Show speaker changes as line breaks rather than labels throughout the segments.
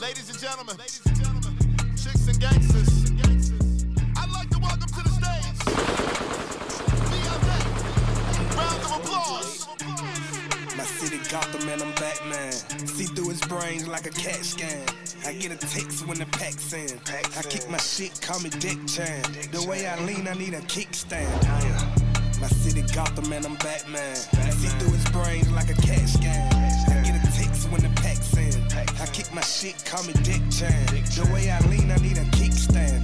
Ladies and gentlemen, ladies and gentlemen, chicks and gangsters, I'd like to welcome to the stage Beyonce. Round of applause.
My city Gotham and I'm Batman. See through his brains like a cat scan. I get a text when the pack's in. I kick my shit, call me Dick Chan. The way I lean, I need a kickstand. My city Gotham and I'm Batman. See through his brains like a cat scan. I get a text when the pack's in. I kick my shit, call me Dick Chan. The way I lean, I need a kickstand.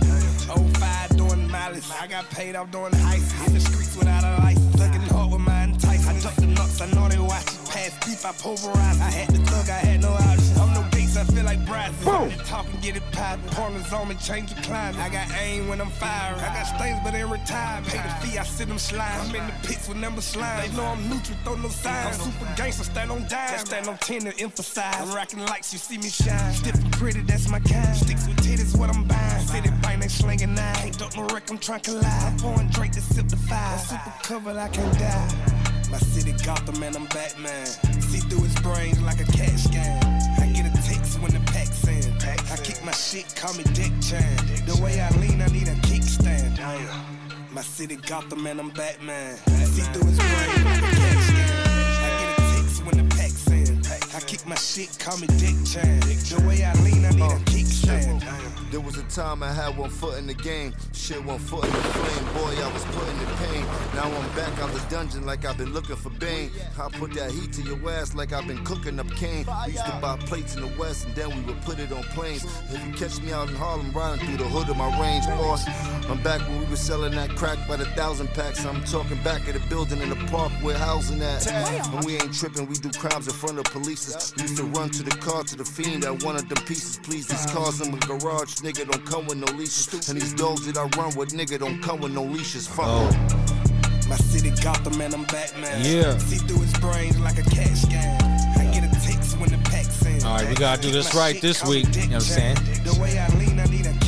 05 doing mileage. I got paid off doing heists. In the streets without a license. Thugging hard with my entice. I duck the nuts, I know they watch. Past beef, I pulverize. I had to thug, I had no option. I'm no gates, I feel like Bryson. They Talk and get it poppin'. Partners on me, change the climate. I got aim when I'm firing. I got stains, but they retired. Pay the fee, I sit them slime. I'm in the pits with number slime. They know I'm neutral, throw no signs. I'm super gangster, stand on dime. Stand on ten to emphasize. I'm rocking lights, you see me shine. Stiff and pretty, that's my kind. Sticks with titties, what I'm buying. City bang, they slinging nine. Can't dump no wreck, I'm trying to lie. I'm pouring Drake to sip the five. I'm super covered, I can't die. My city Gotham and I'm Batman. See through his brains like a cat scan. I get a text when the pack's in. I kick my shit, call me Dick Chan. The way I lean, I need a kickstand. My city Gotham and I'm Batman. See through his brains like a cat scan. I get a text when the pack's in. I kick my shit, call me Dick Chan. The way I lean, I need a kickstand.
There was a time I had one foot in the game, shit one foot in the flame. Boy, I was put in the pain. Now I'm back out the dungeon like I've been looking for Bane. I put that heat to your ass like I've been cooking up cane. We used to buy plates in the West and then we would put it on planes. If you catch me out in Harlem riding through the hood of my range, boss, I'm back when we were selling that crack by the thousand packs. I'm talking back at the building in the park we're housing at. And we ain't tripping, we do crimes in front of police. Used to run to the car to the fiend that wanted them pieces. Please, these cars in my garage, nigga, don't come with no leashes. And these dogs that I run with, nigga, don't come with no leashes. Fuck 'em.
My city Gotham and I'm Batman.
Yeah.
See through his brains like a cat scan. I get a text when the pack's in.
All right, we gotta do this right this week. You know what I'm saying?
The way I lean, I need a kickstand.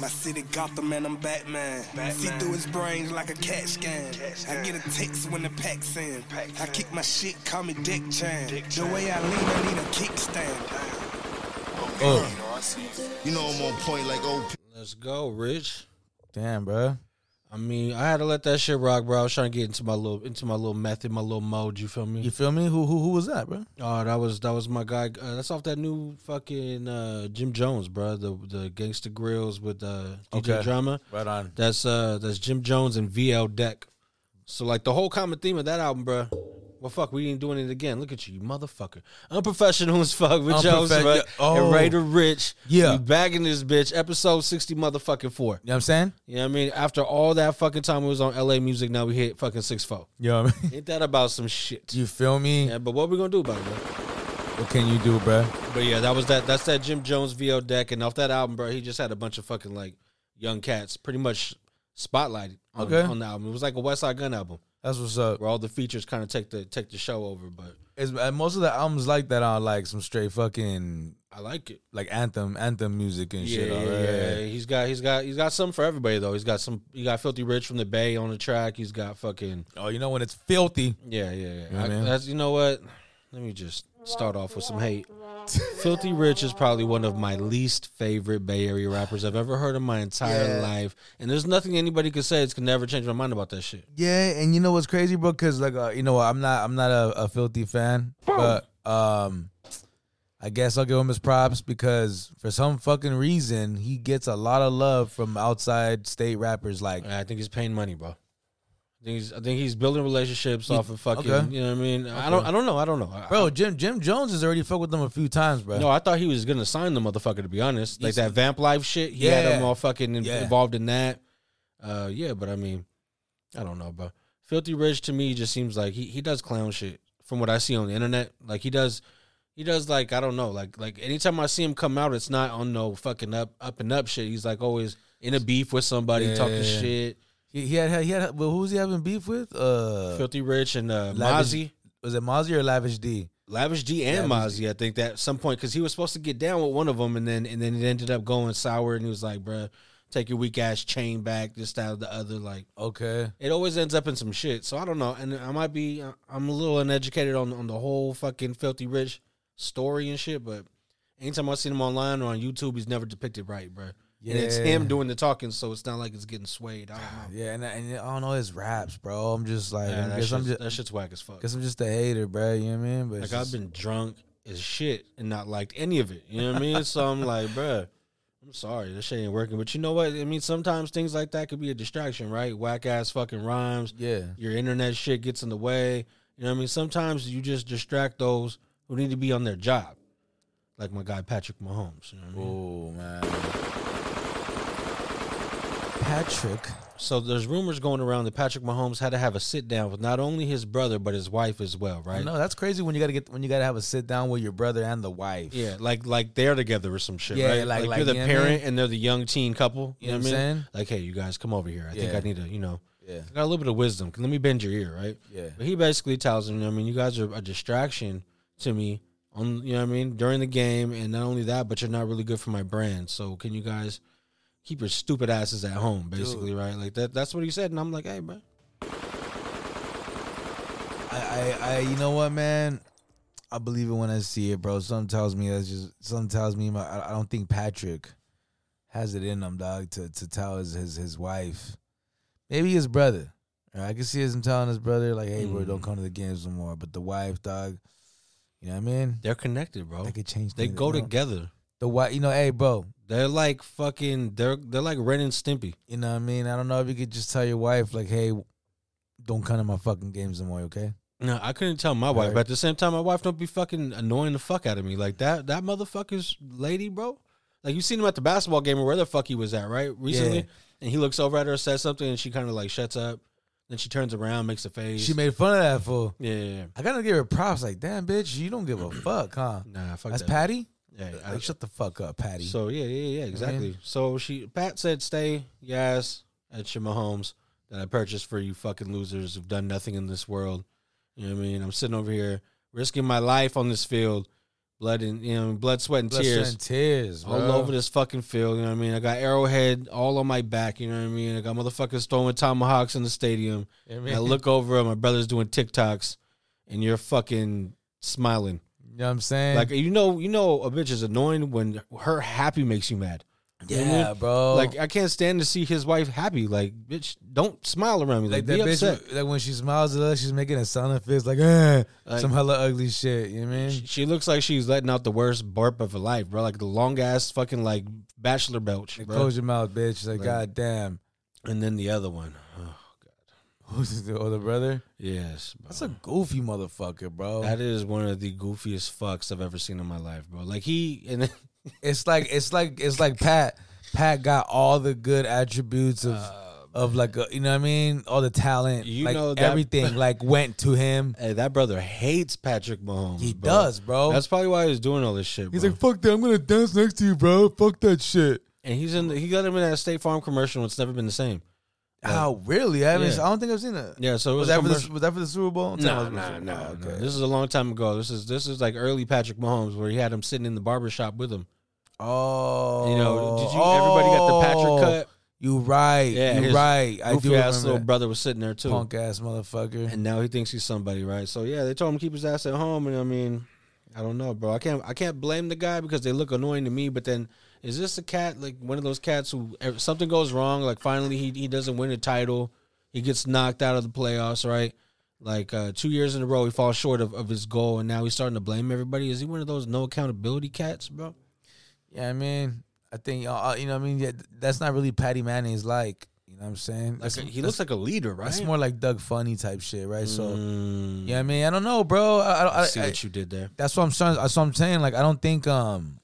My city Gotham and I'm Batman. See through his brains like a cat scan. I get a text when the pack's in. I kick my shit, call me Dick Chan. The way I lean, I need a kickstand.
You know I'm on point like OP.
Let's go, Rich. Damn, bro. I mean, I had to let that shit rock, bro. I was trying to get into my little into my little method, my little mode. You feel me?
You feel me? Who who who was that, bro?
Oh, that was that was my guy. Uh, that's off that new fucking uh, Jim Jones, bro. The the Gangsta Grills with uh, DJ
Okay.
Drama.
Right on.
That's uh that's Jim Jones and VL Deck. So like the whole common theme of that album, bro. Well, fuck, we ain't doing it again. Look at you, you motherfucker. Unprofessional as fuck with Jones,
Unprofe-
bro.
Oh.
And Raider Rich.
Yeah.
We bagging this bitch. Episode 60 motherfucking four.
You know what I'm saying?
You know what I mean? After all that fucking time we was on LA music, now we hit fucking 6 4.
You know what I mean?
Ain't that about some shit?
You feel me?
Yeah, but what we gonna do about it, bro?
What can you do, bro?
But yeah, that was that. That's that Jim Jones VO deck, and off that album, bro, he just had a bunch of fucking like young cats, pretty much spotlighted on,
Okay.
on the album. It was like a West Side Gun album,
That's what's up.
where all the features kind of take the take the show over. But
It's, and most of the albums like that are like some straight fucking
I like it.
like anthem anthem music and shit.
yeah,
all
yeah,
right.
yeah, yeah. He's got he's got he's got some for everybody though. He's got some. He got Filthy Rich from the Bay on the track. He's got fucking
Oh, you know when it's filthy.
yeah, yeah, yeah.
what
I-
I mean?
that's, you know what? Let me just start off with some hate. Filthy Rich is probably one of my least favorite Bay Area rappers I've ever heard in my entire life. And there's nothing anybody could say that's can never change my mind about that shit.
Yeah, and you know what's crazy, bro? Because like, uh, you know, I'm not, I'm not a, a filthy fan, but um, I guess I'll give him his props because for some fucking reason he gets a lot of love from outside state rappers. Like,
I think he's paying money, bro. I think he's, I think he's building relationships off of fucking,
okay.
you know what I mean? I don't I don't know. I don't know. I-
bro, Jim Jim Jones has already fucked with them a few times, bro.
No, I thought he was gonna sign the motherfucker. To be honest, like
He's-
that Vamp Life shit, he had
Yeah.
him all fucking in-
Yeah.
involved in that. Uh, yeah, but I mean, I don't know, bro. Filthy Rich to me just seems like he he does clown shit from what I see on the internet. Like he does, he does like I don't know, like like anytime I see him come out, it's not on no fucking up up and up shit. He's like always in a beef with somebody,
Yeah,
talking
yeah, yeah.
shit.
he, he had he had. Well, who was he having beef with? Uh,
Filthy Rich and uh,
Lavish-
Mozzy.
was it Mozzie or Lavish D?
Lavish D and Mozzie, I think that at some point because he was supposed to get down with one of them, and then and then it ended up going sour, and he was like, "Bruh, take your weak ass chain back." This, that, or the other. Like
Okay,
it always ends up in some uh, shit. So I don't know, and I might be I'm a little uneducated on on the whole fucking filthy rich story and shit, but anytime I seen him online or on YouTube, he's never depicted right, bro. And it's him doing the talking, so it's not like it's getting swayed. I don't know.
Yeah, and, and I don't know his raps, bro. I'm just like,
Yeah, that,
I guess
shit's,
I'm just,
that shit's whack as fuck.
guess I'm just a hater, bro. You know what I mean? But it's
Like I've
just-
been drunk as shit and not liked any of it. You know what I mean? so I'm like, bruh, I'm sorry, this shit ain't working. But you know what? I mean, sometimes things like that could be a distraction, right? Whack ass fucking rhymes.
yeah,
Your internet shit gets in the way. You know what I mean? Sometimes you just distract those who need to be on their job. Like my guy Patrick Mahomes. You know what I mean?
Oh man. Patrick.
So there's rumors going around that Patrick Mahomes had to have a sit down with not only his brother but his wife as well, right?
No, that's crazy when you gotta get when you gotta have a sit down with your brother and the wife.
Yeah, like like they're together or some shit,
Yeah,
right?
like-
Like,
like,
you're the
you know what I
parent
mean?
and they're the young teen couple. You, know what I'm saying?
saying?
Like, hey, you guys come over here. I think
Yeah.
I need to, you know,
Yeah.
I got a little bit of wisdom. Let me bend your ear, right?
Yeah.
But he basically tells him, you know what I mean, you guys are a distraction to me on you know what I mean, during the game and not only that, but you're not really good for my brand. So can you guys keep your stupid asses at home, basically, right? Like that that's what he said. And I'm like, hey, bro.
I, I, I you know what, man? I believe it when I see it, bro. Something tells me that's just something tells me my, I, I don't think Patrick has it in him, dog, to, to tell his, his his wife. Maybe his brother. All right, I can see him telling his brother, like, hey, bro,
Mm.
don't come to the games no more. But the wife, dog, you know what I mean?
They're connected, bro.
That could change
They
things,
go
you know?
together.
The wife, you know, hey, bro,
They're like fucking they're they're like Ren and Stimpy.
You know what I mean? I don't know if you could just tell your wife, like, hey, don't come to my fucking games no more, okay?
No, I couldn't tell my wife.
Right.
But at the same time, my wife don't be fucking annoying the fuck out of me like that. That motherfucker's lady, bro. Like you seen him at the basketball game or where the fuck he was at, right? Recently,
Yeah.
and he looks over at her, says something, and she kind of like shuts up. Then she turns around, makes a face.
She made fun of that fool.
yeah, yeah, yeah.
I gotta give her props. Like, damn, bitch, you don't give a fuck, huh?
nah, fuck
That's
that.
Patty?
Yeah, I-
Like, shut the fuck up, Patty.
so yeah, yeah, yeah, exactly. So she, Pat said, "Stay, yes, at your Mahomes that I purchased for you fucking losers who've done nothing in this world. You know what I mean? I'm sitting over here risking my life on this field, blood and you know, blood, sweat, and
Blood, sweat,
tears."
and tears, bro.
all over this fucking field. You know what I mean? I got arrowhead all on my back. You know what I mean? I got motherfuckers throwing tomahawks in the stadium.
You know
And
what
I
I mean?
look over and my brother's doing TikToks, and you're fucking smiling.
You know what I'm saying?
Like you know, you know, a bitch is annoying when her happy makes you mad. You know what I
yeah,
mean?
bro.
Like I can't stand to see his wife happy. Like bitch, don't smile around me. Like,
Like
be
that bitch,
upset.
like when she smiles at us, she's making a sound effects like, eh,
Like-
some hella ugly shit. You know what I mean?
She looks like she's letting out the worst burp of her life, bro. Like the long ass fucking like bachelor belch,
Like, oh,
bro.
close your mouth, bitch. Like,
Like-
god damn.
And then the other one. Oh,
Who's the older brother?
yes, bro.
That's a goofy motherfucker, bro.
That is one of the goofiest fucks I've ever seen in my life, bro. Like he and then,
It's like it's like it's like Pat. Pat got all the good attributes of of like a, you know what I mean. All the talent,
Oh, You
like
know that-
everything, like went to him.
hey, that brother hates Patrick Mahomes.
He
bro.
does, bro.
That's probably why he's doing all this shit.
he's
bro.
like, fuck that. I'm gonna dance next to you, bro. Fuck that shit.
and he's in. The, he got him in that State Farm commercial. It's never been the same.
oh, really? I, haven't
Yeah.
I don't think I've seen that.
Yeah, so it was,
Was
a
that, for the,
commercial-
was that for the Super Bowl?
Nah, nah, nah, nah. This is a long time ago. This is this is like early Patrick Mahomes, where he had him sitting in the barber shop with him.
Oh,
You know, did you? Everybody got the
Oh.
Patrick cut.
You right.
Yeah,
you
his
right. I do
Goofy
remember.
ass little brother was sitting there too,
Punk ass motherfucker.
and now he thinks he's somebody, right? So yeah, they told him to keep his ass at home, and I mean, I don't know, bro. I can't I can't blame the guy because they look annoying to me. But then, is this a cat like one of those cats who if something goes wrong? Like finally he he doesn't win a title, he gets knocked out of the playoffs, right? Like uh, two years in a row, he falls short of, of his goal, and now he's starting to blame everybody. Is he one of those no accountability cats, bro?
Yeah, I mean, I think uh, you know. what I mean, yeah, th- that's not really Patty Manning's like. You know what I'm saying?
Like
That's,
he looks like a leader, right?
that's more like Doug Funny type shit, right? So
Mm,
yeah, I mean, I don't know, bro. I, I,
I
I,
see
I
what you did there.
that's what I'm saying. That's what I'm saying. Like I don't think um,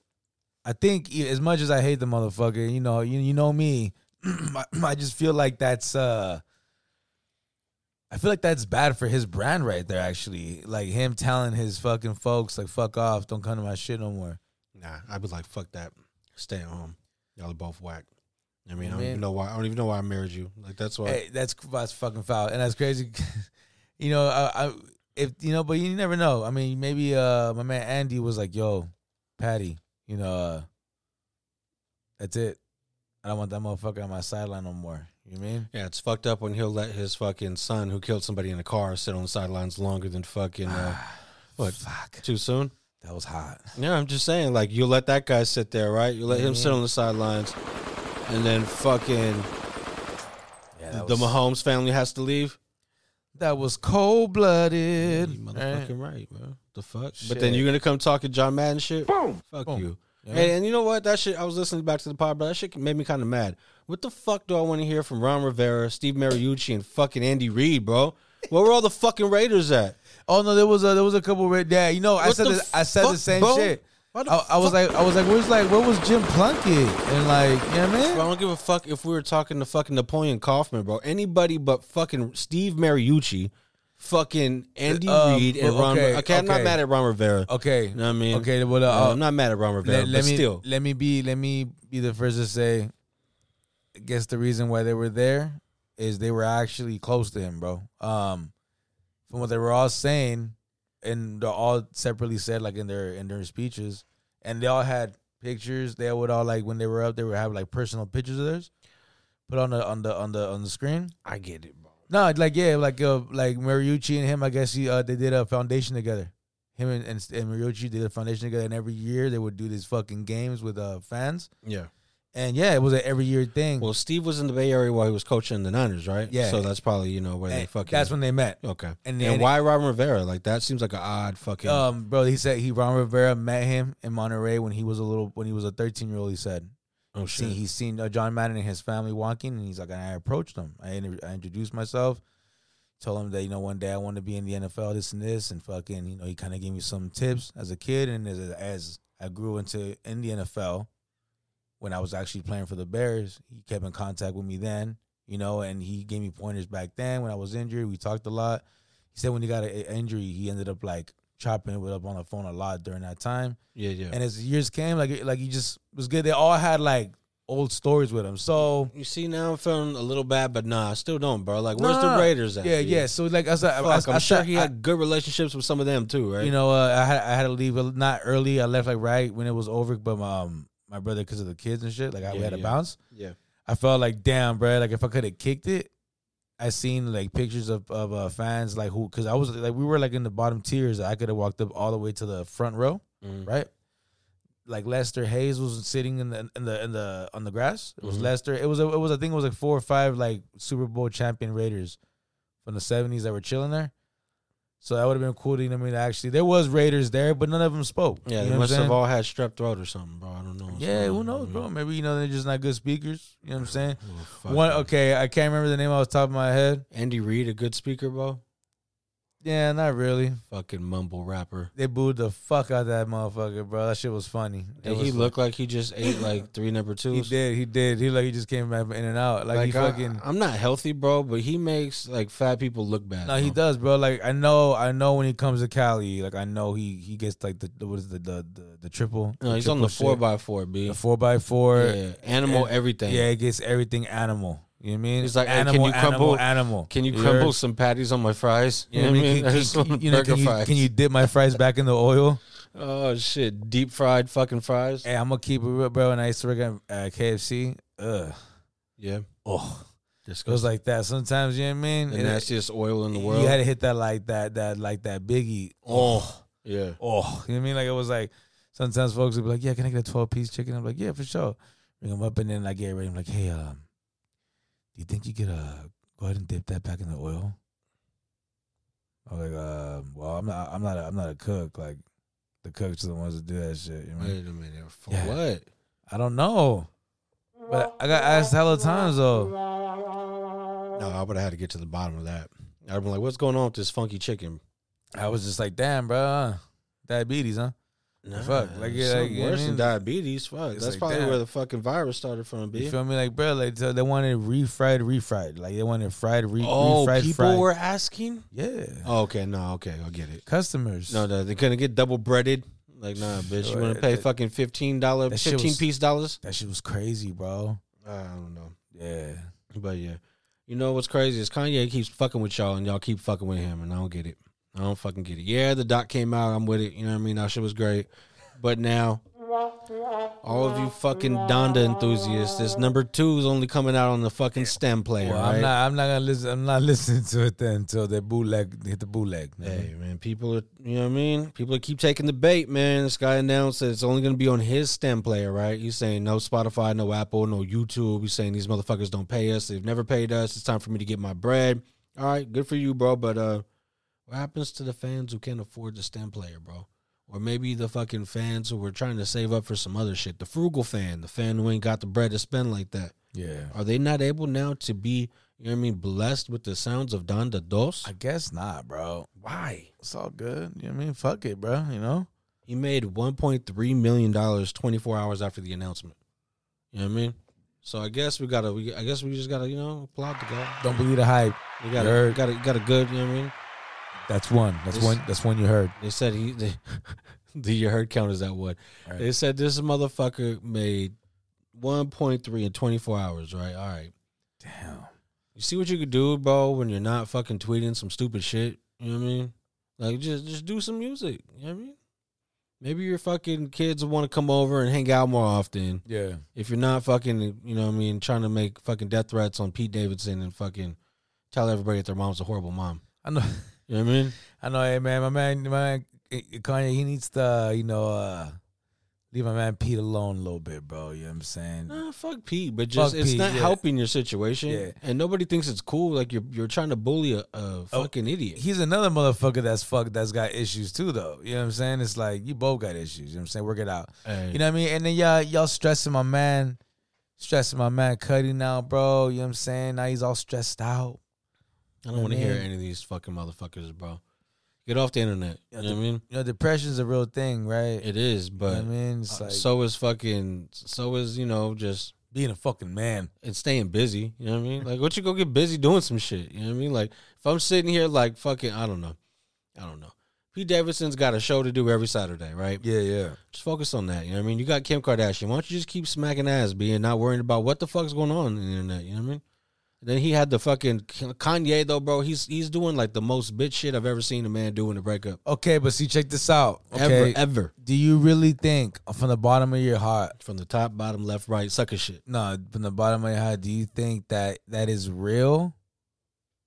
I think e- as much as I hate the motherfucker, you know, you you know me, I, I just feel like that's uh. I feel like that's bad for his brand right there. Actually, like him telling his fucking folks, like "fuck off, don't come to my shit no more."
Nah, I'd be like, fuck that. Stay at home. Y'all are both whack. I mean, I don't
Man.
even know why. I don't even know why I married you. Like that's why.
Hey, that's that's fucking foul, and that's crazy. you know, I, I if you know, but you never know. I mean, maybe uh, my man Andy was like, "Yo, Patty, you know, uh, that's it. I don't want that motherfucker on my sideline no more." You mean?
Yeah, it's fucked up when he'll let his fucking Ah, son, who killed somebody in a car, sit on the sidelines longer than fucking uh, what?
Ah, Fuck.
Too soon?
That was hot.
Yeah, I'm just saying, like you let that guy sit there, right? You let him sit
Mm-hmm.
on the sidelines, and then fucking
Yeah,
the,
that
the
was,
Mahomes family has to leave.
that was cold blooded.
You motherfucking right, bro. The fuck. But
Eh. Shit.
then you're gonna come talking John Madden shit. Boom. Fuck
Boom.
you.
Yeah.
Hey, and you know what? That shit. I was listening back to the pod, but that shit made me kind of mad. What the fuck do I want to hear from Ron Rivera, Steve Mariucci, and fucking Andy Reid, bro? Where were all the fucking Raiders at?
Oh no, there was a there was a couple red dad. You know, I
What
said
the
this, I said the
fuck,
same
bro?
shit.
Why the
I, I was like I was like, where's like where was Jim Plunkett and like you know what I
Bro, I
mean?
don't give a fuck if we were talking to fucking Napoleon Kaufman, bro. Anybody but fucking Steve Mariucci, fucking Andy
Um,
Reid, and
well,
Ron.
okay,
Okay, I'm not
okay.
mad at Ron Rivera.
Okay,
You know what I mean?
okay. Well, uh,
Uh, I'm not mad at Ron Rivera,
let,
but
let me
still.
let me be let me be the first to say. I guess the reason why they were there is they were actually close to him, bro. Um, from what they were all saying, and they all separately said like in their in their speeches, and they all had pictures. They would all like when they were up, they would have like personal pictures of theirs, put on the on the on the on the screen.
I get it, bro.
No, like yeah, like uh, like Mariucci and him. I guess he uh, they did a foundation together. Him and, and and Mariucci did a foundation together, and every year they would do these fucking games with uh fans.
Yeah.
And yeah, it was an every year thing.
Well, Steve was in the Bay Area while he was coaching the Niners, right?
Hmm. Yeah.
So that's probably you know where they
And
fucking.
that's when they met.
Okay.
And
And,
then-
why Ron Rivera? Like that seems like an odd fucking.
Um, bro, he said he Ron Rivera met him in Monterey when he was a little when he was a thirteen year old. He said
oh
seen,
shit.
he's seen uh, John Madden and his family walking, and he's like, and I approached him. I, inter- I introduced myself, told him that you know one day I want to be in the NFL, this and this, and fucking you know he kind of gave me some tips as a kid, and as as I grew into in the NFL, when I was actually playing for the Bears, he kept in contact with me then, you know, and he gave me pointers back then when I was injured. We talked a lot. He said when he got an injury, he ended up like chopping it up on the phone a lot during that time.
Yeah, yeah.
And as the years came, like like he just was good. They all had like old stories with him. So
you see, now I'm feeling a little bad, but nah, I still don't, bro. Like, where's
No, no,
the
no.
Raiders at?
yeah,
dude?
yeah. So like I said, I-
Fuck, I,
I, I,
am sure
said-
he
I-
had good relationships with some of them too, right?
you know, uh, I had I had to leave uh, not early. I left like right when it was over, but my um, my brother because of the kids and shit. Like I, we
Yeah,
had to
yeah.
bounce.
yeah.
I felt like damn, bro. Like if I could have kicked it, I seen like pictures of of uh, fans like who because I was like we were like in the bottom tiers. I could have walked up all the way to the front row.
Mhm.
right? Like Lester Hayes was sitting in the in the in the on the grass. It was
Mhm.
Lester. It was a, it was I think it was like four or five like Super Bowl champion Raiders from the seventies that were chilling there. So that would have been cool to you know, what I mean actually there was Raiders there, but none of them spoke.
Yeah,
you
they
know what I'm
must
saying?
have all had strep throat or something, bro. I don't know. what's
Yeah, who
going on,
knows,
you
bro?
know?
Maybe you know they're just not good speakers. You know what I'm saying?
Well, fuck,
One
man.
okay, I can't remember the name off the top of my head.
Andy Reid, a good speaker, bro.
Yeah, not really.
Fucking mumble rapper.
They booed the fuck out that motherfucker, bro. That shit was funny. It
Did he
was-
look like he just ate like three number
He
twos?
did. He did. He like he just came back in and out. Like, he
Like, I,
fucking.
I'm not healthy, bro, but he makes like fat people look bad.
No, he
bro.
does, bro. Like I know, I know when he comes to Cali, like I know he he gets like the, the what is the the the, the triple.
No, he's on the
triple
four
shit.
by four, b.
the four by four.
yeah, animal
and-
everything.
Yeah, it gets everything animal. You know what I mean?
He's like, hey, can
animal,
you
animal,
crumble-
animal.
Can you
heard?
crumble some patties on my fries?
You know what I mean?
I
Can,
just
can-
want
you know,
burger
can, you,
fries.
can you dip my fries back in the oil?
Oh shit, deep fried fucking fries.
Hey, I'm gonna keep it real, bro. And I used to work at uh, KFC. Ugh,
Yeah,
oh, it was
disgusting.
like that sometimes. You know what I mean?
The
And
nastiest oil in the world.
You had to hit that like that that like that biggie. Oh.
yeah.
oh, you know what I mean? Like it was like sometimes folks would be like, "Yeah, can I get a twelve piece chicken?" I'm like, "Yeah, for sure." Bring them up and then I get ready. I'm like, "Hey, um, do you think you could uh go ahead and dip that back in the oil?" I'm like, um, well, I'm not, I'm not, a, I'm not a cook. Like the cooks are the ones that do that shit. You know? what I mean?
Wait a minute. For
Mm-hmm. Yeah.
what?
I don't know, but I got asked hella times though.
No, I would have had to get to the bottom of that. I'd been like, "What's going on with this funky chicken?"
I was just like, "Damn, bro, diabetes, huh?"
Nah,
Fuck, like, yeah,
something
like, you know what I
worse
mean?
than diabetes. Fuck,
It's
that's
like
probably
that.
where the fucking virus started from.
You
B.
feel me, like, bro? Like, so they wanted refried, refried. Like, they wanted fried, re-
Oh,
refried,
people
fried.
were asking.
yeah.
Oh, okay, no, okay, I get it.
customers.
No, no, they're gonna get double breaded. Like, nah, bitch, you
Sure,
want to pay
that-
fucking fifteen dollar,
that shit was-
fifteen piece dollars?
that shit was crazy, bro.
I don't know,
Yeah,
but yeah, you know what's crazy is Kanye keeps fucking with y'all, and y'all keep fucking with him, and I don't get it. I don't fucking get it. Yeah, the doc came out, I'm with it. You know what I mean? That shit was great, but now All of you fucking Donda enthusiasts, this number two is only coming out on the fucking stem player.
Well,
right?
I'm not. I'm not gonna listen. I'm not listening to it then until the bootleg hit the bootleg.
Hey man, people are you know what I mean? People keep taking the bait, man. This guy announced that it's only gonna be on his stem player, right? He's saying no Spotify, no Apple, no YouTube. He's saying these motherfuckers don't pay us. They've never paid us. It's time for me to get my bread. All right, good for you, bro. But uh what happens to the fans who can't afford the stem player, bro? Or maybe the fucking fans who were trying to save up for some other shit. The frugal fan, the fan who ain't got the bread to spend like that.
Yeah,
Are they not able now to be, you know what I mean, blessed with the sounds of Donda Dos?
I guess not, bro.
Why?
It's all good. You know what I mean? Fuck it, bro. You know?
He made one point three million dollars twenty four hours after the announcement. You know what I mean? So I guess we gotta. We, I guess we just gotta. You know, applaud the guy.
Don't believe the hype.
We got a
Word.
got a got a good. You know what I mean?
That's one. That's
This-
one. That's one you heard.
They said he. They, the your herd count is at what?
Right.
They said this motherfucker made one point three in twenty four hours. Right. All right.
Damn.
You see what you could do, bro, when you're not fucking tweeting some stupid shit. You know what I mean? Like just just do some music. You know what I mean? Maybe your fucking kids want to come over and hang out more often.
Yeah.
if you're not fucking, you know what I mean, trying to make fucking death threats on Pete Davidson and fucking tell everybody that their mom's a horrible mom.
I know.
You know what I mean?
I know. Hey, man. My man. My man. eh, Kanye. He needs to. You know. uh Leave my man Pete alone a little bit, bro. You know what I'm saying?
Nah, fuck Pete, but just
Fuck
it's
Pete,
not
yeah.
helping your situation.
Yeah. Oh.
And nobody thinks it's cool. Like you're you're trying to bully a, a fucking idiot.
He's another motherfucker that's fucked. That's got issues too, though. You know what I'm saying? It's like you both got issues. You know what I'm saying? Work it out.
Hey,
You know what I mean? And then y'all y'all stressing my man, stressing my man Cuddy now, bro. You know what I'm saying? Now he's all stressed out.
I don't want to
man.
hear any of these fucking motherfuckers, bro. Get off the internet. You know what I mean?
You know, depression's a real thing, right?
It is,
you know what I
but
mean, it's
uh,
like
so is fucking so is, you know, just
being a fucking man.
and staying busy. You know what I mean? Like, what you go get busy doing some shit? You know what I mean? Like, if I'm sitting here, like, fucking, I don't know. I don't know. Pete Davidson's got a show to do every Saturday, right?
Yeah, yeah.
Just focus on that. You know what I mean? You got Kim Kardashian. Why don't you just keep smacking ass, being not worrying about what the fuck's going on in the internet? You know what I mean? Then he had the fucking Kanye though, bro. He's he's doing like the most bitch shit I've ever seen a man do in a breakup
Okay, but see, check this out. Okay,
ever, ever.
do you really think uh, from the bottom of your heart?
From the top, bottom, left, right, sucker shit.
No, from the bottom of your heart, do you think that that is real,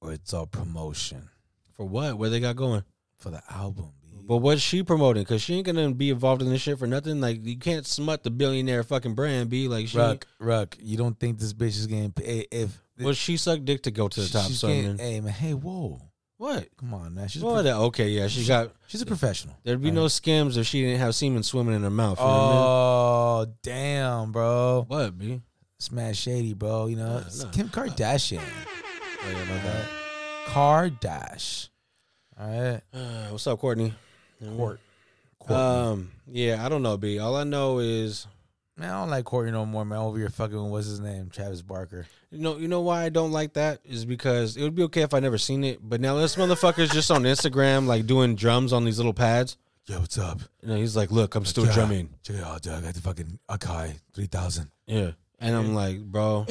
or it's all promotion
For what? Where they got going?
for the album? B?
But what's she promoting? Because she ain't gonna be involved in this shit for nothing. Like you can't smut the billionaire fucking brand. Be like she.
Ruck, Ruck, you don't think this bitch is getting paid if
Well, she sucked dick to go to the
She-
top.
she's
So
getting-
then-
hey man, hey, whoa,
what?
come on, man, she's a
Well,
prof-
that- okay, yeah, she got.
she's a professional.
There'd be
right?
no skims if she didn't have semen swimming in her mouth. You know what I mean?
Oh damn, bro,
What, B?
smash shady, bro. You know, it's
no.
Kim Kardashian,
Oh, yeah, my bad.
Kardash. All right,
Uh, what's up, Courtney?
Court. Courtney.
Um, yeah, I don't know, B. All I know is,
man, I don't like Courtney no more, man. Over your fucking what's his name, Travis Barker.
you know, you know why I don't like that is because it would be okay if I never seen it, but now this motherfucker's just on Instagram like doing drums on these little pads.
Yo, what's up?
You know, he's like, look, I'm still drumming.
Check it out, dude. I got the fucking Akai three thousand.
Yeah. And I'm like, bro,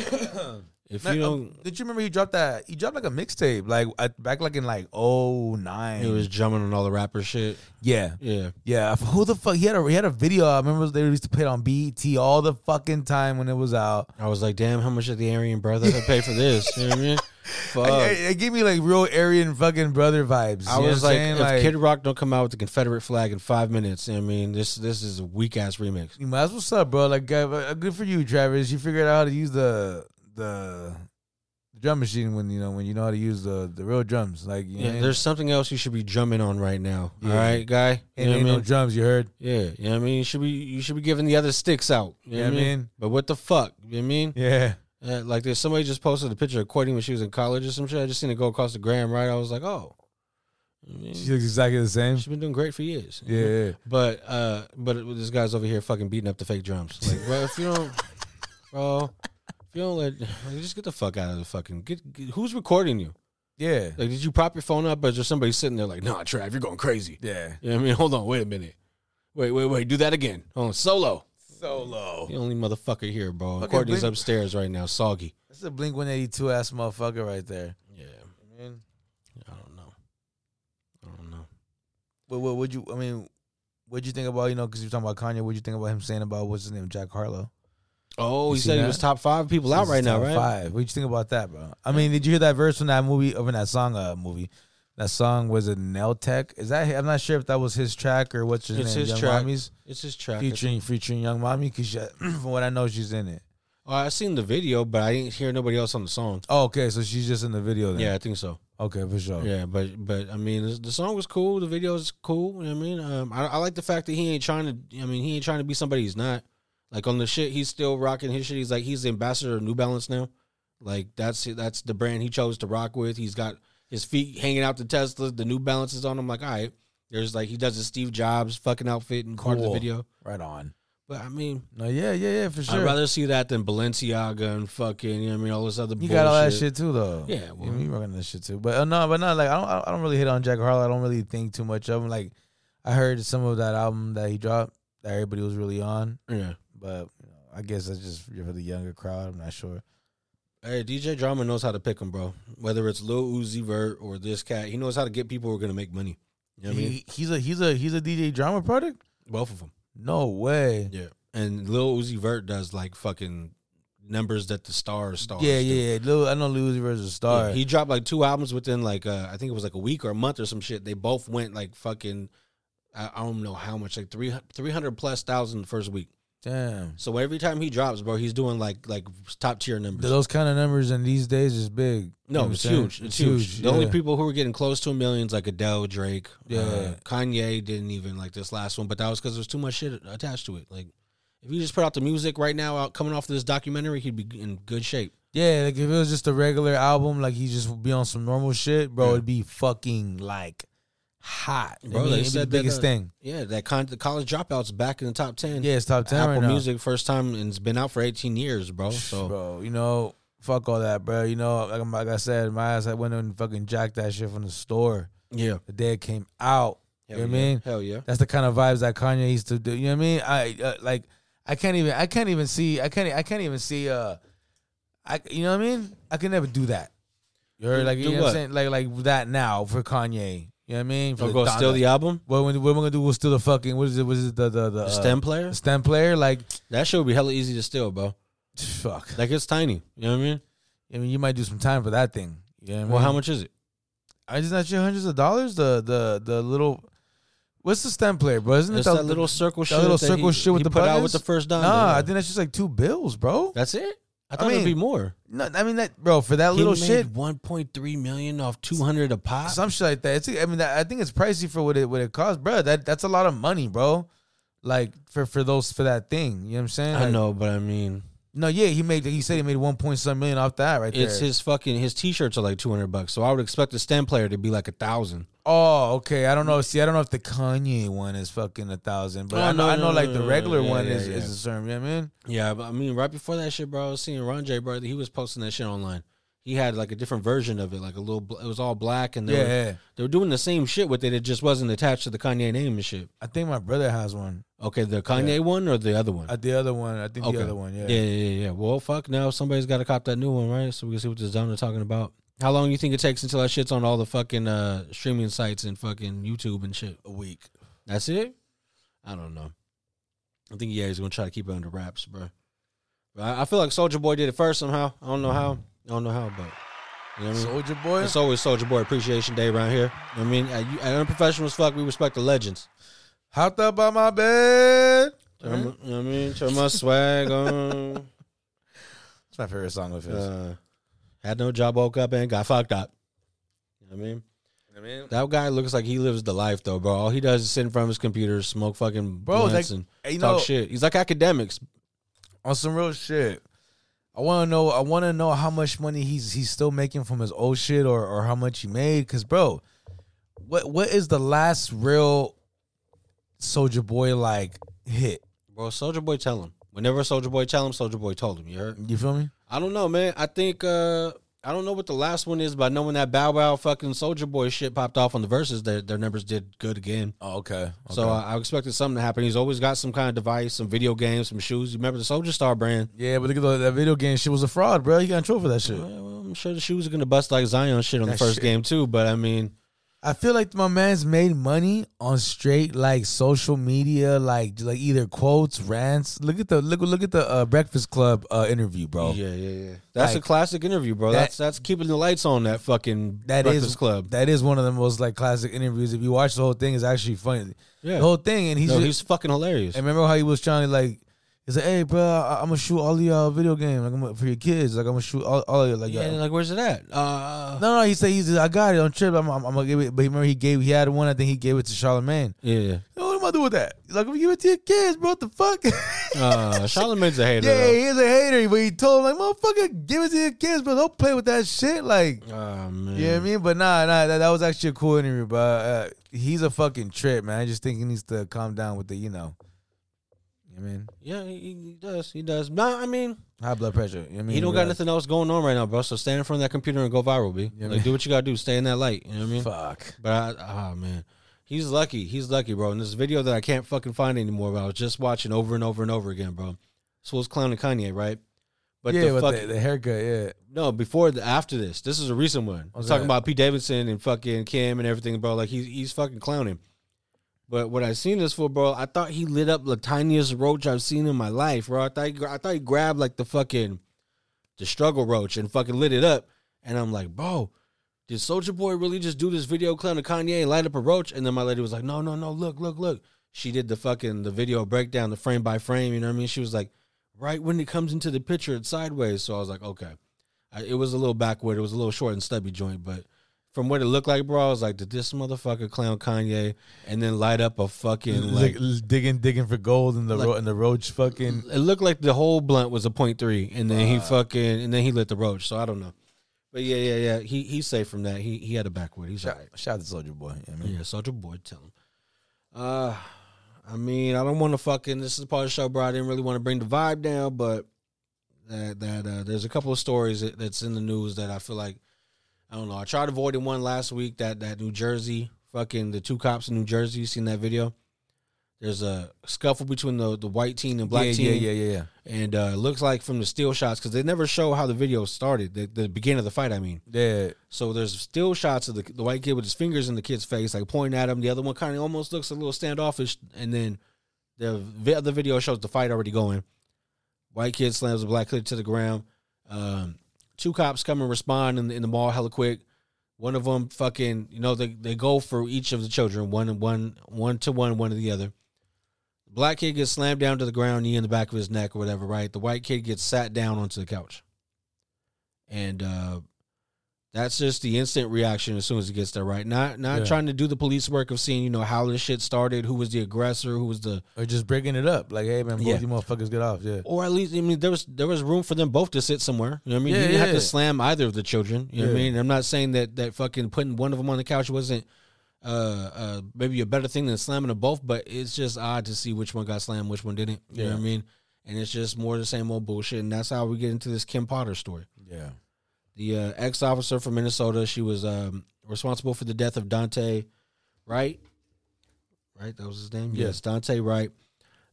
if you don't,
did you remember he dropped that? He dropped like a mixtape, like at, back like in like oh nine.
he was jumping on all the rapper shit.
yeah,
Yeah.
Yeah, f- who the fuck? He had a he had a video. I remember they used to play it on BET all the fucking time when it was out.
I was like, damn, how much did the Aryan brotherhood pay for this? You know what I mean? Fuck.
It-
I,
it, it gave me like real Aryan fucking brother vibes. You know
was
what I'm
like,
saying?
if Kid Rock don't come out with the Confederate flag in five minutes, you know what I mean, this this is a weak ass remix.
you know, that's what's up, bro. Like, uh, uh, good for you, Travis. You figured out how to use the the drum machine when you know when you know how to use the the real drums. Like, you
Yeah,
know,
there's something else you should be drumming on right now.
Yeah.
All right, guy. You
and
know what I
ain't no
mean?
drums. You heard?
yeah, you know what I mean. You should be you should be giving the other sticks out. You know what I mean? But what the fuck? You know what I mean?
Yeah.
Uh, like there's somebody just posted a picture of Courtney when she was in college or some shit. I just seen it go across the gram, right? I was like, oh, I mean,
She looks exactly the same.
she's been doing great for years.
Yeah. yeah.
But uh, but it- this guy's over here fucking beating up the fake drums. Like, bro, if you don't, bro, if you don't let, like, just get the fuck out of the fucking. Get, get- who's recording you?
Yeah.
Like, did you prop your phone up, or is there somebody sitting there like, nah, Trav, you're going crazy?
Yeah.
You know what I mean? Hold on, wait a minute. Wait, wait, wait. Do that again. Hold on, solo.
Solo.
The only motherfucker here, bro.
Fucking
Courtney's
Blink-
upstairs right now, soggy.
That's a Blink 182 ass motherfucker right there.
Yeah.
Man.
I don't know. I don't know.
What, what would you? I mean, what'd you think about you know because you're talking about Kanye? What'd you think about him saying about what's his name, Jack Harlow?
Oh,
You
he
see
said he
that?
was top five people out
He's
right now,
top
right?
Five. What'd you think about that, bro? I mean, did you hear that verse from that movie or from that song? Uh, movie. That song was a Nell Tech. Is that? I'm not sure if that was his track or what's his
It's
name.
his
Young
track.
Mommy's
It's his track.
featuring featuring Young Mommy because from what I know, she's in it.
Oh, I seen the video, but I didn't hear nobody else on the song.
Oh, okay, so she's just in the video then.
Yeah, I think so.
Okay, for sure.
Yeah, but but I mean, this- the song was cool. The video is cool. You know what I mean, um, I, I like the fact that he ain't trying to. I mean, he ain't trying to be somebody he's not. Like on the shit, he's still rocking his shit. He's like he's the ambassador of New Balance now. Like that's that's the brand he chose to rock with. He's got his feet hanging out the Teslas, the New Balances on him. Like all right, there's like he does his Steve Jobs fucking outfit in part of
Cool.
the video.
Right on.
But I mean,
No, yeah, yeah, yeah, for sure.
I'd rather see that than Balenciaga and fucking. You know what I mean, all this other.
You
bullshit.
got all that shit too, though.
Yeah, well-
you, you working that shit too. But uh, no, but no, like I don't, I don't really hit on Jack Harlow. I don't really think too much of him. Like I heard some of that album that he dropped that everybody was really on,
Yeah.
but you know, I guess that's just for the younger crowd. I'm not sure.
Hey, DJ Drama knows how to pick him, bro. Whether it's Lil Uzi Vert or this cat, he knows how to get people who are gonna make money. You know what I mean?
he, he's a he's a he's a DJ drama product.
Both of them.
No way.
Yeah. And Lil Uzi Vert does like fucking numbers that the stars stars.
Yeah, yeah,
do.
yeah. Lil, I know Lil Uzi Vert's a
oh, Yeah,
star.
He dropped like two albums within like uh, I think it was like a week or a month or some shit. They both went like fucking I, I don't know how much like 300, 300 plus thousand the first week.
Damn.
So every time he drops, bro, he's doing like like top tier numbers.
Those kind of numbers in these days is big. You
No,
know what
it's
I'm saying?
huge. It's huge. The only
yeah.
people who were getting close to a million is like Adele, Drake. Yeah.
Yeah.
Kanye didn't even like this last one, but that was because there's too much shit attached to it. Like, if you just put out the music right now, out coming off this documentary, he'd be in good shape.
Yeah, like if it was just a regular album, like he just would be on some normal shit, bro,
Yeah.
it'd be fucking like hot.
Bro,
I mean,
they
it'd be
said
the
that,
biggest
uh,
thing.
Yeah, that con- the college dropouts back in the top ten.
Yeah, it's top ten
Apple
right now.
Music first time and it's been out for 18 years, bro. So
bro. You know, fuck all that, bro. You know, like, I'm- like I said, my ass, I went and fucking jacked that shit from the store
yeah,
the day it came out. You know
Hell
what I
yeah.
mean?
hell yeah.
That's the kind of vibes that Kanye used to do. You know what I mean? I uh, like, I can't even, I can't even see, I can't, I can't even see. Uh, I, you know what I mean? I can never do that. You heard, like, you
Do
know what I'm
what?
saying? Like, like that now for Kanye. You know what I mean? For
We'll go steal the album,
What when what we're gonna do? We'll steal the fucking. What is it? What is it? The the the,
the
uh,
stem player.
the stem player. Like,
That shit would be hella easy to steal, bro.
fuck.
Like it's tiny. You know what I mean?
I mean, you might do some time for that thing. You know what I mean?
Well, how much is it?
I just not sure hundreds of dollars. The the the little. What's the stem player, bro? Isn't
It's
it
that, little circle shit.
little
that
circle
he,
shit with
he
the
put out
buttons?
with the first dime. yeah.
Nah, I think that's just like two bills, bro.
That's it. I thought
mean,
it'd be more.
No, I mean that, bro. For that little shit,
one point three million off two hundred a pop.
some shit like that. It's I mean that, I think it's pricey for what it what it costs, bro. That that's a lot of money, bro. Like for for those for that thing, you know what I'm saying?
I
Like,
know, but I mean,
No, yeah, he made. He said he made one point some million off that right
it's
there.
his fucking his t-shirts are like two hundred bucks. So I would expect the stem player to be like a thousand.
oh, okay. I don't know. See, I don't know if the Kanye one is fucking a thousand, but
Oh,
I know,
no,
I
no,
know
no,
like
no,
the
no,
regular
yeah,
one
yeah,
is
yeah.
is a certain. You know what I mean?
Yeah, but I mean, right before that shit, bro, I was seeing Ron J, bro. He was posting that shit online. He had like a different version of it, like a little. bl- It was all black, and they
Yeah,
were
yeah.
they were doing the same shit with it. It just wasn't attached to the Kanye name and shit.
I think my brother has one.
Okay, the Kanye one or the other one?
Uh, the other one, I think the other one. Yeah.
yeah, yeah, yeah. Well, fuck. Now somebody's got to cop that new one, right? So we can see what this Donald talking about. How long you think it takes until that shit's on all the fucking uh, streaming sites and fucking YouTube and shit? A week. That's it. I don't know. I think yeah, he's gonna try to keep it under wraps, bro. But I, I feel like Soldier Boy did it first somehow. I don't know how. I don't know how, but you know what I mean.
Soldier Boy.
it's always Soldier Boy Appreciation Day around here. You know what I mean, at, you- at unprofessional as fuck, we respect the legends.
Hopped up on my bed.
Turn my- you know what I mean, turn my swag on.
That's my favorite song of his.
Uh, had no job, woke up and got fucked up. You know what I mean,
I mean,
that guy looks like he lives the life though, bro. All he does is sit in front of his computer, smoke fucking
Bro,
blunts,
like,
and
you
talk
know-
shit. He's like academics.
on some real shit. I want to know. I want to know how much money he's he's still making from his old shit, or or how much he made. Cause bro, what what is the last real Soldier Boy like hit?
Bro, Soldier Boy, tell him. Whenever Soldier Boy tell him, Soldier Boy told him. You heard?
You feel me?
I don't know, man. I think uh I don't know what the last one is, but I know when that Bow Wow fucking Soldier Boy shit popped off on the verses, their their numbers did good again.
Oh, okay.
So I, I expected something to happen. He's always got some kind of device, some video games, some shoes. You remember the Soldier Star brand?
yeah, but look at the, that video game shit was a fraud, bro. He got in trouble for that shit.
Well, I'm sure the shoes are gonna bust like Zion shit on the
That
first
shit-
game too, but I mean,
I feel like my man's made money on straight like social media, like like either quotes, rants. Look at the look look at the uh, Breakfast Club uh, interview, bro.
Yeah, yeah, yeah. That's a
Like-
classic interview, bro.
That-
that's that's keeping the lights on that fucking
That is
Breakfast Club.
That is one of the most like classic interviews. If you watch the whole thing, it's actually funny.
Yeah.
The whole thing, and he's,
no,
just,
he's fucking hilarious.
And remember how he was trying to like, he's like, "Hey, bro, I- I'm gonna shoot all of y'all video game like I'm gonna, for your kids. Like I'm gonna shoot all, all of you like
yeah,
y'all."
like where's it at? Uh,
No, no, he said he's. I got it on trip. I'm, I'm, I'm gonna give it. But remember, he gave. He had one. I think he gave it to Charlemagne.
yeah.
Yo, What am I doing with that? He's like, I'm gonna give it to your kids, bro. What the fuck?
Uh, Charlemagne's a hater.
yeah, he's a hater, but he told him like, motherfucker, give it to your kids, bro. Don't play with that shit. Like,
though. Oh man.
you know what I mean? But nah, nah, that, that was actually a cool interview, but uh, he's a fucking trip, man. I just think he needs to calm down with the, you know, you know what I mean,
Yeah, he, he does. He does. Nah, I mean,
high blood pressure. You know what I mean?
he don't got
But,
nothing else going on right now, bro. So stay in front of that computer and go viral, b.
Yeah,
like,
man.
do what you gotta do. Stay in that light. You know what I mean?
Fuck.
But I, oh man, he's lucky. He's lucky, bro. And this video that I can't fucking find anymore, but I was just watching over and over and over again, bro. So it was clowning Kanye, right? But
yeah,
the
with
fucking
the, the haircut, yeah.
no, before the after this, this is a recent one. I'm
Okay.
talking about Pete Davidson and fucking Kim and everything, bro. Like he's he's fucking clowning. But what I seen this for, bro, I thought he lit up the tiniest roach I've seen in my life, bro. I thought he, gra- I thought he grabbed like the fucking the struggle roach and fucking lit it up. And I'm like, bro, did Soldier Boy really just do this video clown to Kanye and light up a roach? And then my lady was like, no, no, no, look, look, look. She did the fucking the video breakdown, the frame by frame. You know what I mean? She was like, right when it comes into the picture, it's sideways. So I was like, okay. I, it was a little backward. It was a little short and stubby joint, but from what it looked like, bro, I was like, did this motherfucker clown Kanye and then light up a fucking like?
Like, digging, digging for gold in the ro- in the roach fucking.
It looked like the whole blunt was a point three, and then he fucking and then he lit the roach. So I don't know, but yeah, yeah, yeah. He he's safe from that. He he had a backward. He's all right.
Shout out to Soldier Boy. You know what I mean?
Yeah, Soldier Boy, tell him. Uh, I mean, I don't want to fucking. This is part of the show, bro. I didn't really want to bring the vibe down, but that that uh, there's a couple of stories that, that's in the news that I feel like I don't know. I tried avoiding one last week. That that New Jersey fucking the two cops in New Jersey. You seen that video? There's a scuffle between the the white team and black
yeah,
team.
yeah, yeah, yeah, yeah.
And uh, it looks like from the still shots because they never show how the video started. The, the beginning of the fight, I mean.
Yeah,
So there's still shots of the, the white kid with his fingers in the kid's face, like pointing at him. The other one kind of almost looks a little standoffish. And then the vi- other video shows the fight already going. White kid slams the black kid to the ground. Um, two cops come and respond in the, in the mall hella quick. One of them fucking, you know, they, they go for each of the children, one one one to one, one to the other. Black kid gets slammed down to the ground, knee in the back of his neck or whatever, right? The white kid gets sat down onto the couch. And uh that's just the instant reaction as soon as he gets there, right? Not not
Yeah.
trying to do the police work of seeing, you know, how this shit started, who was the aggressor, who was the
or just breaking it up. Like, hey man, both
Yeah.
you motherfuckers get off. Yeah,
or at least I mean there was there was room for them both to sit somewhere. You know what I mean?
Yeah,
you didn't have
yeah.
to slam either of the children. You know what I
Yeah.
mean? I'm not saying that that fucking putting one of them on the couch wasn't uh, uh maybe a better thing than slamming them both, but it's just odd to see which one got slammed, which one didn't. You know
Yeah.
what I mean? And it's just more of the same old bullshit, and that's how we get into this Kim Potter story.
yeah.
The uh, ex officer from Minnesota, she was um, responsible for the death of Dante Wright. Right, that was his name.
Yeah.
Yes, Dante Wright.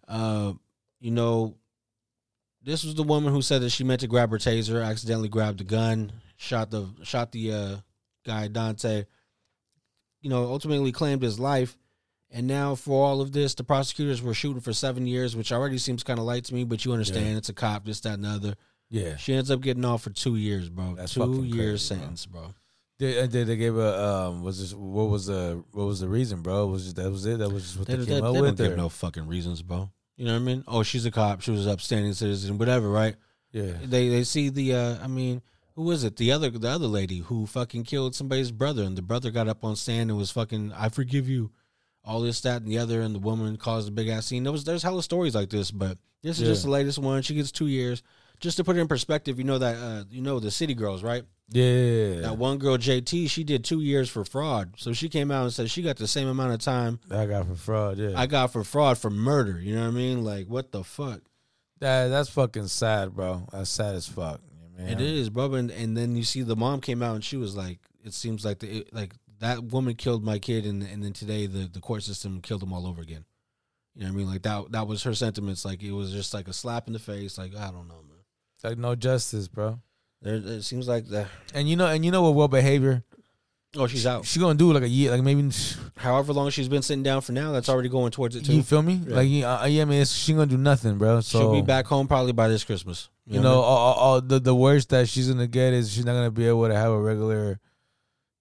Uh, you know, this was the woman who said that she meant to grab her taser, accidentally grabbed the gun, shot the shot the uh, guy Dante. You know, ultimately claimed his life, and now for all of this, the prosecutors were shooting for seven years, which already seems kind of light to me. But you understand, it's a cop, this, that, and the other.
Yeah.
She ends up getting off for two years, bro.
That's
two
fucking
years
crazy, bro.
sentence, bro.
They, uh, they, they gave a um was this what was the what was the reason, bro? Was just that was it? That was just what
They, they,
they, came
they
up
don't
with.
give
or-
no fucking reasons, bro. You know what I mean? Oh, she's a cop. She was an upstanding citizen, whatever, right?
yeah,
They they see the uh, I mean, who was it? The other the other lady who fucking killed somebody's brother, and the brother got up on stand and was fucking I forgive you, all this that and the other, and the woman caused a big ass scene. There was there's hella stories like this, but this is
Yeah.
just the latest one. She gets two years. Just to put it in perspective, you know that uh, you know the city girls, right?
yeah, yeah, yeah.
That one girl, JT, she did two years for fraud. So she came out and said she got the same amount of time
I got for fraud. Yeah,
I got for fraud for murder. You know what I mean? Like, what the fuck?
that, that's fucking sad, bro. That's sad as fuck. you know,
It
man.
is, bro. And, and then you see the mom came out and she was like, it seems like the it, like that woman killed my kid, and and then today the the court system killed them all over again. You know what I mean? Like that that was her sentiments. Like it was just like a slap in the face. Like I don't know, man.
It's like no justice, bro.
There, it seems like that.
And you know, and you know what? Well behavior.
Oh, she's out.
She gonna do like a year, like maybe.
However long she's been sitting down for now, that's already going towards it too.
You feel me?
Yeah.
Like yeah, uh, yeah, man. it's- She gonna do nothing, bro. So
She'll be back home probably by this Christmas.
You know, all, all, all the the worst that she's gonna get is she's not gonna be able to have a regular.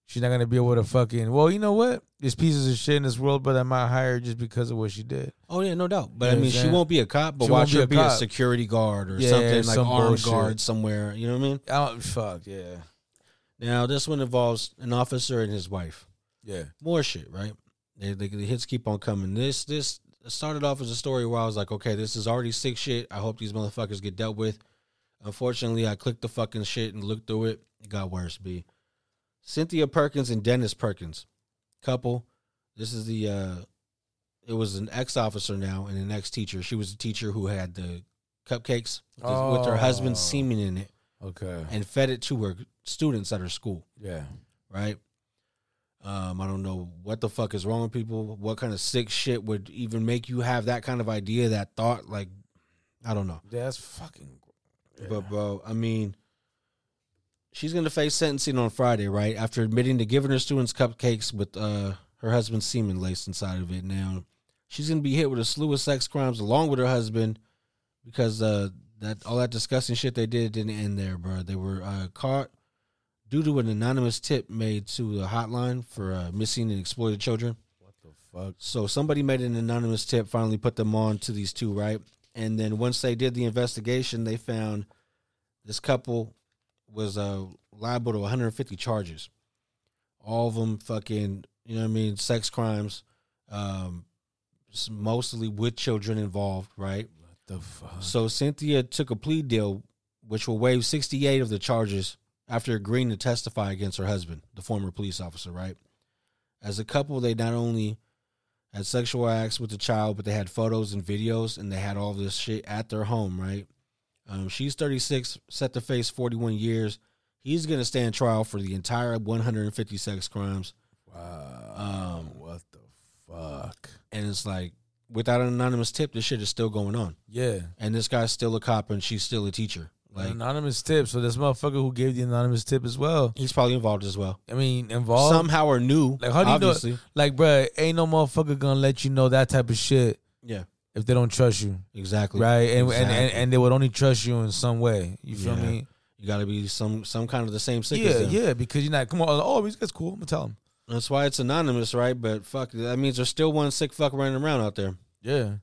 She's not gonna be able to fucking. Well, you know what? There's pieces of shit in this world, but I might hire her just because of what she did.
Oh yeah, no doubt. But
You
I
know
mean,
what I'm
she
saying?
won't be a cop. But
She
watch
won't be
her
a
be a
cop.
security guard or
Yeah,
something like
some
armed
bullshit.
guard somewhere. You know what I mean?
I don't, fuck yeah,
Now this one involves an officer and his wife.
yeah.
More shit, right? They, they, the hits keep on coming. This this started off as a story where I was like, okay, this is already sick shit. I hope these motherfuckers get dealt with. Unfortunately, I clicked the fucking shit and looked through it. It got worse. B. Cynthia Perkins and Dennis Perkins, couple. This is the. uh It was an ex officer now and an ex teacher. She was a teacher who had the cupcakes with, his- with her husband's
Oh.
semen in it
Okay,
and fed it to her students at her school
yeah.
right? Um, I don't know what the fuck is wrong with people. What kind of sick shit would even make you have that kind of idea, that thought? Like, I don't know.
That's fucking.
But bro, I mean, she's gonna face sentencing on Friday, right? After admitting to giving her students cupcakes with uh, her husband's semen laced inside of it. Now, she's gonna be hit with a slew of sex crimes along with her husband because uh, that all that disgusting shit they did didn't end there, bro. They were uh, caught due to an anonymous tip made to the hotline for uh, missing and exploited children.
Fuck.
So somebody made an anonymous tip, finally put them on to these two, right? And then once they did the investigation, they found this couple was uh, liable to 150 charges. All of them fucking, you know what I mean, sex crimes, um, s- mostly with children involved, right?
What the fuck?
So Cynthia took a plea deal, which will waive 68 of the charges after agreeing to testify against her husband, the former police officer, right? As a couple, they not only had sexual acts with the child, but they had photos and videos, and they had all this shit at their home, right? Um, she's 36, set to face 41 years. He's going to stand trial for the entire 150 sex crimes.
Wow.
Um,
what the fuck?
And it's like, without an anonymous tip, this shit is still going on.
Yeah.
And this guy's still a cop and she's still a teacher. Like,
anonymous tip. So this motherfucker who gave the anonymous tip as well.
He's probably involved as well.
I mean, involved.
Somehow or new.
like, how do you know-
obviously.
like, bruh, ain't no motherfucker gonna let you know that type of shit
Yeah,
if they don't trust you,
exactly.
right? And, and, and
Exactly.
and they would only trust you in some way. You feel
Yeah.
me?
You got to be some some kind of the same sick as
Yeah,
them.
yeah. Because you're not. Come on. Oh, he's that's cool. I'm gonna tell him.
That's why it's anonymous, right? But fuck, that means there's still one sick fuck running around out there.
Yeah.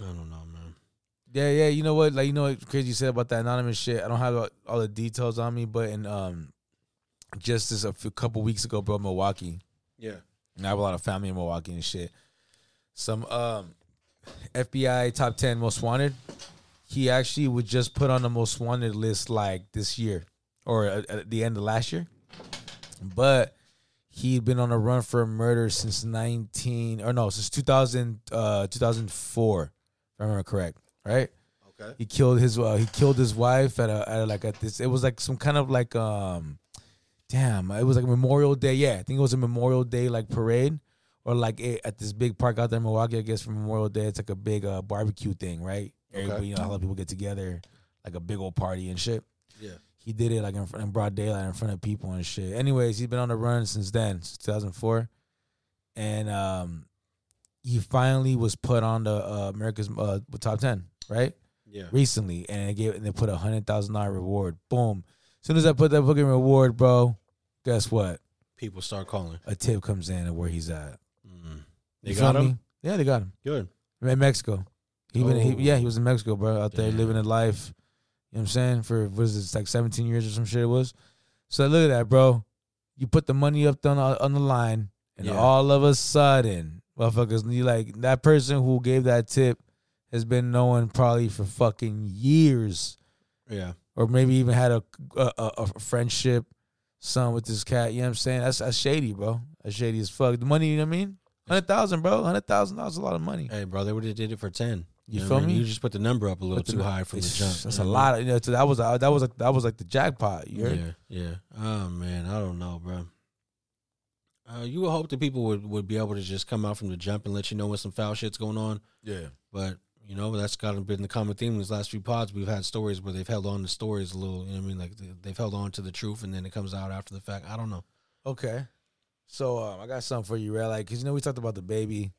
I don't know, man.
Yeah, yeah. You know what? Like, you know what crazy you said about that anonymous shit. I don't have all- all the details on me, but in um, just this a few, couple weeks ago, bro, Milwaukee.
Yeah.
And I have a lot of family in Milwaukee and shit. Some um, FBI top ten most wanted. He actually was just put on the most wanted list like this year or at, at the end of last year, but he'd been on a run for murder since nineteen or no since 2000, uh, 2004, if I remember correct, right?
Okay.
He killed his uh, he killed his wife at a, at a like at this. It was like some kind of like um, damn. It was like Memorial Day. Yeah, I think it was a Memorial Day like parade or like it, at this big park out there in Milwaukee. I guess for Memorial Day, it's like a big uh, barbecue thing, right?
Okay.
Everybody, you know, a lot of people get together, like a big old party and shit.
Yeah.
He did it like in, front, in broad daylight in front of people and shit. Anyways, he's been on the run since then, since 2004, and um, he finally was put on the uh, America's uh, top ten, right?
Yeah.
recently, and they gave and they put a hundred thousand dollar reward. Boom! As soon as I put that fucking reward, bro, guess what?
People start calling.
A tip comes in of where he's at.
Mm. They
You
got
feel
him.
me? Yeah, they got him
Good.
in Mexico. He been,
Oh.
he, yeah, he was in Mexico, bro, out there
Damn.
living a life. You know what I'm saying? For what is this like 17 years or some shit it was. So look at that, bro. You put the money up on on the line, and
Yeah.
all of a sudden, motherfuckers, you like that person who gave that tip has been known probably for fucking years.
Yeah.
or maybe even had a a, a, a friendship son with this cat. You know what I'm saying? That's that's shady, bro. That's shady as fuck. The money, you know what I mean? Hundred thousand, bro. Hundred thousand dollars, is a lot of money.
Hey, bro, they would have did it for ten.
You
know
feel
what I mean?
me?
You just put the number up a little too high from the jump. Mm-hmm.
That's
you
a
know what I mean?
lot. Of, you know, so that was that was like that was like the jackpot. You heard?
Yeah, yeah. Oh man, I don't know, bro. Uh, you would hope that people would, would be able to just come out from the jump and let you know when some foul shit's going on.
yeah,
But you know that's got to been the common theme in these last few pods. We've had stories where they've held on to stories a little. You know what I mean? Like they, they've held on to the truth and then it comes out after the fact. I don't know.
Okay. So um, I got something for you, Red. Like, cause you know we talked about the baby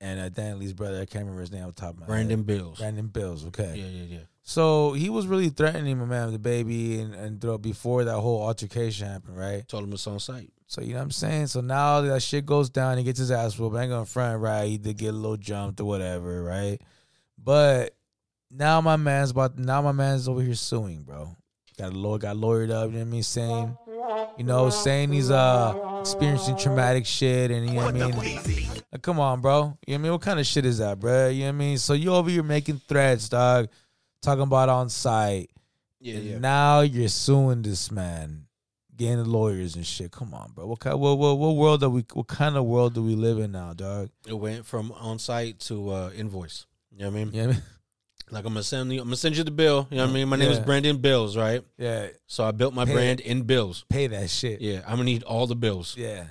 and uh, Dan Lee's brother. I can't remember his name on top of my
Brandon Bills.
Head. Brandon Bills. Okay.
Yeah, yeah, yeah.
So he was really threatening my man, the baby, and, and throughout before that whole altercation happened, right?
Told him it's on site.
So you know what I'm saying. So now that shit goes down, he gets his ass whooped. I ain't gonna front, right? He did get a little jumped or whatever, right? But now my man's about. Now my man's over here suing, bro. Got a lawyer, got lawyered up. You know what I mean? Saying, you know, saying he's uh experiencing traumatic shit, and you know what I mean. Like, come on, bro. You know what I mean? What kind of shit is that, bro? You know what I mean? So you over here making threats, dog. Talking about on site.
Yeah,
And now you're suing this man, getting the lawyers and shit. Come on, bro. What kind? What, what what world are we? What kind of world do we live in now, dog?
It went from on site to uh, invoice. You know what I mean?
You know what I mean?
Like I'm gonna send you I'm gonna send you the bill. You know what I mean? My name is
Yeah.
Brandon Bills, right?
Yeah,
So I built my
Pay it.
brand in bills.
pay that shit.
Yeah, I'm gonna need all the bills.
yeah.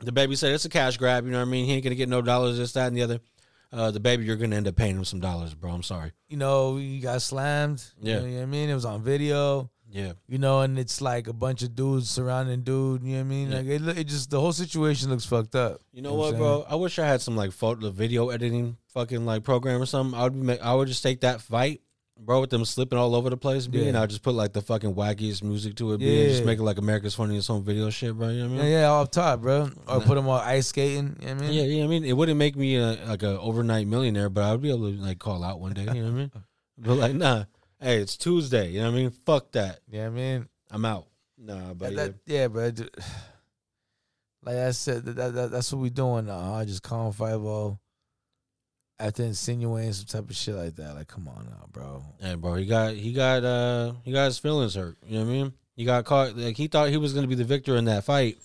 The baby said it's a cash grab, you know what I mean? He ain't gonna get no dollars, this, that, and the other. Uh, the baby, you're gonna end up paying him some dollars, bro. I'm sorry.
You know, you got slammed.
Yeah.
you know what I mean. It was on video.
Yeah.
You know, and it's like a bunch of dudes surrounding dude. You know what I mean?
Yeah.
Like it, lo- it just the whole situation looks fucked up.
You know
I'm
what,
saying?
bro? I wish I had some like photo video editing fucking like program or something. I would be make, I would just take that fight, bro, with them slipping all over the place, B,
Yeah.
and I would just put like the fucking wackiest music to it, B, and just
Yeah.
make it like America's Funniest Home Video shit, bro. You know what I
Yeah,
mean?
yeah, off top, bro. Or put them on ice skating. You know what I
Yeah,
mean?
yeah, I mean, it wouldn't make me a, like a overnight millionaire, but I would be able to like call out one day. You know what I mean? But like, nah, hey, it's Tuesday. You know what I mean? Fuck that.
You know what I mean?
I'm out. Nah, but
That- that- yeah, bro. d- Like I said, that, that, that- that's what we doing now. I just calling Five O after insinuating some type of shit like that. Like, come on now, bro.
yeah. hey, bro, he got he got uh he got his feelings hurt. You know what I mean? He got caught. Like he thought he was gonna be the victor in that fight,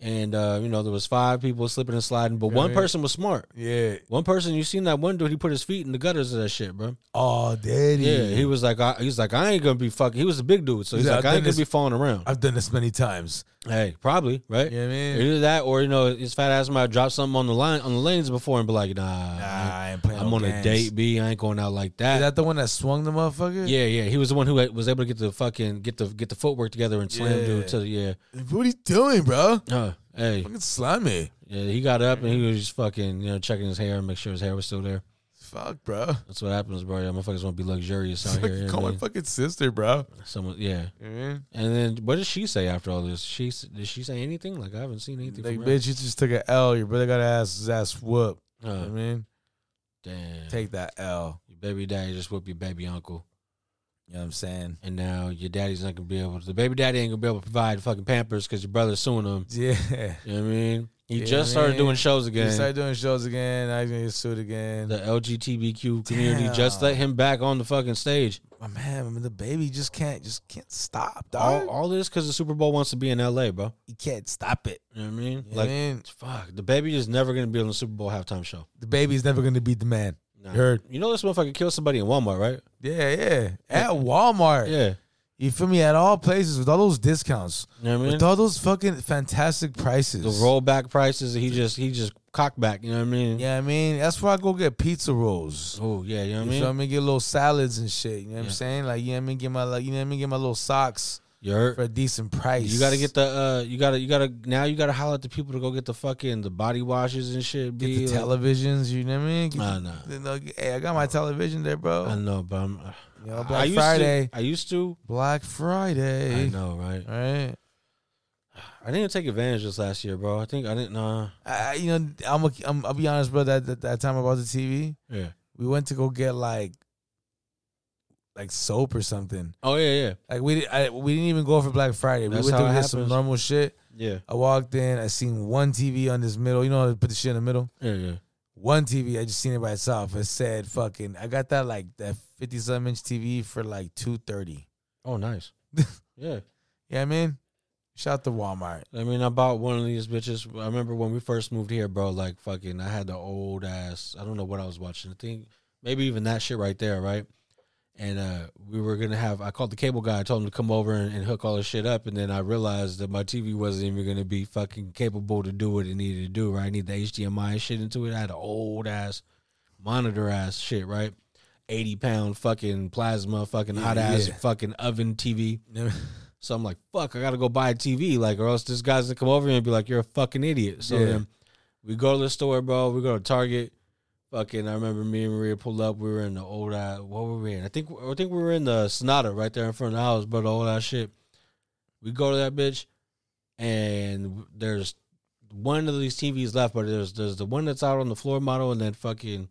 and uh, you know there was five people slipping and sliding, but one
Right.
person was smart.
Yeah.
One person, you seen that one dude? He put his feet in the gutters of that shit, bro.
Oh, daddy.
Yeah, he was like, I, he's like, I ain't gonna be fucking. He was a big dude, so he's,
He's like,
like,
"I've
I ain't
done
gonna be
this-
falling around.
I've done this many times.
hey, probably right.
You know what I mean?
Either that, or you know, his fat ass might drop something on the line on the lanes before and be like, Nah, I-
I ain't playing.
I'm
no
on a
games.
date, b. I ain't going out like
Is that the one that swung the motherfucker?
Yeah, yeah. He was the one who was able to get the fucking get the get the footwork together and slam dude
Yeah.
to the yeah.
What are you doing, bro?
Uh, hey,
Fucking slimy.
yeah. He got up and he was just fucking you know checking his hair and make sure his hair was still there.
Fuck, bro.
That's what happens, bro. Yeah, motherfuckers won't be luxurious out here. you know
Call
what I
my
mean?
fucking sister, bro.
Someone, yeah.
You know what I mean?
And then what did she say after all this? She s- did she say anything? Like I haven't seen anything.
Like,
from her.
bitch, you just took an L. Your brother got ass his ass whooped. You know
Uh,
what I mean?
damn.
Take that L.
your baby daddy just whooped your baby uncle,
You know what I'm saying?
and now your daddy's not gonna be able. to The baby daddy ain't gonna be able to provide fucking Pampers because your brother's suing him.
Yeah.
You know what I mean? He
Yeah,
just
I
started
mean,
doing shows again.
You start doing shows again. I gonna get sued again.
the LGBTQ community.
Damn.
Just let him back on the fucking stage.
My man, I mean, the baby just can't, just can't stop, dog.
All, all this because the Super Bowl wants to be in LA, bro.
you can't stop it.
You know what I mean?
You know
like,
what I mean?
fuck, the baby is never gonna be on the Super Bowl halftime show.
the baby's never gonna beat the man.
Nah.
You heard?
You know this motherfucker killed somebody in Walmart, right?
Yeah, yeah. At Walmart,
Yeah.
you feel me? At all places with all those discounts,
You know what I mean?
with all those fucking fantastic prices.
The rollback prices, he just he just cocked back. You know what I mean?
Yeah, I mean, that's where I go get pizza rolls.
Oh yeah. You know what I
You feel
mean?
me? Get little salads and shit. You know what
Yeah.
I'm saying? Like, you know what I mean? Get my, like, you know what I mean? Get my little socks
You heard?
for a decent price.
You gotta get the uh, you gotta you gotta now you gotta holler at the people to go get the fucking the body washes and shit.
get
B,
the
like-
televisions. You know what I mean? Get
Nah,
the-
nah.
the- the- hey, I got my television there, bro.
I know, but I'm, uh,
You know,
I
Black
used
Friday.
To, I used to.
Black Friday.
I know, right?
All right.
I didn't take advantage this last year, bro. I think I didn't. Nah.
I, you know, I'm, a, I'm. I'll be honest, bro. That, that that time about the TV,
Yeah.
we went to go get like, like soap or something.
Oh yeah, yeah,
Like we did, I, we didn't even go for Black Friday.
That's
we went
how
to
it
get some
happens.
normal shit.
yeah,
I walked in. I seen one TV on this middle. You know, how to put the shit in the middle.
yeah, yeah.
One TV. I just seen it by itself. It said, "Fucking." I got that like that fifty something inch TV for like two thirty.
Oh, nice. yeah.
Yeah, I mean, shout to Walmart.
I mean, I bought one of these bitches. I remember when we first moved here, bro. Like fucking, I had the old ass. I don't know what I was watching. I think maybe even that shit right there, right? And uh, we were gonna have. I called the cable guy. I told him to come over and, and hook all this shit up. And then I realized that my TV wasn't even gonna be fucking capable to do what it needed to do. Right? I need the HDMI shit into it. I had an old ass monitor ass shit, right? Eighty pound fucking plasma, fucking hot ass
yeah.
fucking oven TV.
You know what
So I'm like, fuck, I gotta go buy a TV, like, or else this guy's gonna come over here and be like, you're a fucking idiot. So
Yeah.
then we go to the store, bro. We go to Target. Fucking, I remember me and Maria pulled up. We were in the old, uh, what were we in? I think I think we were in the Sonata right there in front of the house, bro. The old ass shit. We go to that bitch, and there's one of these TVs left, but there's there's the one that's out on the floor model, and then fucking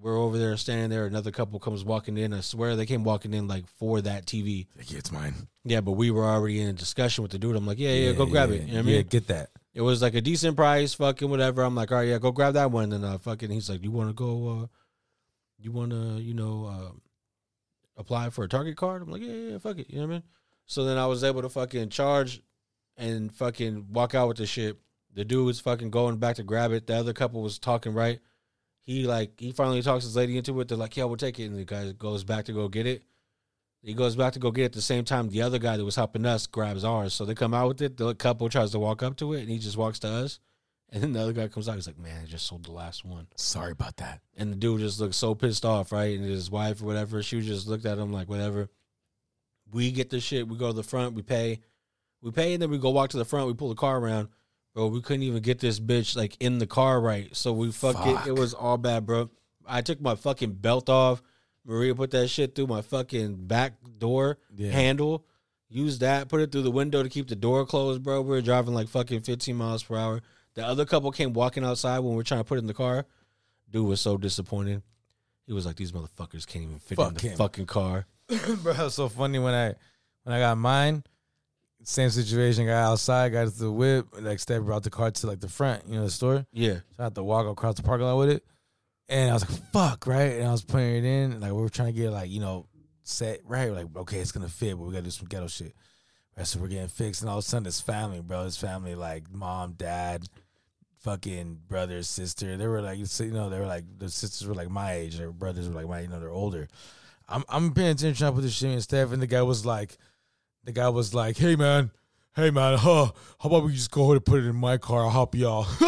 we're over there standing there. Another couple comes walking in. I swear they came walking in like for that TV.
Like, yeah, it's mine.
Yeah, but we were already in a discussion with the dude. I'm like, yeah, yeah, go grab it. You know what I mean?
Yeah, get that.
It was like a decent price, fucking whatever. I'm like, all right, yeah, go grab that one. And uh, fucking, he's like, you want to go? Uh, you want to, you know, uh, apply for a Target card? I'm like, yeah, yeah, yeah, fuck it. You know what I mean? So then I was able to fucking charge and fucking walk out with the shit. The dude was fucking going back to grab it. The other couple was talking right. He like he finally talks his lady into it. They're like, yeah, we'll take it. And the guy goes back to go get it. He goes back to go get it at the same time the other guy that was helping us grabs ours. So they come out with it. The couple tries to walk up to it and he just walks to us. And then the other guy comes out. He's like, man, I just sold the last one.
Sorry about that.
And the dude just looked so pissed off, right? And his wife or whatever, she just looked at him like, whatever. We get the shit. We go to the front. We pay. We pay and then we go walk to the front. We pull the car around. Bro, we couldn't even get this bitch like in the car right. So we fuck It, it
Fuck.
was all bad, bro. I took my fucking belt off. Maria put that shit through my fucking back door
Yeah.
handle. Use that. Put it through the window to keep the door closed, bro. We were driving like fucking 15 miles per hour. The other couple came walking outside when we were trying to put it in the car. Dude was so disappointed. He was like, "These motherfuckers can't even fit in
Fuck
the
him.
fucking car."
Bro, it's so funny when I when I got mine, same situation. Got outside, got to the whip, like Steph brought the car to like the front, you know, the store.
Yeah,
So I had to walk across the parking lot with it. And I was like, fuck, right? And I was putting it in. and, Like, we were trying to get, like, you know, set right. Like, okay, it's going to fit, but we got to do some ghetto shit. Right? So we're getting fixed. And all of a sudden, his family, bro, his family, like, mom, dad, fucking brother, sister. They were like, you know, they were like, the sisters were like my age. Their brothers were like my, you know, they're older. I'm, I'm paying attention, trying to put this shit in Steph. And the guy was like, the guy was like, hey, man. Hey man, huh? How about we just go ahead and put it in my car? I'll help y'all.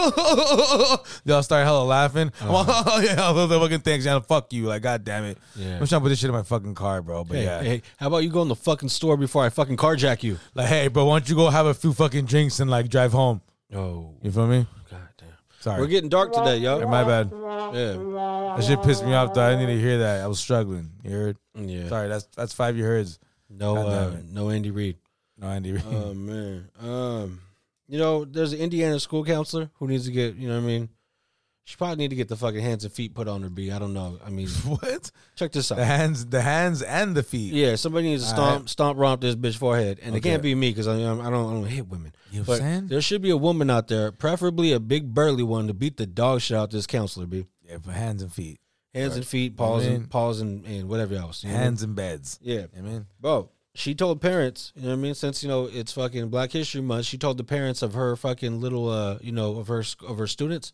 y'all start hella laughing. I'm like, oh, yeah, I love the fucking things, man. Fuck you, like god damn it.
Uh-huh. Yeah.
I'm trying to put this shit in my fucking car, bro. But
hey,
yeah,
hey, how about you go in the fucking store before I fucking carjack you?
like hey, bro, why don't you go have a few fucking drinks and like drive home?
Oh,
You feel me?
god damn.
Sorry,
We're getting dark today,
Hey,
yo.
my bad.
Yeah,
That shit pissed me off. though. I didn't need to hear that. I was struggling. You heard?
yeah.
Sorry, that's that's five you heard.
No,
God
uh,
damn it.
no Andy Reid.
No, Andy.
Oh man. Um, you know, there's an Indiana school counselor who needs to get. You know what I mean? She probably need to get the fucking hands and feet put on her. B. I don't know. I mean,
what?
check this out.
The hands, the hands, and the feet.
Yeah, somebody needs to
All
stomp, stomp, romp this bitch forehead, and it
Okay.
can't be me because I, I'm- I don't, I don't hit women.
You know what
but
I'm saying?
there should be a woman out there, preferably a big burly one, to beat the dog shit out this counselor. Be
Yeah, for hands and feet,
hands and feet, paws
I mean-
and paws and, and whatever else. you know?
hands and beds.
yeah,
I mean,
bro. She told parents, you know what I mean. Since you know it's fucking Black History Month, she told the parents of her fucking little, uh, you know, of her of her students,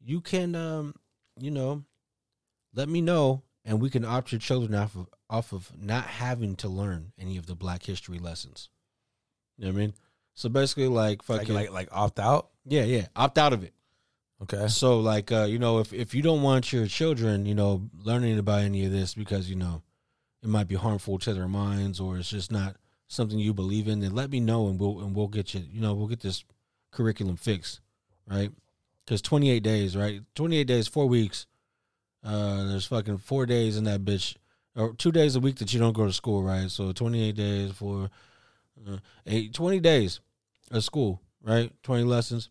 you can, um, you know, let me know, and we can opt your children off of off of not having to learn any of the Black History lessons. You know what I mean? So basically, like
like
fucking,
like like opt out.
yeah, yeah, opt out of it.
Okay.
So like uh, you know, if if you don't want your children, you know, learning about any of this because you know it might be harmful to their minds or it's just not something you believe in, then let me know and we'll and we'll get you you know, we'll get this curriculum fixed, right? Cuz 28 days, right? 28 days, 4 weeks. Uh there's fucking 4 days in that bitch or 2 days a week that you don't go to school, right? So 28 days for uh, eight, 20 days of school, right? 20 lessons.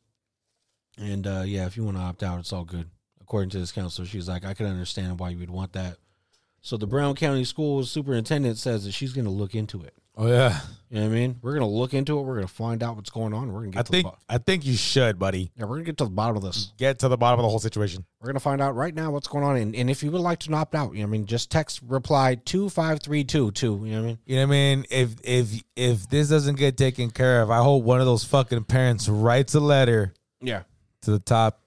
And uh, yeah, if you want to opt out, it's all good. According to this counselor, she's like, I can understand why you would want that. So the Brown County School superintendent says that she's going to look into it.
Oh yeah.
You know what I mean? We're going to look into it. We're going to find out what's going on. We're going to get
I
to
think Mm.
the bo-
I think you should, buddy.
yeah, we're going to get to the bottom of this.
Get to the bottom of the whole situation.
We're going to find out right now what's going on. And, and if you would like to opt out, you know what I mean? Just text reply 25322. You know what I mean?
You know what I mean? If if if this doesn't get taken care of, I hope one of those fucking parents writes a letter
Yeah.
to the top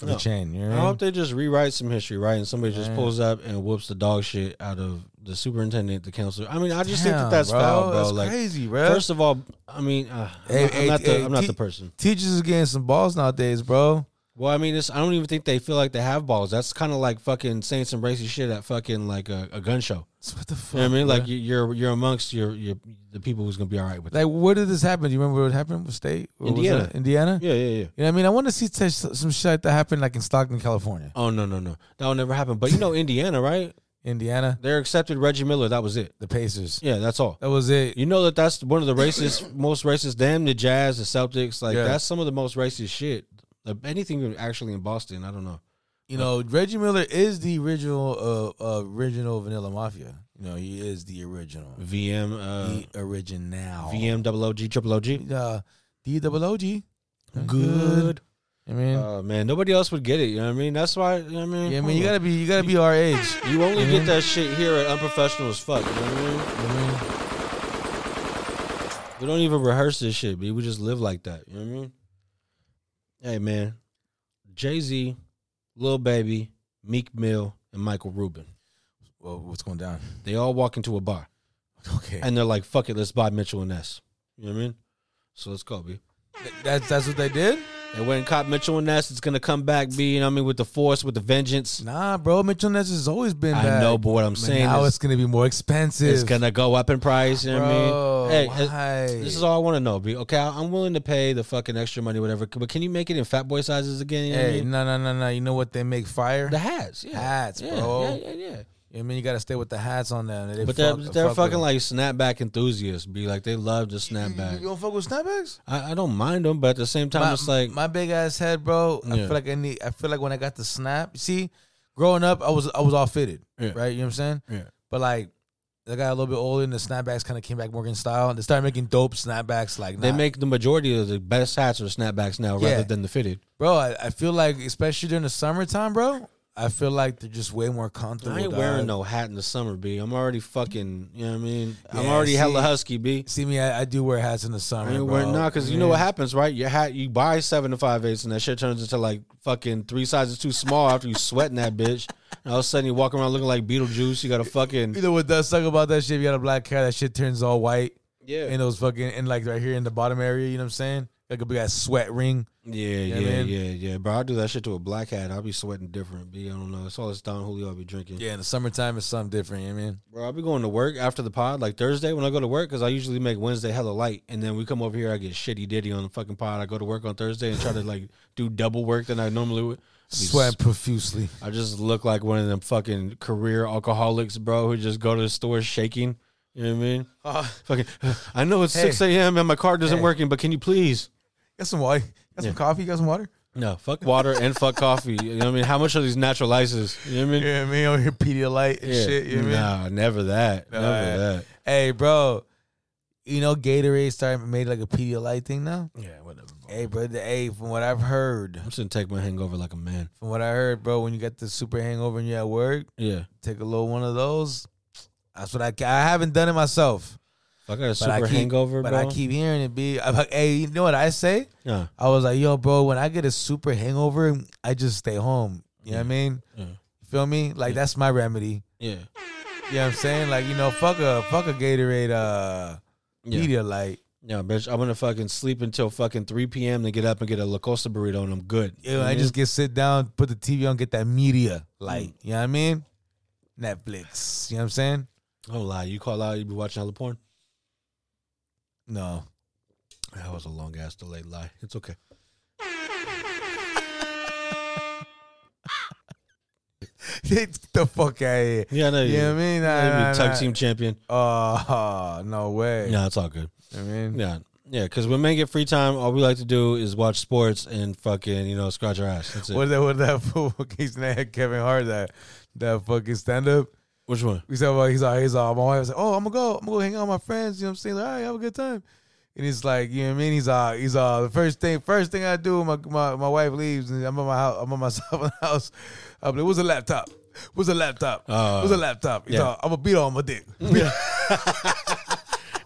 of
No.
the chain. You know
I
what I mean?
hope they just rewrite some history, right? And somebody just
Mm-hmm. Yeah.
pulls up and whoops the dog shit out of the superintendent, the counselor. I mean, I just think
Damn,
that that's foul, bro.
That's
like,
crazy, bro.
First of all, I mean, uh, I'm
Hey,
not, I'm
hey,
not the
hey,
I'm not
T-
the person.
Teachers is getting some balls nowadays, bro.
Well, I mean, it's, I don't even think they feel like they have balls. That's kind of like fucking saying some racist shit at fucking like a, a gun show.
What the
You
fuck?
know what I mean?
bro?
Like you- you're you're amongst your your the people who's gonna be all right with it.
like where did this happen? Do you remember what happened? What state? What was
Indiana.
that? Indiana.
Yeah, yeah, yeah.
You know what I mean? I want to see t- some shit like that happen like in Stockton, California.
Oh no, no, no, that'll never happen. But you know, Indiana, right?
Indiana,
They're accepted Reggie Miller. That was it.
the Pacers.
Yeah, that's all.
That was it.
You know that that's one of the racist, most racist. Damn the Jazz, the Celtics, like
Yeah.
that's some of the most racist shit. Like, anything actually in Boston, I don't know.
You know, Reggie Miller is the original uh, original Vanilla Mafia. You know, he is the original.
VM, uh,
the original.
VM, double OG, triple OG.
Uh, D double OG.
Good.
I mean,
Oh man, nobody else would get it. You know what I mean? That's why. You know what I mean,
yeah, I
Hold
mean, you
on.
gotta be, you gotta be our age.
You only
Mhm.
get that shit here at unprofessional as fuck. You know what I mean?
I
We don't even rehearse this shit, B. We just live like that. You know what I mean? Hey, man. Jay Z, Lil Baby, Meek Mill, and Michael Rubin.
Well, what's going down?
They all walk into a bar
Okay,
and they're like, fuck it, let's buy Mitchell and Ness. You know what I mean? So let's go, B.
that's that's what they did.
They went and caught Mitchell and Ness. It's going to come back, B. You know what I mean? With the force, with the vengeance.
Nah, bro, Mitchell Ness has always been.
I
bad.
know, but what I'm
But
saying
now
is
it's gonna be more expensive.
it's going to go up in price. You know
Bro,
what I mean? Hey, it-
why?
This is all I want to know, B. Okay, I- I'm willing to pay the fucking extra money, whatever. But can you make it in fat boy sizes again? You know what I
Hey,
mean?
no, no, no, no. You know what they make fire?
The hats, yeah,
Hats,
yeah,
bro.
yeah, yeah, yeah.
I mean, you gotta stay with the hats on them. They
But they're
fuck-
they're
fuck
fucking
with
like snapback enthusiasts. Be like they love the
them. You- You
snapback.
don't fuck with snapbacks.
I, I don't mind them, but at the same time,
my,
it's like
my big ass head, bro.
Yeah.
I feel like I need. I feel like when I got the snap. See, growing up, I was I was all fitted,
Yeah.
right? You know what I'm saying?
Yeah.
But like, I got a little bit older, and the snapbacks kind of came back Morgan style. They started making dope snapbacks. Like
they
nah.
make the majority of the best hats are snapbacks now,
Yeah.
rather than the fitted.
bro. I, I feel like, especially during the summertime, bro. I feel like they're just way more comfortable.
I ain't
dog.
wearing no hat in the summer, b. I'm already fucking. You know what I mean? I'm
Yeah,
already hella
see.
husky, b.
See me, I, I do wear hats in the
I
summer.
ain't
bro.
wearing nah, because you know what happens, right? Your hat, you buy seven to five eighths, and that shit turns into like fucking three sizes too small after you sweating that bitch. And all of a sudden you walk around looking like Beetlejuice. You got a fucking
You know what does suck about that shit? If you got a black hair, that shit turns all white.
yeah.
And those fucking and like right here in the bottom area, you know what I'm saying? Like a big ass sweat ring.
Yeah,
know
yeah,
what I
yeah,
mean?
yeah, Bro, I do that shit to a black hat. I'll be sweating different. B, I don't know. It's all this Don Julio I be drinking.
Yeah, in the summertime it's something different, you know what I mean?
Bro, I'll be going to work after the pod, like Thursday when I go to work, because I usually make Wednesday hella light. And then we come over here, I get shitty diddy on the fucking pod. I go to work on Thursday and try to like do double work than I normally would. I be
Sweat profusely.
I just look like one of them fucking career alcoholics, bro, who just go to the store shaking. You know what I mean? Fucking, I know it's
Uh, Hey.
6 a.m. and my card isn't
Hey.
working, but can you please?
Got some water. Got some coffee, got some water?
No, fuck water and fuck coffee. You know what I mean? How much are these natural ices? You know what I mean?
Yeah, I mean over here Pedialyte and
Yeah.
shit, you know what I mean?
nah, never that.
Nah,
never
yeah.
that.
Hey bro, you know Gatorade started made like a Pedialyte thing now?
Yeah, whatever.
Hey bro, the hey, from what I've heard.
I'm just gonna take my hangover like a man.
From what I heard, bro, when you got the super hangover and you're at work,
Yeah.
take a little one of those. That's what I ca- I haven't done it myself.
If I got a
But I
super
keep-
hangover,
But
bro.
I keep hearing it be I'm like, hey, you know what I say?
Nah.
I was like, yo, bro, when I get a super hangover, I just stay home. You know what I mean?
Yeah.
Feel me? Like that's my remedy.
Yeah.
You know what I'm saying? Like, you know, fuck a fuck a Gatorade uh
Yeah.
Pedialyte.
Yeah, bitch. I'm gonna fucking sleep until fucking 3 p.m. Then get up and get a La Costa burrito and I'm good.
You know, I just get sit down, put the TV on, get that media light.
Mm.
You know what I mean? Netflix. You know what I'm saying?
Oh lie, you call out, you be watching hella porn.
No.
That was a long ass delayed lie. It's okay.
Get the fuck out of here.
Yeah, I know
You
you.
know what I mean? Nah,
You'd be
nah,
tag
nah.
team champion.
Oh, no way.
No, it's all good.
I mean,
Yeah, yeah. Because when men get free time, all we like to do is watch sports and fucking you know scratch our ass. That's it.
what that what that fool case that Kevin Hart that that fucking stand up.
Which one?
We said, well, he's all, he's all, my wife was like, oh, I'm gonna go, I'm gonna go hang out with my friends. You know what I'm saying? Like, all right, have a good time. And it's like, you know what I mean? He's all, he's all, the first thing, first thing I do when my, my, my wife leaves and I'm on my house, I'm on myself in the house. I'm like, what's a laptop? What's a laptop?
Oh.
what's a laptop? He's
Yeah.
all, I'm gonna beat on my dick.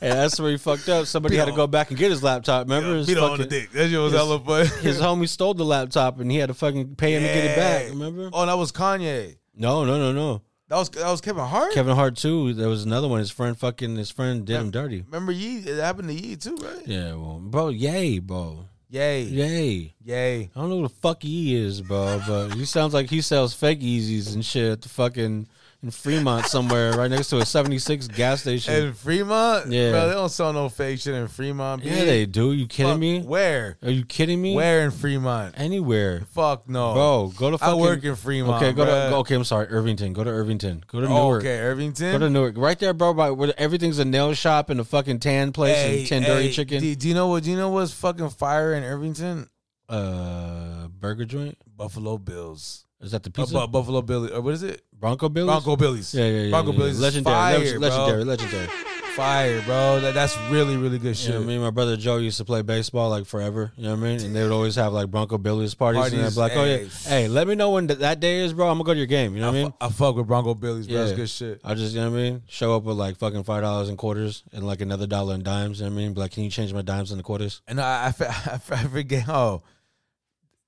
Hey, that's where he fucked up. Somebody had to go back and get his laptop. Remember? his,
beat on the
fucking-
dick. That shit was
his-
hella funny.
his homie stole the laptop and he had to fucking pay him to get it
Yeah.
back. Remember?
Oh, that was Kanye.
No, no, no, no.
That was, that was Kevin Hart?
Kevin Hart too. There was another one. His friend fucking his friend did him dirty.
Remember Yee? It happened to Yee too, right?
Yeah, well, bro, yay, bro.
Yay.
Yay.
Yay.
I don't know who the fuck he is, bro, but he sounds like he sells fake Yeezys and shit at the fucking in Fremont somewhere, right next to a 76 gas station.
In Fremont?
Yeah.
Bro, they don't sell no fake shit in Fremont. B.
yeah, they do. You kidding
Fuck,
me?
Where?
Are you kidding me?
Where in Fremont?
Anywhere.
Fuck no.
Bro, go to
I
fucking
work in Fremont.
Okay, go
bruh.
to go- okay, I'm sorry, Irvington. Go to Irvington. Go to Newark.
Okay, Irvington.
Go to Newark. Right there, bro, by where everything's a nail shop and a fucking tan place
Hey,
and tandoori
hey,
chicken.
Do, do you know what? Do you know what's fucking fire in Irvington?
uh burger joint.
Buffalo Bills.
Is that the
Uh,
pizza?
Bu- Buffalo Billy, or what is it?
Bronco Bills?
Bronco Billies.
Yeah, yeah, yeah.
Bronco
yeah,
Billies. is
Legendary.
Fire,
leg- legendary, legendary.
Bro. Fire, bro. That, that's really, really good
You know
shit.
what I mean? My brother Joe used to play baseball like forever. You know what I mean? And they would always have like Bronco Billies parties, and they'd
Parties,
be like, "Oh yeah,
hey.
hey, let me know when th- that day is, bro. I'm gonna go to your game." You know what I mean?
I fuck with Bronco Billies, bro. That's
Yeah.
good shit.
I just, you know what I mean? Show up with like fucking five dollars in quarters and like another dollar in dimes. You know what I mean? Be like, can you change my dimes into quarters?
And I, I, fe- I fe- I forget. Oh,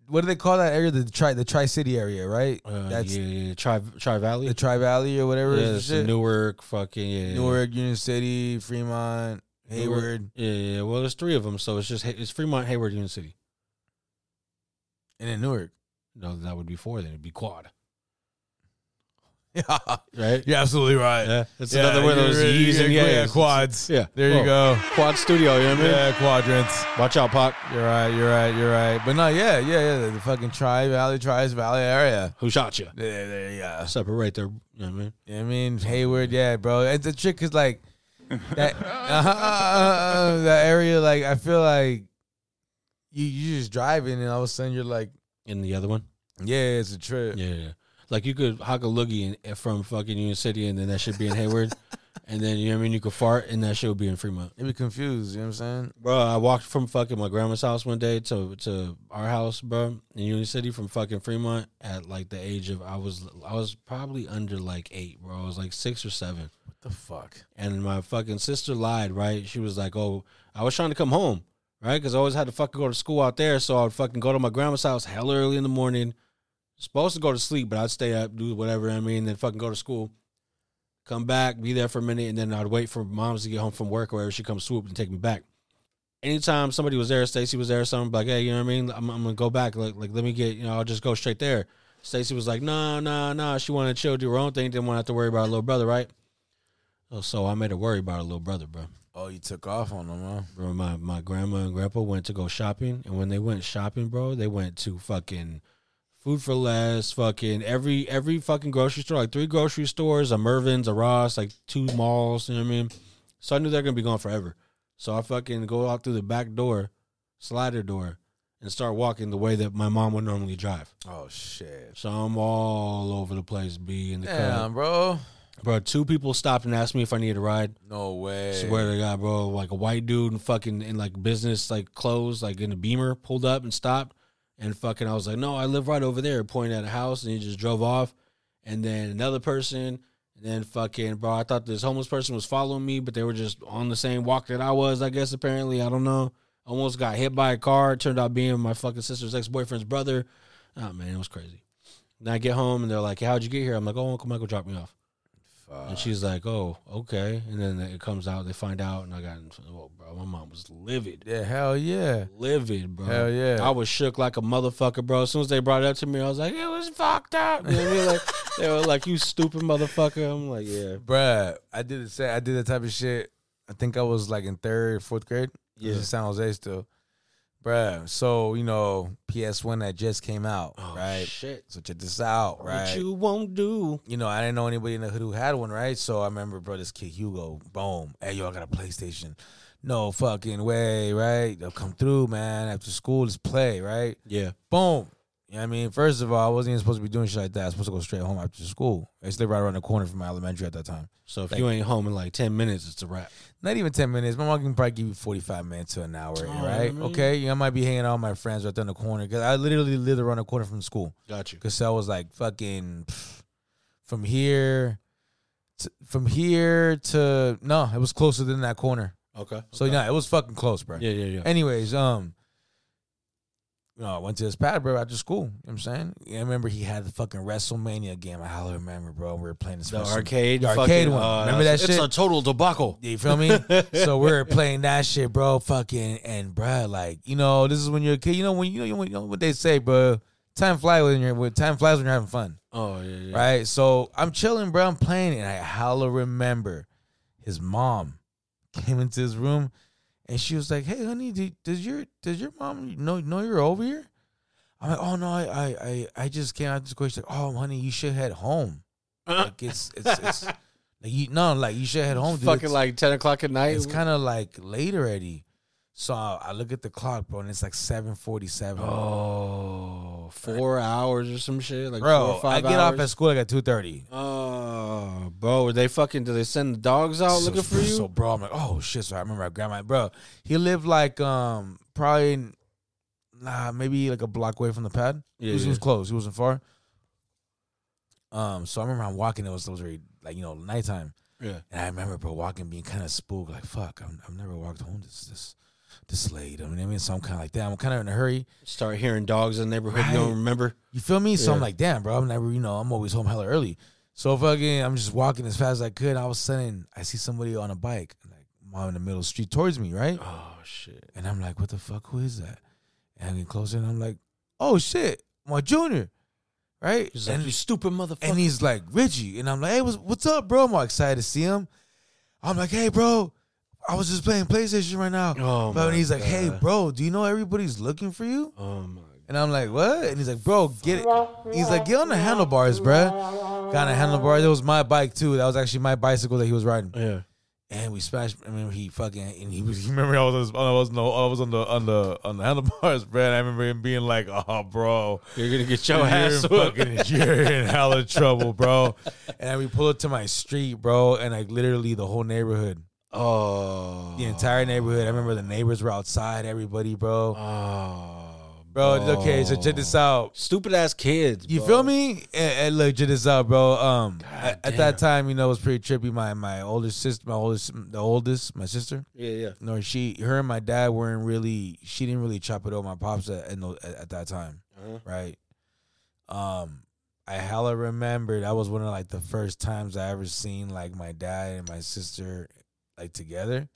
what do they call that area? The tri the Tri City area, right?
Uh,
that's
yeah, yeah, yeah. Tri Tri Valley.
the Tri Valley or whatever.
yeah,
is the
it's
shit.
Newark, fucking yeah, yeah.
Newark, Union City, Fremont,
Newark.
Hayward,
Yeah, yeah. Well, there's three of them, so it's just Ha- it's Fremont, Hayward, Union City.
and then Newark.
No, that would be four. Then it'd be quad,
Yeah,
right?
you're absolutely right.
Yeah, it's
Yeah,
another one of
you're
those
really
Yeezys and
good. Yeah,
Yeahs.
quads.
Yeah,
There you
Well,
go.
Quad Studio. You know what I mean?
Yeah, quadrants.
Watch out, Pac.
You're right. You're right. You're right. But no, yeah, yeah, yeah. The, the fucking Tri Valley, Tri Valley area.
Who shot you?
There, there, yeah.
Separate their. You know what I mean?
I mean, Hayward, yeah, bro. And the trick is like that uh-huh, that area. Like, I feel like you you just driving, and all of a sudden you're like,
And the other one.
yeah, it's a trip.
Yeah, yeah. Like you could hock a loogie in, eh, from fucking Union City, and then that should be in Hayward, and then you know what I mean. You could fart, and that shit would be in Fremont.
You be confused. You know what I'm saying?
Bro, I walked from fucking my grandma's house one day to to our house, bro, in Union City from fucking Fremont at like the age of I was I was probably under like eight, bro. I was like six or seven,
What the fuck?
and my fucking sister lied, right? She was like, "Oh, I was trying to come home, right? Because I always had to fucking go to school out there, so I'd fucking go to my grandma's house hell early in the morning, supposed to go to sleep, but I'd stay up, do whatever I mean, then fucking go to school." Come back, be there for a minute, and then I'd wait for moms to get home from work or wherever she comes swoop and take me back anytime somebody was there, Stacy was there, or something like, hey, you know what I mean? I'm, I'm gonna go back. Like, like, let me get, you know, I'll just go straight there. Stacy was like, nah, nah, nah. She wanted to chill, do her own thing, didn't want to have to worry about her little brother, right? Oh, So I made her worry about her little brother, bro.
Oh, you took off on them, huh?
Bro, my, my grandma and grandpa went to go shopping, and when they went shopping, bro, they went to fucking food for less, fucking every every fucking grocery store, like three grocery stores, a Mervin's, a Ross, like two malls, you know what I mean? So I knew they're gonna be gone forever. So I fucking go out through the back door, slider door, and start walking the way that my mom would normally drive.
Oh shit!
So I'm all over the place, B in the
Damn,
car.
bro.
Bro, two people stopped and asked me if I needed a ride.
No way.
Swear to God, bro, like a white dude in fucking in like business like clothes, like in a beamer, pulled up and stopped, and fucking I was like, no, I live right over there, pointing at a house, and he just drove off, and then another person, and then fucking bro, I thought this homeless person was following me, but they were just on the same walk that I was, I guess apparently, I don't know. Almost got hit by a car. Turned out being my fucking sister's ex boyfriend's brother. Oh man, it was crazy. And I get home and they're like, "How'd you get here?" I'm like, "Oh, Uncle Michael dropped me off." And she's like, "Oh, okay." And then it comes out. They find out, and I got. Oh, bro, my mom was livid,
Yeah, hell yeah.
livid, bro.
Hell yeah.
I was shook like a motherfucker, bro. As soon as they brought it up to me, I was like, "It was fucked up." You know what I mean? Like they were like, "You stupid motherfucker." I'm like, "Yeah,
Bruh, I did the same. I did that type of shit. I think I was like in third, fourth grade. Yeah,
Yeah.
in San Jose still. Bruh, so you know, PS One that just came out,
oh,
right?
shit,
So check this out, right?
what
You-,
you won't do."
know, I didn't know anybody in the hood who had one, right? So I remember, bro, this kid Hugo, boom, hey yo, I got a PlayStation. No fucking way, right? They'll come through, man. After school, let's play, right?
Yeah,
Boom. You know what I mean? First of all, I wasn't even supposed to be doing shit like that. I was supposed to go straight home after school. I used to live right around the corner from my elementary at that time.
so if
Thank
you ain't home in like ten minutes, it's a wrap.
not even 10 minutes. My mom can probably give you 45 minutes to an hour, right?
man.
Okay. You know, I might be hanging out with my friends right there in the corner because I literally lived around the corner from school.
Got you.
Because I was like, fucking pff, from here, to, from here to, no, it was closer than that corner.
Okay.
So, yeah, it was fucking close, bro.
yeah, yeah, yeah.
Anyways, um, you know, I went to his pad, bro, after school. You know what I'm saying? Yeah, I remember he had the fucking WrestleMania game. I hardly remember, bro. We were playing this
The
wrestle-
arcade,
the arcade
fucking,
one.
uh,
remember that
it's
shit?
It's a total debacle.
Yeah, you feel me? so we are playing that shit, bro. Fucking and bruh, like you know, this is when you're a kid. You know when you know, you know what they say, bro. Time flies when you're when time flies when you're having fun,
Oh yeah, yeah.
right? So I'm chilling, bro. I'm playing, and I hella remember his mom came into his room, and she was like, "Hey, honey, did, does your does your mom know know you're over here?" I'm like, "Oh no, I I I, I just came out this question. Like, oh, honey, you should head home. Like it's it's, it's like you no, like you should head home. Dude.
fucking
It's-
like ten o'clock at night.
it's kind of like late already. So I, I look at the clock, bro, and it's like seven forty-seven.
oh, four hours or some shit. Oh, Like four
bro,
or
I
five
get off at
hours.
school like at two thirty.
Oh, bro, were they fucking? Do they send the dogs out looking for you?
So, bro, I'm like, oh shit. So I remember I grabbed my bro. He lived like um probably nah maybe like a block away from the pad.
Yeah,
he, was, he was
yeah.
close. He wasn't far. Um, so I remember I'm walking. It was it was already like you know nighttime.
yeah.
And I remember, bro, walking, being kind of spooked, like, fuck, I'm, I've never walked home this this this late. I mean, I mean, so I'm kind of like, damn, I'm kind of in a hurry.
Start hearing dogs in the neighborhood. You
Right.
don't remember?
You feel me? So I'm
Yeah.
like, damn, bro, I'm never, you know, I'm always home hella early. So fucking, I'm just walking as fast as I could. All of a sudden, I see somebody on a bike, like mom in the middle of the street towards me, right?
Oh shit.
And I'm like, what the fuck? Who is that? And I get closer, and I'm like, oh shit, my junior, right?
He's
and
like, you stupid motherfucker.
and he's like Richie, and I'm like, hey, what's, what's up, bro? I'm all excited to see him. I'm like, hey, bro, I was just playing PlayStation right now.
Oh,
but
my
he's like, hey,
God.
bro, do you know everybody's looking for you?
oh my.
And I'm like, what? And he's like, bro, get it. He's like, get on the handlebars, bruh. Got on the handlebars. It was my bike too. That was actually my bicycle that he was riding.
Yeah.
And we smashed. I remember he fucking and he was. Remember I was on- I was on the I was on the on the on the handlebars, bruh. And I remember him being like, oh, bro,
You're gonna get your
you're
ass
in
whooped.
fucking, you're in hella trouble, bro. And we pull up to my street, bro, and like literally the whole neighborhood,
Oh.
the entire neighborhood. I remember the neighbors were outside, everybody, bro.
Oh.
Bro, okay, so check this out.
Stupid ass kids.
You
bro.
feel me? And, and look, check this out, bro. Um, at, at
damn.
that time, you know, it was pretty trippy. My my older sister, my oldest, the oldest, my sister.
Yeah, yeah.
No, she, her, and my dad weren't really. She didn't really chop it up. with My pops at in tho- at, at that time,
Uh-huh.
right? Um, I hella remember that was one of like the first times I ever seen like my dad and my sister like together.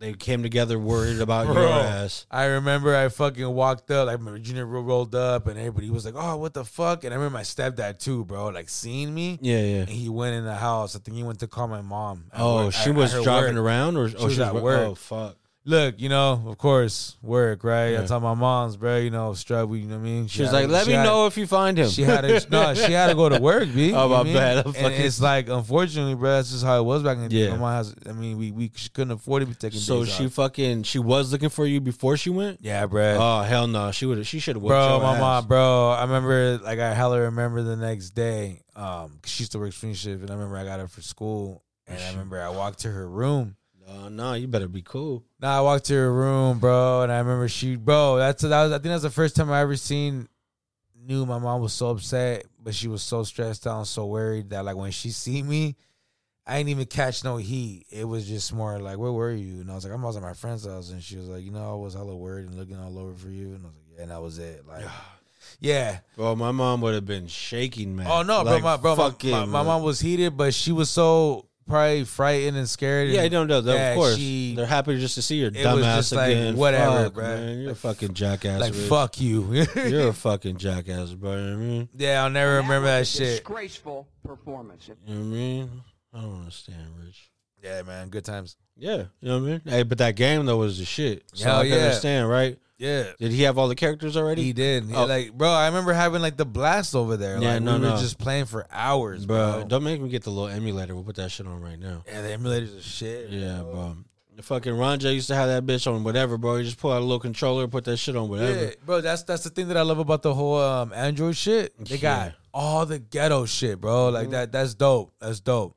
They came together worried about your
Bro.
ass.
I remember I fucking walked up, like my Virginia ro- rolled up, and everybody was like, "Oh, what the fuck?" And I remember my stepdad too, bro, like seeing me.
Yeah, yeah.
And he went in the house. I think he went to call my mom. at
Oh,
work-
she
at-
was
at her
driving
work.
around, or oh,
was
she
at
was
work.
Oh, fuck.
Look, you know, of course, work, right?
Yeah.
I tell my mom's, bro, you know, struggle, you know what I mean?
She was
had
like,
to-
"Let
she
me
had-
know if you find him."
She had to, no, she had to go to work, B.
Oh,
you know
my
what I mean?
bad. I'm
And
fucking-
it's like, unfortunately, bro, that's just how it was back in the day.
Yeah.
My mom has, I mean, we, we she couldn't afford to be taking
so
days
she
off.
fucking she was looking for you before she went.
yeah, bro.
Oh hell no, she would she should have.
bro,
your
my
ass.
mom, bro. I remember, like, I hella remember the next day. Um, 'cause she used to work swing shift, and I remember I got her for school, and I remember I walked to her room.
No, no, you better be cool.
Nah, I walked to her room, bro, and I remember she, bro. That's that was. I think that's the first time I ever seen. Knew my mom was so upset, but she was so stressed out, and so worried that like when she see me, I ain't even catch no heat. It was just more like, "Where were you?" And I was like, "I'm always at my friend's house," and she was like, "You know, I was hella worried and looking all over for you," and I was like, "Yeah," and that was it. Like, yeah.
Bro, my mom would have been shaking, man.
Oh no,
Like,
bro, my bro, my-
fucking,
my, my mom was heated, but she was so probably frightened and scared.
Yeah,
and-
I don't know.
Yeah,
Of course,
she-
they're happy just to see your
It was
dumbass
just like,
again.
whatever,
Fuck,
bro.
Man, you're a
Like,
fucking jackass.
like,
Rich.
fuck you.
You're a fucking jackass, bro. You know what I mean,
yeah, I'll never remember
was a
that shit.
Disgraceful performance.
you know what I mean, I don't understand, Rich.
Yeah, man, good times.
Yeah, you know what I mean. Hey, but that game though was the shit. So
Hell
I can
yeah.
understand, right?
Yeah.
Did he have all the characters already?
He did. He,
Oh.
Like, bro, I remember having like the blast over there.
Yeah,
like,
no,
we were
no.
just playing for hours,
bro.
bro.
Don't make me get the little emulator. We'll put that shit on right now.
Yeah, the emulators are shit.
Yeah, bro. The fucking Ron J used to have that bitch on whatever, bro. You just pull out a little controller, put that shit on whatever.
Yeah, bro, that's that's the thing that I love about the whole um, Android shit. They
Yeah.
got all the ghetto shit, bro. Like that, that's dope. That's dope.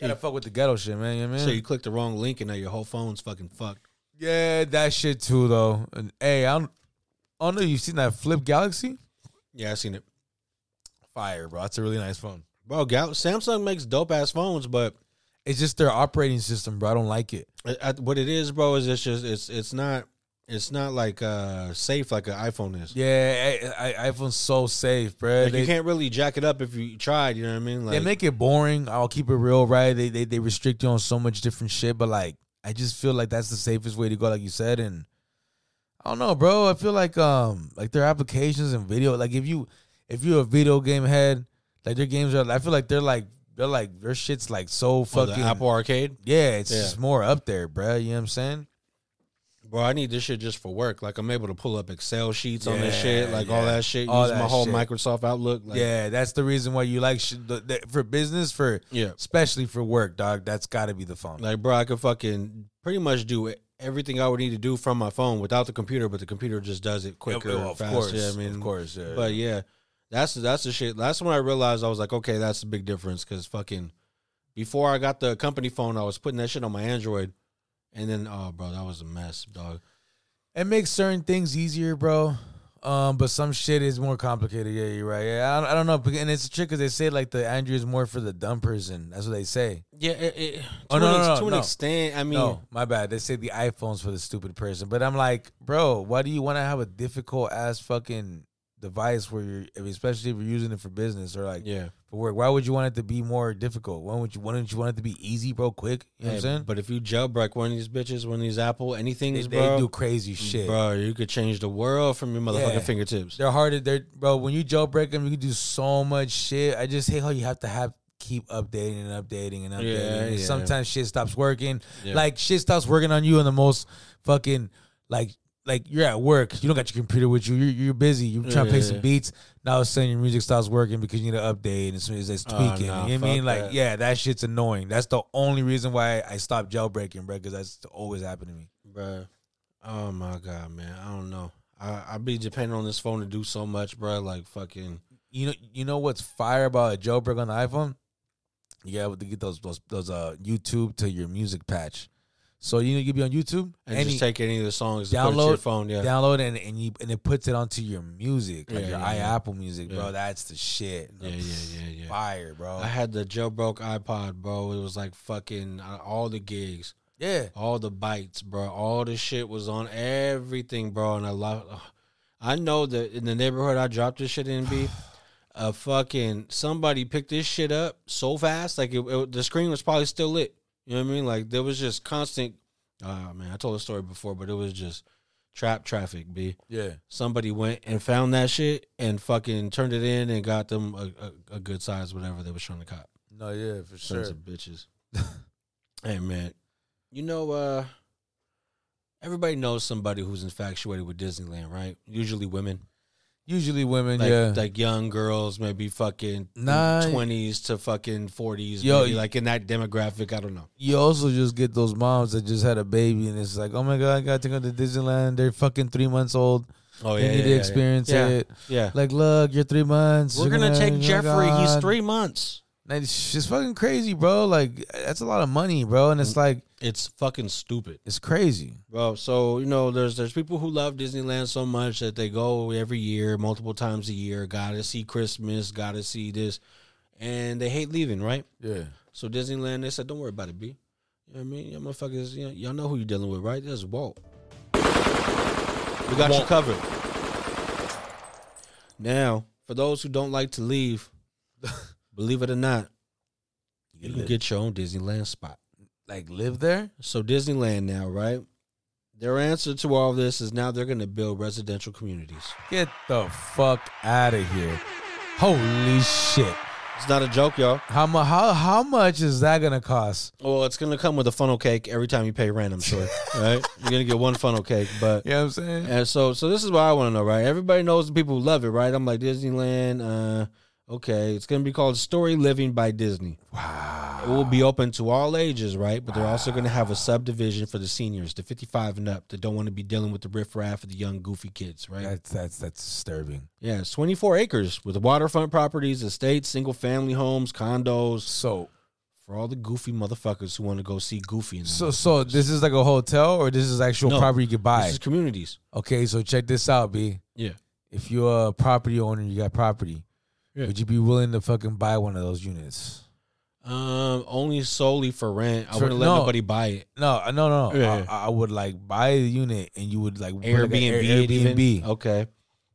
Gotta fuck with the ghetto shit, man. You know what I
So
mean?
you click the wrong link and now your whole phone's fucking fucked.
yeah, that shit too, though. And hey, I don't, I don't know. You've seen that Flip Galaxy?
Yeah, I seen it.
Fire, bro. That's a really nice phone.
Bro, Gal- Samsung makes dope ass phones, but
It's just their operating system, bro. I don't like it.
I, I, what it is, bro, is it's just it's it's not it's not like uh safe like an iPhone is.
Yeah, I, I, iPhone's so safe, bro.
Like
they,
you can't really jack it up if you tried. You know what I mean? Like
they make it boring. I'll keep it real, right? They, they they restrict you on so much different shit, but like I just feel like that's the safest way to go, like you said. And I don't know, bro. I feel like um like their applications and video, like if you if you're a video game head, like their games are. I feel like they're like they're like their shit's like so
oh, the
fucking
Apple Arcade.
yeah. It's
Yeah.
just more up there, bro. You know what I'm saying?
Bro, I need this shit just for work. Like I'm able to pull up Excel sheets on this
Yeah,
shit, like
yeah.
all that shit.
All
use my
that
whole
shit.
Microsoft Outlook. Like,
yeah, that's the reason why you like sh- the, the, for business for
yeah.
especially for work, dog. That's got to be the phone.
Like, bro, I could fucking pretty much do it. Everything I would need to do from my phone without the computer, but the computer just does it quicker,
Oh, of
faster.
course,
I mean,
of course, yeah.
But yeah, that's that's the shit. That's when I realized I was like, okay, that's the big difference because fucking before I got the company phone, I was putting that shit on my Android, and then oh, bro, that was a mess, dog.
It makes certain things easier, bro. Um, but some shit is more complicated. Yeah, you're right. Yeah, I don't, I don't know. And it's a trick because they say like the Andrew is more for the dumb person. That's what they say.
Yeah, it, it, to,
Oh, no,
an,
no,
ex-
no,
to an
no.
extent, I mean,
No, my bad. They say the iPhone's for the stupid person. But I'm like, bro, why do you want to have a difficult ass fucking device where you're, I mean, especially if you're using it for business or like
yeah.
for work? Why would you want it to be more difficult? Why would you? Why don't you want it to be easy, bro? Quick. You know
Hey,
what I'm saying?
But if you jailbreak one of these bitches, one of these Apple,
They,
anything's,
they
bro, mm,
do crazy shit.
bro, you could change the world from your motherfucking
Yeah.
fingertips.
They're hard. to- They're bro. When you jailbreak them, you can do so much shit. I just hate how you have to have keep updating and updating and updating.
Yeah,
and
yeah.
Sometimes shit stops working.
Yeah.
Like shit stops working on you in the most fucking like like you're at work. You don't got your computer with you. You're, you're busy. You're trying to play
Yeah.
some beats. Now all of a sudden your music stops working because you need an update and it's, it's, it's
Oh,
tweaking.
nah,
you know what I mean?
fuck
Like
that.
yeah, that shit's annoying. That's the only reason why I stopped jailbreaking, bro. Because that's always happened to me.
Bruh. Oh my god, man. I don't know. I, I be depending on this phone to do so much, bruh. Like fucking
you know you know what's fire about a jailbreak on the iPhone? You able to get those those those uh YouTube to your music patch. So you know you be on YouTube
and
and you
just take any of the songs and put it to your
download
phone. Yeah.
download and and you and it puts it onto your music like
Yeah,
your
yeah,
i
yeah.
Apple Music, bro.
Yeah.
That's the shit.
yeah, yeah, yeah, yeah.
Fire, bro.
I had the jailbroke iPod, bro. It was like fucking uh, all the gigs,
yeah,
all the bites, bro. All the shit was on everything, bro. And I love. I know that in the neighborhood I dropped this shit in be. A fucking somebody picked this shit up so fast, like it, it- the screen was probably still lit. You know what I mean? Like there was just constant. Ah man, I told the story before, but it was just trap traffic. B
yeah.
somebody went and found that shit and fucking turned it in and got them a, a, a good size whatever they was trying to cop.
No, yeah, for sure.
Sons of bitches. hey man, you know, uh, everybody knows somebody who's infatuated with Disneyland, right? Usually women,
Usually women,
like
yeah.
like young girls, maybe fucking
Nah.
twenties to fucking forties,
Yo,
maybe
you-
like in that demographic. I don't know.
you also just get those moms that just had a baby and it's like, oh my god, I gotta take them to Disneyland. They're fucking three months old.
Oh
they need to experience
yeah.
it.
Yeah,
Like, look, you're three months.
we're
you're
gonna take
oh
Jeffrey. He's
God.
three months.
And it's just fucking crazy, bro. Like, that's a lot of money, bro. And it's like,
It's fucking stupid.
it's crazy.
Well, so you know, there's there's people who love Disneyland so much that they go every year, multiple times a year. Gotta see Christmas, gotta see this, and they hate leaving, right?
Yeah.
So Disneyland, they said, "Don't worry about it, B." You know what I mean, y'all motherfuckers, you know, y'all know who you're dealing with, right? That's Walt. We got you covered. Now, for those who don't like to leave, believe it or not, you can get your own Disneyland spot.
Like, live there?
So Disneyland now, right? Their answer to all this is now they're going to build residential communities.
Get the fuck out of here. Holy shit.
It's not a joke, y'all.
How, mu- how, how much is that going to cost?
Well, it's going to come with a funnel cake every time you pay rent. I'm sure, right? You're going to get one funnel cake, but
You know what I'm saying?
and so so this is what I want to know, right? Everybody knows the people who love it, right? I'm like Disneyland. Uh, okay, it's going to be called Story Living by Disney. Wow. It will be open to all ages, right? But they're also going to have a subdivision for the seniors, the 55 and up, that don't want to be dealing with the riffraff of the young goofy kids, right?
That's, that's, that's disturbing.
Yeah, it's 24 acres with waterfront properties, estates, single family homes, condos
So,
for all the goofy motherfuckers who want to go see Goofy. And them.
so, so this is like a hotel or this is actual
No.
property you could
this
buy?
is communities.
okay, so check this out, B.
Yeah.
If you're a property owner, you got property.
Yeah.
Would you be willing to fucking buy one of those units?
Um, only solely for rent. I
For-
wouldn't let
no.
nobody buy it.
No, uh, no, no. no.
Yeah,
I-
yeah.
I, I would like buy the unit, and you would like put, like, a
Airbnb,
Air-
it even. Oh.
Airbnb.
Okay.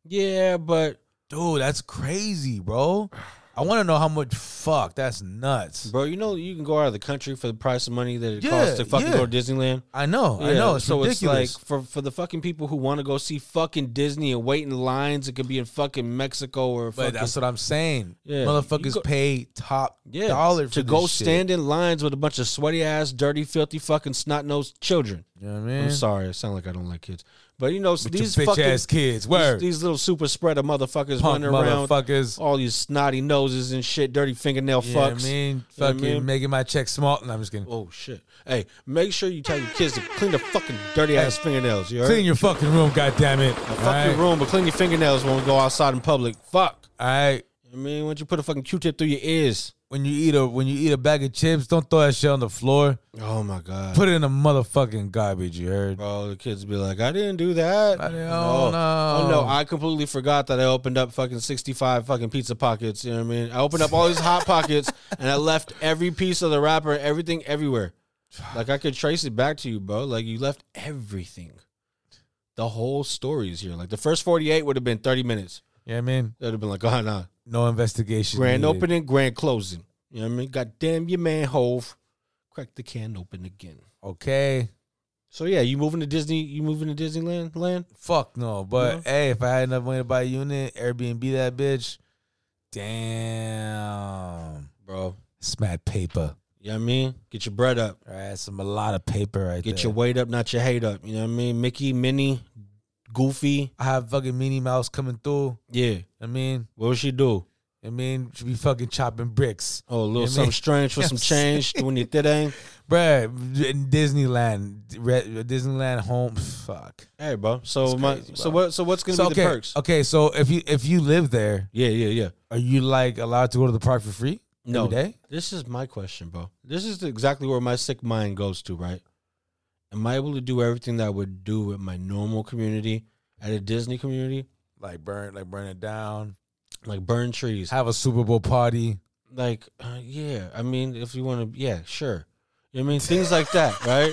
Yeah, but
Dude, that's crazy, bro. I want to know how much. Fuck, that's nuts.
bro, you know you can go out of the country for the price of money that it
Yeah,
costs to fucking
yeah.
go to Disneyland.
I know, I
Yeah,
know. It's
so
ridiculous.
it's like for for the fucking people who want to go see fucking Disney and wait in lines, it could be in fucking Mexico or
but
fucking
that's what I'm saying.
Yeah, you
Motherfuckers
go-
pay top
yeah
dollar for
to
this
go
shit.
stand in lines with a bunch of sweaty ass, dirty, filthy, fucking snot nosed children.
You know what I mean?
I'm sorry, I sound like I don't like kids, but you know
With
these
your bitch
fucking
ass kids.
these,
Word.
these little super spreader motherfuckers
Punk
running around,
motherfuckers.
all these snotty noses and shit, dirty fingernail
You know what I
fucks.
mean?
You know what I
Fucking
mean?
making my check small. No, I'm just kidding.
Oh shit! Hey, make sure you tell your kids to clean their fucking dirty ass fingernails. You heard?
Clean your fucking room, goddammit.
Now, fuck your room, but clean your fingernails when we go outside in public. Fuck.
All right.
I mean, why don't you put a fucking Q-tip through your ears?
When you eat a when you eat a bag of chips, don't throw that shit on the floor.
Oh my god,
Put it in the motherfucking garbage. You heard?
bro! The kids be like, I didn't do that.
I didn't-
No.
oh,
oh
no.
no! I completely forgot that I opened up fucking sixty-five fucking pizza pockets. You know what I mean? I opened up all these hot pockets and I left every piece of the wrapper, everything everywhere. Like I could trace it back to you, bro. Like you left everything. The whole story is here. Like the first forty-eight would have been thirty minutes.
Yeah, I mean,
That'd have been like, oh no,
no investigation.
grand
needed.
opening, grand closing. You know what I mean? God damn your man, Hove. Crack the can open again.
Okay.
So yeah, you moving to Disney? You moving to Disneyland? Land?
Fuck no. But
No?
hey, if I had enough money to buy a unit, Airbnb that bitch. Damn.
Bro.
Smack paper.
You know what I mean? Get your bread up.
All right, that's some a lot of paper right
Get
there.
your weight up, not your hate up. You know what I mean? Mickey, Minnie, Goofy.
I have fucking Minnie Mouse coming through.
Yeah.
I mean,
What would she do?
I mean, should be fucking chopping bricks,
Oh, a little
Yeah,
something
man.
strange for some change doing your thing.
bruh. In Disneyland, Re- Disneyland home. Fuck.
Hey, bro. So
It's
my,
crazy,
so
bro.
what? So what's gonna
So,
be the
okay,
perks?
okay. So if you if you live there,
Yeah, yeah, yeah.
are you like allowed to go to the park for free?
No,
every day?
this is my question, bro. This is exactly where my sick mind goes to, right? Am I able to do everything that I would do with my normal community at a Disney community,
Like burn, like burn it down.
like burn trees?
Have a Super Bowl party.
Like, uh, yeah, I mean, if you want to, yeah, sure. You know what I mean, things like that, right?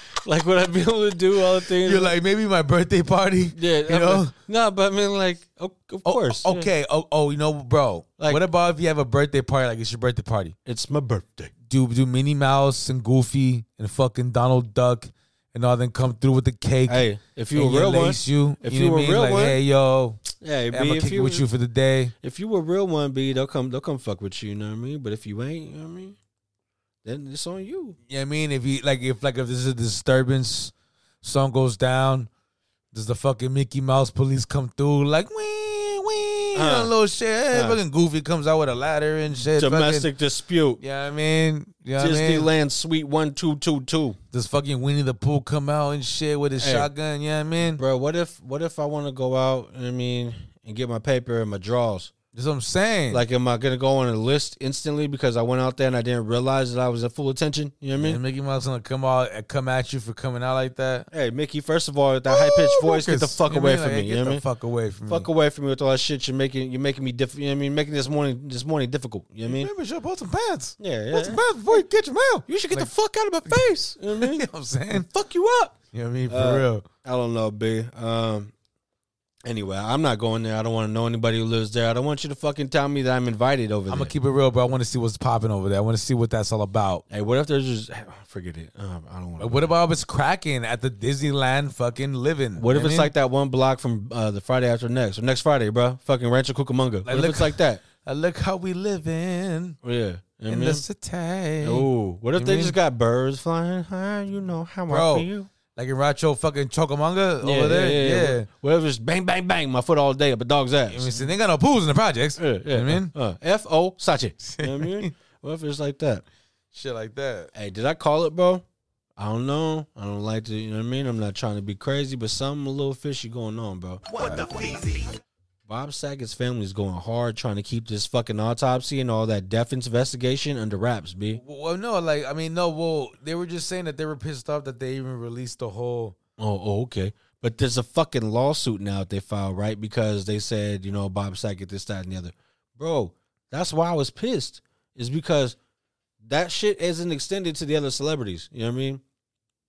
like, would I be able to do all the things?
You're like maybe my birthday party.
yeah,
you know.
no, but I mean, like, of, of
Oh,
course, yeah.
Okay. Oh, oh, you know, bro.
Like-
Like, what about if you have a birthday party? Like it's your birthday party.
it's my birthday.
do do Minnie Mouse and Goofy and fucking Donald Duck and all them come through with the cake.
Hey, if you
and
a real one,
lace you,
if
you, know
you
what
a
I mean?
real
like,
one,
hey yo,
yeah,
I'm
B,
gonna
if
kick it
you
with you for the day.
If you a real one, B, they'll come they'll come fuck with you, you know what I mean? But if you ain't, you know what I mean? Then it's on you.
You know what I mean? If you like, if like if this is a disturbance, sun goes down, does the fucking Mickey Mouse police come through like wee wee you know,
Uh.
little shit? Hey,
Uh.
Fucking Goofy comes out with a ladder and shit.
Domestic dispute.
Fucking, yeah, I mean, yeah, you know what I mean?
Disneyland Suite 1222.
Does fucking Winnie the Pooh come out and shit with his
Hey.
shotgun? Yeah, I mean,
Bro, what if what if I want to go out, you know what I mean, and get my paper and my draws?
that's what I'm saying.
Like am I going to go on a list instantly because I went out there and I didn't realize that I was at full attention? You know what I mean?
And Mickey Mouse gonna come out, come at you for coming out like that.
Hey, Mickey, first of all, with that high pitched voice, get the
Marcus,
fuck
you know
away
what I
from
mean?
me,
Like,
you know
Get
what I
the
mean?
fuck away from
Fuck
me.
away from me with all that shit you're making you're making me diff- you know what I mean, making this morning this morning difficult, you know what I mean?
Maybe you should put some pants.
Yeah, yeah.
Put some pants before you get your mail.
You should get
Like-
the fuck out of my face. You know what I
You
mean?
know what I'm saying?
fuck you up.
You know what I mean? For
Uh,
real.
I don't know, B. Um. Anyway, I'm not going there. I don't want to know anybody who lives there. I don't want you to fucking tell me that I'm invited over
I'm
there.
gonna keep it real, but I want to see what's popping over there. I want to see what that's all about.
hey, what if there's just forget it? Um, I don't want.
Like, what about if it's cracking at the Disneyland fucking living?
What
You
if
know
it's
I mean?
like that one block from uh, the Friday after next or next Friday, bro? Fucking Rancho Cucamonga. what if
look-
it's like that?
Uh, look how we living
Oh, yeah. You know what I
in
mean?
the city.
Ooh, what if
You
they
mean?
just got birds flying high? You know how
Bro,
I feel.
Like in Rancho fucking Chocomanga
Yeah,
over there.
yeah, yeah.
Yeah.
What if it's bang, bang, bang, my foot all day up a dog's ass?
I mean, see, they ain't got no pools in the projects.
Yeah,
You know what I mean?
Uh, uh, F O Sache. You know what I mean? What if it's like that?
Shit like that.
Hey, did I call it, bro? I don't know. I don't like to, you know what I mean? I'm not trying to be crazy, but something a little fishy going on, bro. What the Bob Saget's family is going hard trying to keep this fucking autopsy and all that death investigation under wraps, B.
Well, no, like I mean, no. Well, they were just saying that they were pissed off that they even released the whole.
Oh, oh, okay. But there's a fucking lawsuit now that they filed, right? Because they said, you know, Bob Saget, this, that, and the other. Bro, that's why I was pissed. Is because that shit isn't extended to the other celebrities. You know what I mean?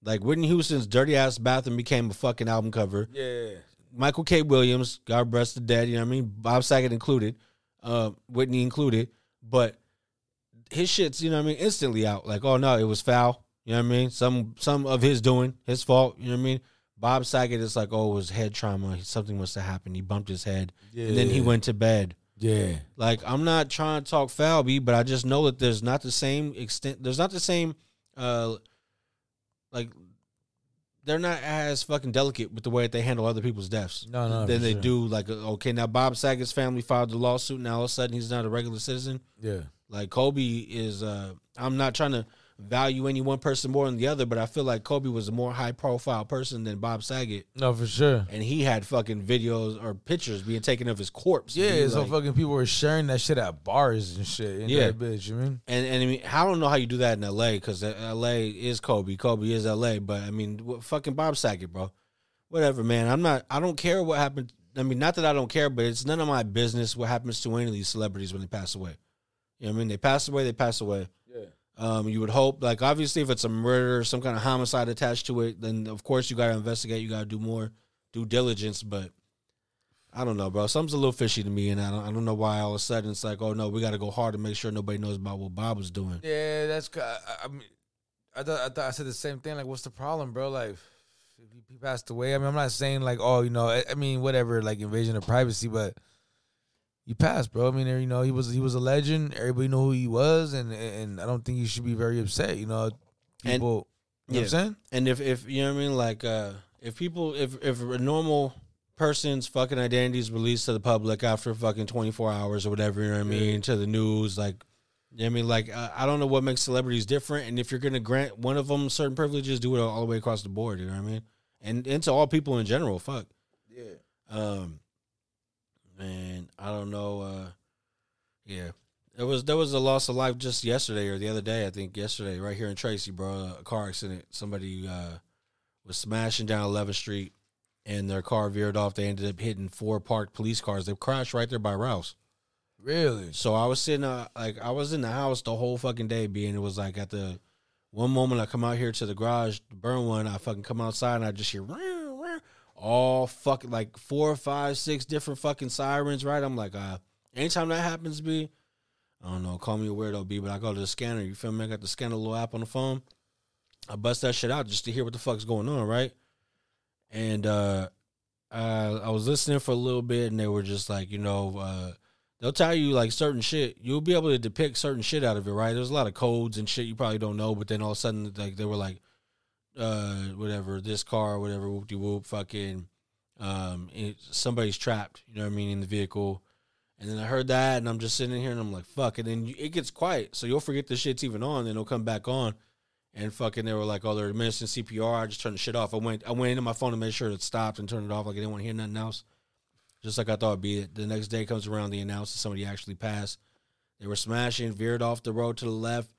Like Whitney Houston's dirty ass bathroom became a fucking album cover.
Yeah.
Michael K. Williams, God rest the dead. You know what I mean? Bob Saget included, uh, Whitney included, but his shit's you know what I mean instantly out. Like oh no, it was foul. You know what I mean? Some some of his doing, his fault. You know what I mean? Bob Saget is like oh it was head trauma. Something must have happened. He bumped his head, and then he
Yeah.
went to bed.
Yeah.
Like I'm not trying to talk foul, B, but I just know that there's not the same extent. There's not the same, uh, like they're not as fucking delicate with the way that they handle other people's deaths.
No, no,
Than
for
they
sure.
do like uh, okay now Bob Saget's family filed the lawsuit. Now all of a sudden he's not a regular citizen.
Yeah.
Like Kobe is. uh I'm not trying to value any one person more than the other, but I feel like Kobe was a more high profile person than Bob Saget,
No, for sure.
and he had fucking videos or pictures being taken of his corpse.
Yeah,
B,
so
like-
fucking people were sharing that shit at bars and shit. You know
Yeah.
that bitch. You mean?
And and I mean, I don't know how you do that in L.A. because L.A. is Kobe. Kobe is L.A. But I mean, what, fucking Bob Saget, bro. Whatever, man. I'm not. I don't care what happened. I mean, not that I don't care, but it's none of my business what happens to any of these celebrities when they pass away. You know what I mean? They pass away. They pass away.
Yeah.
Um, you would hope, like obviously, if it's a murder or some kind of homicide attached to it, then of course you gotta investigate. You gotta do more due diligence. But I don't know, bro. Something's a little fishy to me, and I don't, I don't know why all of a sudden it's like, oh no, we gotta go hard to make sure nobody knows about what Bob was doing.
Yeah, that's. ca- I, I mean, I thought I thought I said the same thing. Like, what's the problem, bro? Like, if he- he passed away. I mean, I'm not saying like, oh, you know, I, I mean, whatever, like invasion of privacy, but you passed, bro. I mean, you know, he was he was a legend. Everybody knew who he was, and and I don't think you should be very upset. You know,
And-
people. you know what I'm saying?
And if if you know what I mean, like uh if people if if a normal person's fucking identity is released to the public after fucking 24 hours or whatever, you know what I mean, to the news, like you know what I mean, like uh, I don't know what makes celebrities different, and if you're gonna grant one of them certain privileges, do it all the way across the board. You know what I mean, and and to all people in general, fuck. Yeah. Um. Man, I don't know. uh Yeah. There was there was a loss of life just yesterday or the other day, I think yesterday, right here in Tracy, bro. A car accident. Somebody uh, was smashing down 11th Street, and their car veered off. They ended up hitting four parked police cars. They crashed right there by Rouse.
Really?
So I was sitting, uh, like I was in the house the whole fucking day, being it was like at the one moment I come out here to the garage to burn one, I fucking come outside and I just hear "Meow, meow," all fucking like four, five, six different fucking sirens. Right? I'm like, uh, anytime that happens, B, I don't know, call me a weirdo, B, but I go to the scanner. You feel me? I got the scanner little app on the phone. I bust that shit out just to hear what the fuck's going on, right? And uh, uh, I was listening for a little bit, and they were just like, you know, uh they'll tell you like certain shit. You'll be able to depict certain shit out of it, right? There's a lot of codes and shit you probably don't know, but then all of a sudden, like they were like, uh, whatever, this car, whatever, whoop de whoop, fucking, um, it, somebody's trapped. You know what I mean in the vehicle. And then I heard that, and I'm just sitting here, and I'm like, "Fuck!" And then you, it gets quiet, so you'll forget the shit's even on. Then it'll come back on, and fucking, they were like, "Oh, they're administering CPR." I just turned the shit off. I went, I went into my phone to make sure it stopped and turned it off, like I didn't want to hear nothing else just like I thought it'd be. The next day comes around, they announce that somebody actually passed. They were smashing, veered off the road to the left,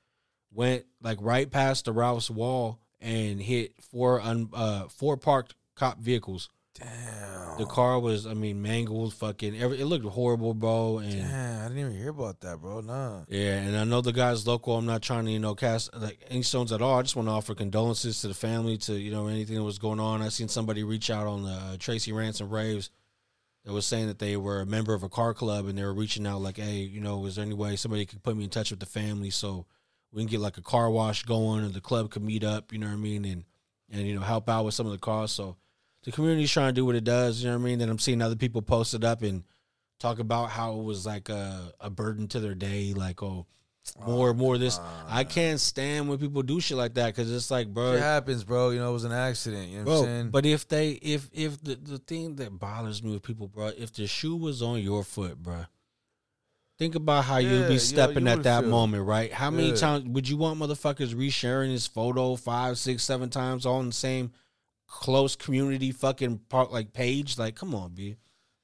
went like right past the Ralph's wall and hit four un, uh, four parked cop vehicles. Damn. The car was, I mean, mangled, fucking. Every, it looked horrible, bro. And
Yeah, I didn't even hear about that, bro. Nah.
yeah, and I know the guy's local. I'm not trying to, you know, cast like any stones at all. I just want to offer condolences to the family, to you know, anything that was going on. I seen somebody reach out on the uh, Tracy Ransom Raves that was saying that they were a member of a car club and they were reaching out like, hey, you know, is there any way somebody could put me in touch with the family so we can get like a car wash going and the club could meet up, you know what I mean, and and you know help out with some of the costs. So the community's trying to do what it does, you know what I mean. Then I'm seeing other people post it up and talk about how it was like a, a burden to their day, like oh, more more of this. I can't stand when people do shit like that because it's like, bro,
It happens, bro. You know, it was an accident. You know what I'm
bro.
saying?
But if they if if the the thing that bothers me with people, bro, if the shoe was on your foot, bro. Think about how
Yeah,
you'd
yo,
be stepping
you
at
would
that
feel-
moment, right? How many
Yeah.
times would you want motherfuckers resharing this photo five, six, seven times all in the same close community fucking part like page? Like, come on, B.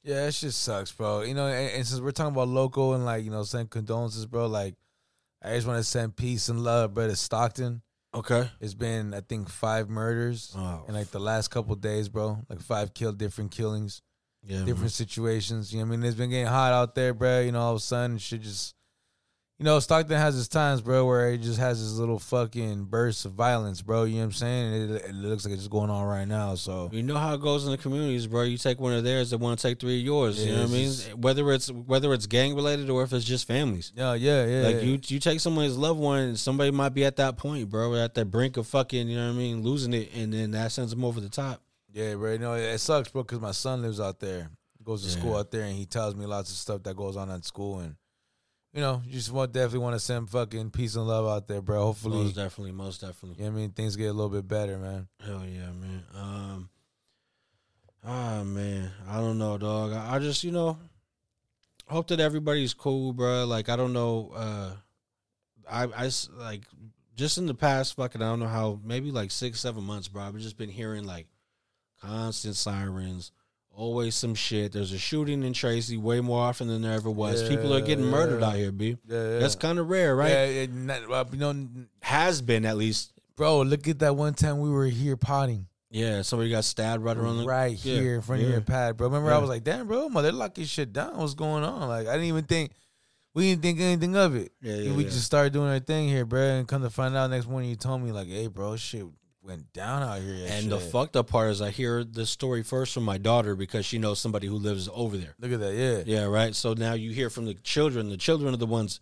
Yeah, it just sucks, bro. You know, and, and since we're talking about local and like you know, send condolences, bro. Like, I just want to send peace and love, bro, to Stockton.
Okay.
It's been I think five murders
Oh,
in like the last couple days, bro. Like five kill, different killings,
Yeah.
different situations. You know, what I mean, it's been getting hot out there, bro. You know, all of a sudden, shit just you know, Stockton has his times, bro, where it just has this little fucking burst of violence, bro. You know what I'm saying? And it, it looks like it's just going on right now. So
You know how it goes in the communities, bro. You take one of theirs, they want to take three of yours.
Yeah,
you know what I
it's
mean?
just-
Whether it's whether it's gang related or if it's just families.
yeah, yeah, yeah.
Like you, you take someone's loved one. Somebody might be at that point, bro. At the brink of fucking, you know what I mean, losing it, and then that sends them over the top.
Yeah, bro. You know, it sucks, bro, because my son lives out there, goes to school out there, and he tells me lots of stuff that goes on at school. And, you know, you just want, definitely want to send fucking peace and love out there, bro. Hopefully,
Most definitely, most definitely.
you know what I mean? Things get a little bit better, man.
Hell yeah, man. Um, ah man, I don't know, dog. I, I just you know hope that everybody's cool, bro. Like I don't know, uh, I I s- like just in the past fucking I don't know how maybe like six seven months, bro. I've just been hearing like constant sirens. Always some shit. There's a shooting in Tracy way more often than there ever was. People are getting
Yeah,
murdered
yeah.
out here, B.
Yeah, yeah.
That's kind of rare, right?
Yeah, it, not, well, you know, n-
Has been at least.
bro, look at that one time we were here potting
Yeah, somebody got stabbed right around the
right
yeah,
here in front of
yeah.
your pad, bro. Remember, I
Yeah.
was like, damn, bro, mother, they're locking shit down. What's going on? Like, I didn't even think, we didn't think anything of it.
Yeah,
And
yeah,
we
yeah.
just started doing our thing here, bro. And come to find out next morning, you told me, like, hey, bro, shit went down out here.
And the
shit.
fucked up part is I hear this story first from my daughter because she knows somebody who lives over there.
Look at that, yeah.
Yeah, right. So now you hear from the children. The children are the ones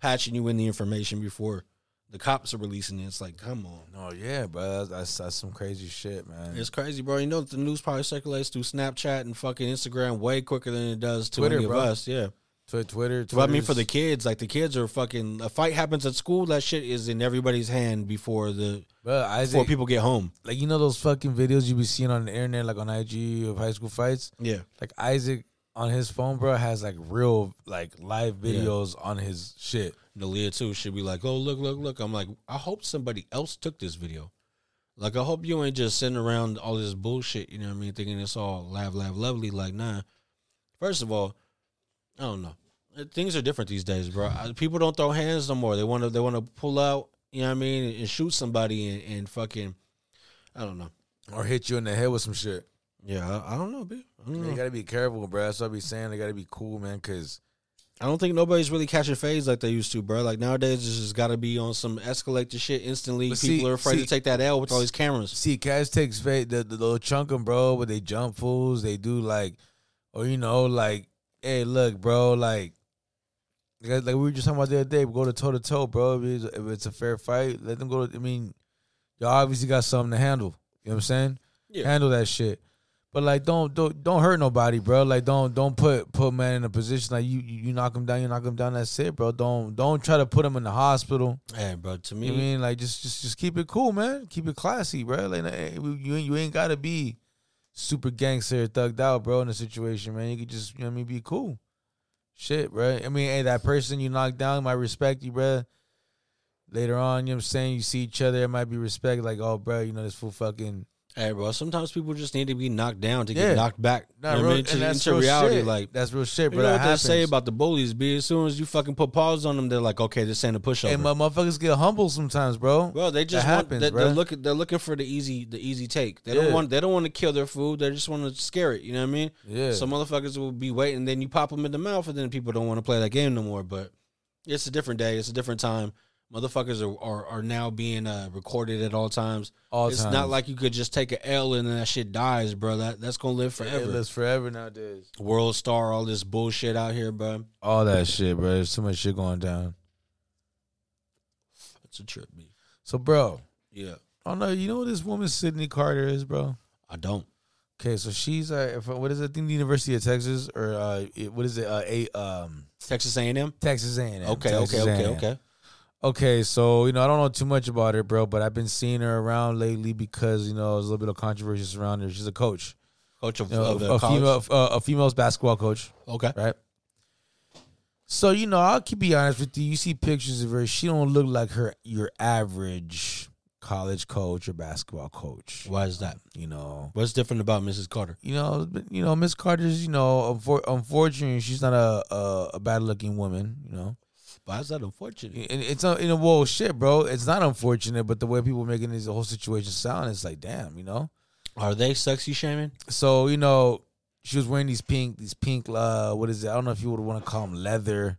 patching you in the information before the cops are releasing it. It's like, come on.
No, yeah, bro. That's, that's, that's some crazy shit, man.
It's crazy, bro. You know the news probably circulates through Snapchat and fucking Instagram way quicker than it does to
Twitter,
any of
bro.
us. Yeah.
Tw- Twitter,
But I mean, for the
Twitter's-
kids, like the kids are fucking. A fight happens at school. That shit is in everybody's hand before the
bro,
before
Isaac,
people get home.
like, you know those fucking videos you be seeing on the internet, like on IG of high school fights?
Yeah.
Like, Isaac on his phone, bro, has like real, like, live videos on his shit.
Nalia too should be like, oh look, look, look. I'm like, I hope somebody else took this video. Like I hope you ain't just sitting around all this bullshit, you know what I mean, thinking it's all lav, lav, lovely. Like, nah. First of all, I don't know. Uh, Things are different these days, bro. Uh, People don't throw hands no more. They want to they want to pull out, you know what I mean, and shoot somebody and, and fucking I don't know.
Or hit you in the head with some shit.
Yeah, I, I don't know, B. I don't
You
know.
gotta be careful, bro. That's what I be saying. They gotta be cool, man, because
I don't think nobody's really catching phase like they used to, bro. Like nowadays, it's just got to be on some escalator shit instantly.
But see-
People are afraid
see-
to take that L with all these cameras.
see, Cash takes fate the, the little chunk 'em, bro, but they jump fools. They do like, or you know, like, hey, look, bro, like, like, like we were just talking about the other day. We go to toe to toe, bro. If it's, if it's a fair fight, let them go. To, I mean, y'all obviously got something to handle. You know what I'm saying?
Yeah.
Handle that shit. But like, don't don't don't hurt nobody, bro. Like, don't don't put put man in a position like you you, you knock him down, you knock him down. That's it, bro. Don't don't try to put him in the hospital.
Hey, bro, to me,
You know what I mean, like just just just keep it cool, man. Keep it classy, bro. Like eh, you you ain't- you ain't gotta be super gangster thugged out, bro. In a situation, man, you could just you know what I mean be cool. Shit, bro. I mean, hey, that person you knocked down might respect you, bro. Later on, you know what I'm saying? You see each other, it might be respect. Like, oh, bro, you know this fool fucking.
hey, bro, sometimes people just need to be knocked down to
Yeah.
get knocked back. You
Nah,
know what
real-
I mean? To-
and that's
into
real
reality,
shit.
like
that's real shit,
you
bro.
know
that
what
happens.
they say about the bullies, be as soon as you fucking put paws on them, they're like, okay, this ain't a pushover.
Hey, my motherfuckers get humble sometimes, bro.
Bro, they just
that
want
happens,
they,
bro.
they're looking they're looking for the easy the easy take. They
Yeah.
don't want they don't want to kill their food. They just want to scare it. You know what I mean?
Yeah.
So motherfuckers will be waiting. Then you pop them in the mouth, and then people don't want to play that game no more. But it's a different day. It's a different time. Motherfuckers are are, are now being uh, recorded at all times.
All
it's
times.
not like you could just take a L and then that shit dies, bro. That that's gonna live
It
forever.
lives forever nowadays.
World star, all this bullshit out here, bro.
All that shit, bro. There's so much shit going down.
It's a trip, B.
So, bro,
Yeah,
Oh no, you know who this woman Sydney Carter is, bro.
I don't.
Okay, so she's uh, if- what is it? I think the University of Texas or uh, it- what is it? Uh, a um,
Texas A and M.
Texas A&M.
Okay,
Texas
okay, okay,
A&M.
okay.
Okay, so you know I don't know too much about her, bro, but I've been seeing her around lately because you know there's a little bit of controversy surrounding her. She's a coach,
Coach of,
you know,
of the
a,
college.
female, uh, a female's basketball coach,
Okay.
right? So you know I'll keep be honest with you. You see pictures of her; she don't look like her your average college coach or basketball coach.
Why is that?
You know,
What's different about Mrs. Carter?
you know, but, you know, Miss Carter's, you know, unfor- unfortunately, she's not a a, a bad looking woman, you know.
Why is that unfortunate?
And it's uh, a, you know, well, shit, bro, it's not unfortunate, but the way people making this whole situation sound, it's like, damn, you know.
Are they sexy shaming?
So you know, she was wearing these pink, these pink, uh, what is it? I don't know if you would want to call them leather,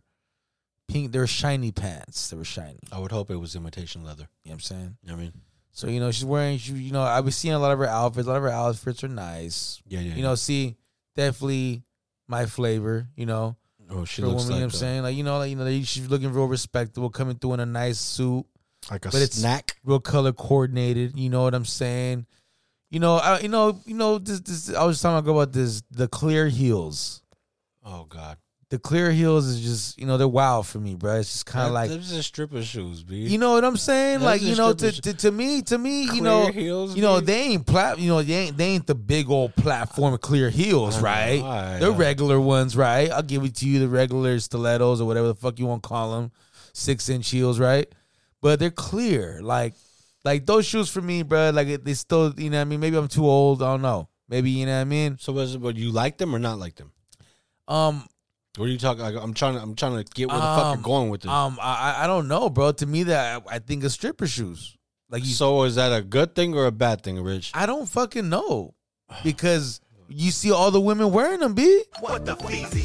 pink. They were shiny pants. They were shiny.
I would hope it was imitation leather.
You know what I'm saying?
You know what I mean,
So you know she's wearing. She, you know I was seeing a lot of her outfits. A lot of her outfits are nice.
yeah, yeah.
You know, see, definitely my flavor. You know,
oh, she
for a
looks
woman. you know
like,
what I'm
a-
saying? Like you know, like you know, they- she's looking real respectable, coming through in a nice suit,
like a
But it's-
snack.
real color coordinated. You know what I'm saying? You know, I, you know, you know. This, this. I was talking about this. The clear heels.
Oh God,
The clear heels is just you know they're wild for me, bro. It's just kind
That-
of like
those are stripper shoes, b.
you know what I'm saying.
Those
Like
are
you know, to,
strippers.
to to me, to me, you
Clear
know,
heels,
you know
B?
they ain't plat. You know they ain't they ain't the big old platform clear heels,
I know,
right?
I
They're
know.
regular ones, right? I'll give it to you the regular stilettos or whatever the fuck you want to call them, six inch heels, right? But they're clear, like like those shoes for me, bro. Like it- they still, you know, what I mean, maybe I'm too old. I don't know. Maybe you know what I mean.
So, was it, but you like them or not like them?
Um,
What are you talking? Like, I'm trying to, I'm trying to get where the fuck
Um,
you're going with this.
um, I I- I don't know, bro. To me, that I, I think it's stripper shoes. Like you
so, is that a good thing or a bad thing, Rich?
I don't fucking know because you see all the women wearing them, b.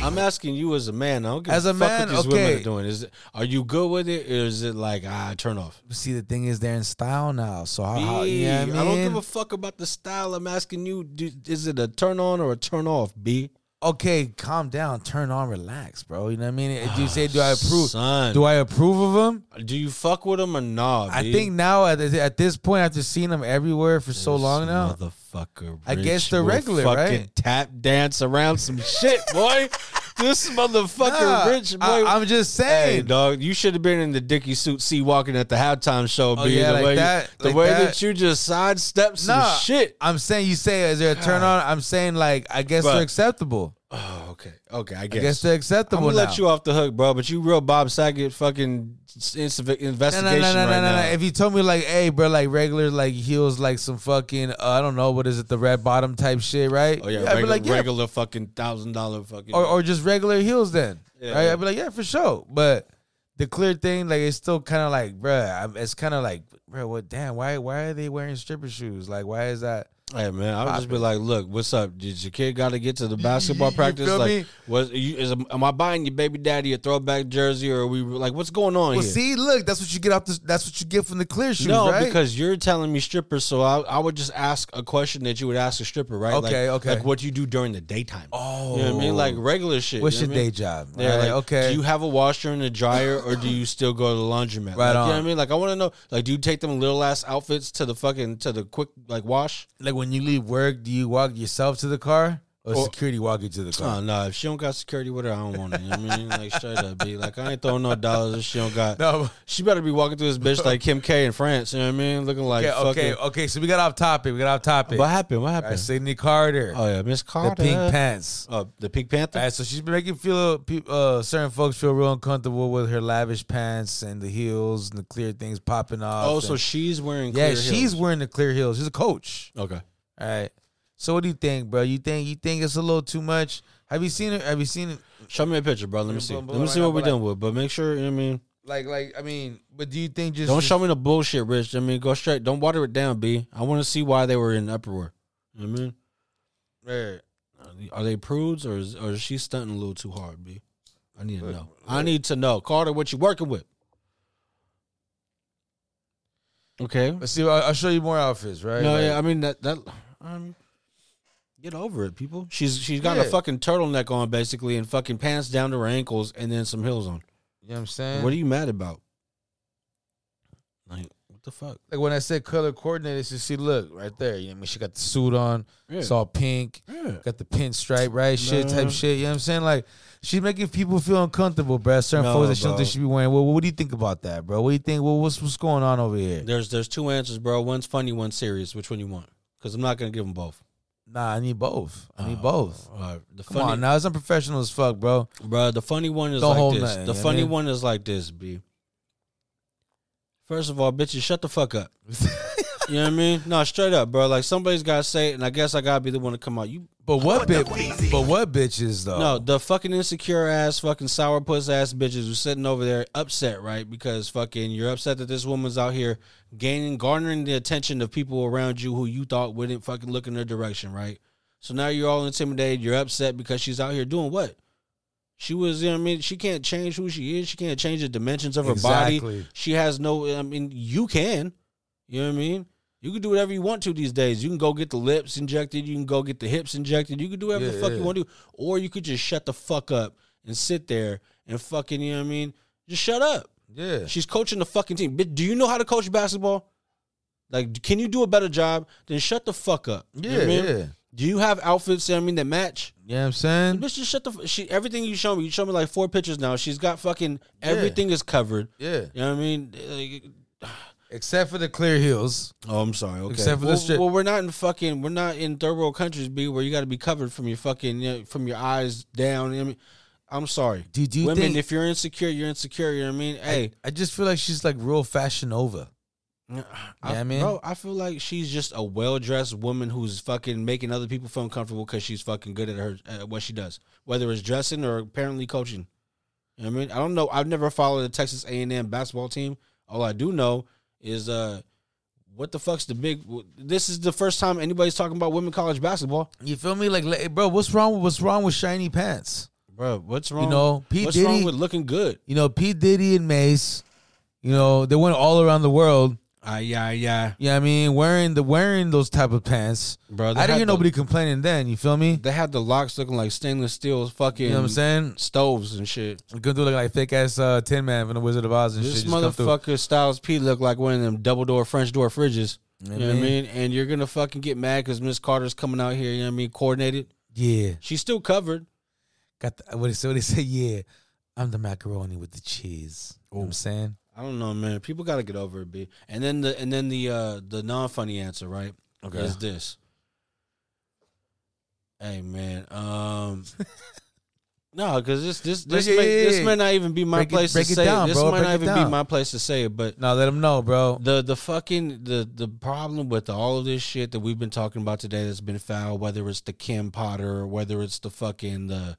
I'm asking you as a man. I don't give
As
a,
a
fuck
man,
what these
okay.
women are doing. Is it, are you good with it, or is it like ah, turn off?
See, the thing is, they're in style now, so how, how
B,
Uh, you know what I mean?
don't give a fuck about the style. I'm asking you, do, is it a turn on or a turn off, B?
okay, calm down, turn on, relax, bro. You know what I mean? Do you say, do I
Ah,
approve?
Son.
Do I approve of them?
Do you fuck with them or nah?
I
B?
think now at, this- at this point, after seeing them everywhere for so
This
long now,
Motherfucker.
I
Rich
guess they're
will
regular,
fucking
right?
Tap dance around some shit, boy. This motherfucker,
Nah,
Rich, boy.
I, am just saying.
Hey, dog, you should have been in the Dickie suit C walking at the halftime show,
Oh,
B.
yeah,
the
like
way,
that,
the
like
way
that.
that. you just sidestep some
Nah.
shit.
I'm saying you say is there a turn on? I'm saying like I guess
Bruh.
they're acceptable.
Oh, okay. Okay, I
I
guess.
guess they're
I'm
acceptable
gonna
now.
let you off the hook, bro, but you real Bob Saget fucking s- inv- investigation right now.
If you told me like, hey, bro, like regular like heels, like some fucking, uh, I don't know, what is it, the red bottom type shit, right?
oh yeah,
I'd be
regular,
like, yeah.
regular fucking thousand dollar fucking.
Or, or just regular heels then,
Yeah,
right?
yeah.
I'd be like, yeah, for sure. But the clear thing, like, it's still kind of like, bruh, i it's kind of like, bruh, what? Damn, why? Why are they wearing stripper shoes? Like, why is that?
hey man, I would just be like, look, what's up? Did your kid got to get to the basketball
you
practice?
feel
Like,
me?
was you, is am I buying your baby daddy a throwback jersey, or are we like, what's going on
Well,
here?
see, look, that's what you get off. This, that's what you get from the clear shoes,
no,
right?
because you're telling me strippers, so I, I would just ask a question that you would ask a stripper, right?
Okay,
like,
okay.
Like what you do during the daytime.
oh,
You know what I mean? Like regular shit.
what's
you know
your
what I
day
mean?
job?
Yeah,
Right,
like,
okay.
Do you have a washer and a dryer, or do you still go to the laundromat? like, You
Right
know
on.
what I mean? Like, I want to know. Like, do you take them little ass outfits to the fucking to the quick like wash?
like when you leave work, do you walk yourself to the car or,
Or-
security walk you to the car?
Oh no, if she don't got security with her, I don't want it. You know what I mean? Like straight up, be like, I ain't throwing no dollars if she don't got.
No.
She better be walking through this bitch like Kim K in France. You know what I mean? Looking like
Okay,
fucking.
okay, okay. So we got off topic. We got off topic.
What happened? What
All right,
happened?
Sydney Carter,
oh yeah, Miss
the
Carter.
pink pants.
Uh, the Pink Panther.
All right, so she's been making feel pe- uh, certain folks feel real uncomfortable with her lavish pants and the heels and the clear things popping off.
oh, so
and-
she's wearing.
yeah,
clear
she's
heels.
wearing the clear heels. She's a coach.
Okay.
All right. So what do you think, bro? You think you think it's a little too much? Have you seen it? Have you seen it?
Show me a picture, bro. Let me see.
Boom, boom,
Let me
boom,
see
right
what
now,
we're
but
done with. But make sure. You know what I mean.
Like, like I mean, but do you think just
Don't show me the bullshit, Rich. I mean, go straight. Don't water it down, B. I want to see why they were in uproar. You know what I mean,
Right.
Are they- are they prudes or is, or is she stunting a little too hard, B? I need to know. I need to know, Carter. What you working with? Okay.
Let's see. I'll, I'll show you more outfits, right?
No,
Like-
yeah. I mean that that. Um, get over it, people. She's she's got
Yeah.
a fucking turtleneck on basically, and fucking pants down to her ankles, and then some heels on.
You know what I'm saying?
What are you mad about? Like what the fuck?
like when I said color coordinated, it's just see, look right there. You know, what I mean, she got the suit on.
Yeah.
It's all pink.
Yeah.
Got the pinstripe, right? Shit type
Nah.
shit. You know what I'm saying? Like she's making people feel uncomfortable, bruh. Certain
No,
folks that she don't
bro.
think she be wearing. Well, what do you think about that, bro? What do you think? Well, what's what's going on over here?
There's there's two answers, bro. One's funny, one's serious. Which one you want? Because I'm not gonna give them both.
Nah, I need both. I need both.
Uh, the
Come
funny,
on, now it's unprofessional as fuck, bro.
bro. The funny one is
Don't hold
like this.
nothing,
the
you know
funny
what I mean?
one is like this, b. First of all, bitches, shut the fuck up. You know what I mean? No, straight up, bro. Like somebody's gotta say it, and I guess I gotta be the one to come out. You
but what, bitch? But what bitches though?
No, the fucking insecure ass, fucking sour puss ass bitches who's sitting over there upset, right? Because fucking you're upset that this woman's out here gaining, garnering the attention of people around you who you thought wouldn't fucking look in their direction, right? So now you're all intimidated. You're upset because she's out here doing what? She was, you know what I mean, she can't change who she is. She can't change the dimensions of her body.
Exactly.
She has no, I mean, you can. You know what I mean? You can do whatever you want to these days. You can go get the lips injected. You can go get the hips injected. You can do whatever the
Yeah,
fuck
yeah.
you want to do. Or you could just shut the fuck up and sit there and fucking, you know what I mean? Just shut up.
Yeah.
She's coaching the fucking team. Bitch, do you know how to coach basketball? Like, can you do a better job? Then shut the fuck up. You know
Yeah,
what I mean?
yeah.
Do you have outfits, you know what I mean, that match?
You know what I'm saying?
Bitch, just shut the. f- She everything you show me. You show me like four pictures now. She's got fucking everything is covered.
Yeah.
You know what I mean? Like,
Except for the clear heels.
oh, I'm sorry. Okay.
Except for
well,
this shit.
well, we're not in fucking. We're not in third world countries, b where you got to be covered from your fucking you know, from your eyes down. You know what I mean, I'm sorry.
Did you
women?
think-
if you're insecure, you're insecure. You know what I mean? Hey,
I just feel like she's like real fashion over.
I,
Yeah, I mean-
bro, I feel like she's just a well dressed woman who's fucking making other people feel uncomfortable because she's fucking good at her at what she does, whether it's dressing or apparently coaching. You know what I mean, I don't know. I've never followed the Texas A and M basketball team. All I do know is uh, what the fuck's the big? This is the first time anybody's talking about women college basketball,
You feel me? Like, like, bro, what's wrong with what's wrong with shiny pants?
bro. What's wrong?
know, P.
what's
Diddy-
wrong with looking good?
You know, P. Diddy and Mace, you know, they went all around the world.
Ah, yeah, yeah,
Yeah, I mean, wearing the wearing those type of pants.
bro. they
I didn't
had
hear
the-
nobody complaining then. You feel me?
They had the locks looking like stainless steel fucking
You know what I'm saying?
stoves and shit.
You could do look like thick ass uh, Tin Man from the Wizard of Oz and
This
shit. Just come through.
motherfucker Styles P look like one of them double door French door fridges. You know what I
Mhm.
mean? And you're gonna fucking get mad because Miss Carter's coming out here. You know what I mean? Coordinated.
Yeah,
She's still covered.
got the, what they say. What they say? Yeah, I'm the macaroni with the cheese. You know what I'm saying?
I don't know, man. People gotta get over it, b. And then the and then the uh the non funny answer, right?
Okay.
Is this? Hey, man. Um. No, because this this this
Yeah, yeah,
may,
yeah,
this
yeah.
may not even be my
Break it-
place
break
to
it
say.
down,
it. This
bro.
might
Break
not
it
even be
down.
my place to say it, but
Now let them know, bro.
the the fucking the the problem with all of this shit that we've been talking about today that's been foul, whether it's the Kim Potter or whether it's the fucking the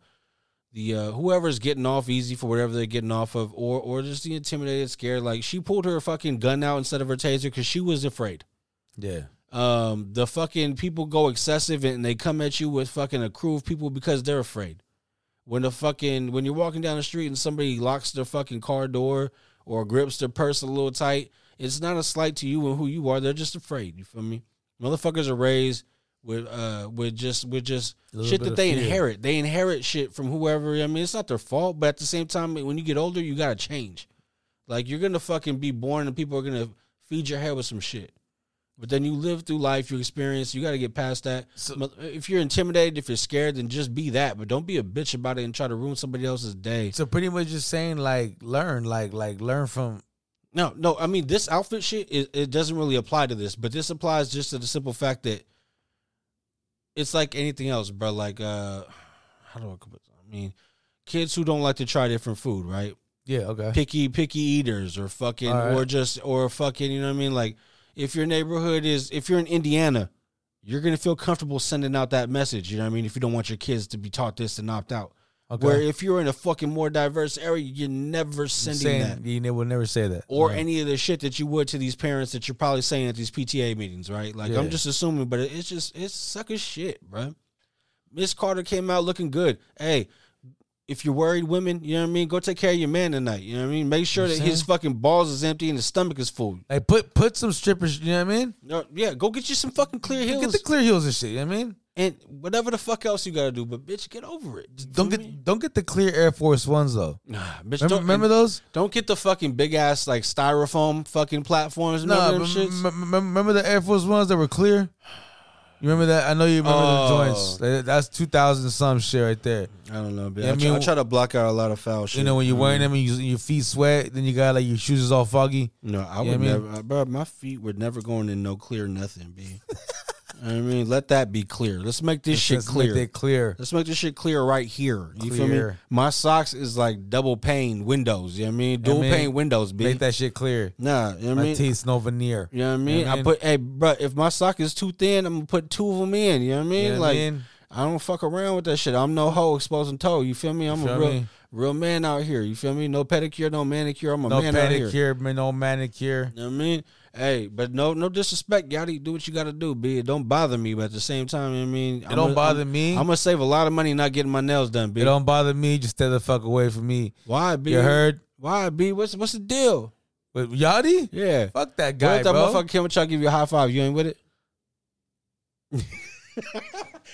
the uh, whoever's getting off easy for whatever they're getting off of, or or just the intimidated, scared. Like she pulled her fucking gun out instead of her taser because she was afraid.
Yeah,
Um, the fucking people go excessive and they come at you with fucking a crew of people because they're afraid. When the fucking when you're walking down the street and somebody locks their fucking car door or grips their purse a little tight, it's not a slight to you and who you are. They're just afraid. You feel me? Motherfuckers are raised with uh with just with just
A little
shit
bit
that
of
they
fear.
inherit. They inherit shit from whoever. I mean, it's not their fault, but at the same time, when you get older, you gotta change. Like you're gonna fucking be born and people are gonna feed your head with some shit. But then you live through life, you experience, you got to get past that. Mo- if you're intimidated, if you're scared, then just be that. But don't be a bitch about it and try to ruin somebody else's day.
so pretty much just saying like learn, like like learn from.
No, no. I mean, this outfit shit, it, it doesn't really apply to this, but this applies just to the simple fact that it's like anything else, bro. Like, uh, how do I put this? I mean, kids who don't like to try different food, right?
Yeah, okay.
picky picky eaters or fucking
All right.
or just or fucking you know what I mean like if your neighborhood is if you're in Indiana you're going to feel comfortable sending out that message you know what I mean if you don't want your kids to be taught this and opt out
Okay.
where if you're in a fucking more diverse area you're never sending
saying
that
you ne- will never say that
or
Right.
any of the shit that you would to these parents that you're probably saying at these PTA meetings, right? Like
Yeah.
I'm just assuming, but it- it's just it's sucker shit, bro. Miss Carter came out looking good. Hey, if you're worried, women, you know what I mean. Go take care of your man tonight. You know what I mean. Make sure
You know
that
what I'm
his
saying?
fucking balls is empty and his stomach is full.
like put put some strippers. You know what I mean?
No, yeah, go get you some fucking clear
Get
heels
the clear heels and shit. You know what I mean?
and whatever the fuck else you gotta do. But bitch, get over it. You
Don't
feel
get
me?
don't get the clear Air Force Ones though.
nah, bitch.
Remember,
don't
remember those?
Don't get the fucking big ass like styrofoam fucking platforms. Remember
No,
them shits?
remember the Air Force Ones that were clear. You remember that? I know you remember
Oh.
the joints. That- That's two thousand some shit right there.
I don't know, bitch.
Yeah,
I,
I
try,
mean-
I try to block out a lot of foul shit.
You know when you're
Mm-hmm.
wearing them and you, your feet sweat, then you got like your shoes is all foggy.
No, I
You
would
know what I mean?
never, uh, bro. My feet were never going in no clear nothing, b. I mean, let that be clear. Let's make this shit
Let's
clear.
Make that clear.
Let's make this shit clear right here. You feel me?
Clear.
My socks is like double pane windows. You know what I mean? Dual
mean,
pane windows, b.
Make that shit clear.
nah, you know what I
My
mean?
teeth no veneer.
You know what I mean? I
mean?
put, hey, bro, if my sock is too thin, I'm gonna put two of them in. You know what I mean?
You know what I
like,
mean?
I don't fuck around with that shit. I'm no hoe exposing toe. You feel me? I'm
feel
a real,
me?
real man out here. You feel me? No pedicure, no manicure. I'm a
No
man out here.
pedicure, man, no manicure.
You know what I mean? Hey, but no, no disrespect. Gotta do what you gotta do. Be it don't bother me, but at the same time, you know what I mean,
It don't bother me.
I'm gonna save a lot of money not getting my nails done. B,
It don't bother me. Just stay the fuck away from me.
why? B,
You heard?
Why? B, what's what's the deal?
With Yachty?
Yeah,
Fuck that
What
guy,
if that
bro.
motherfucker came and try to give you a high five? You ain't with it?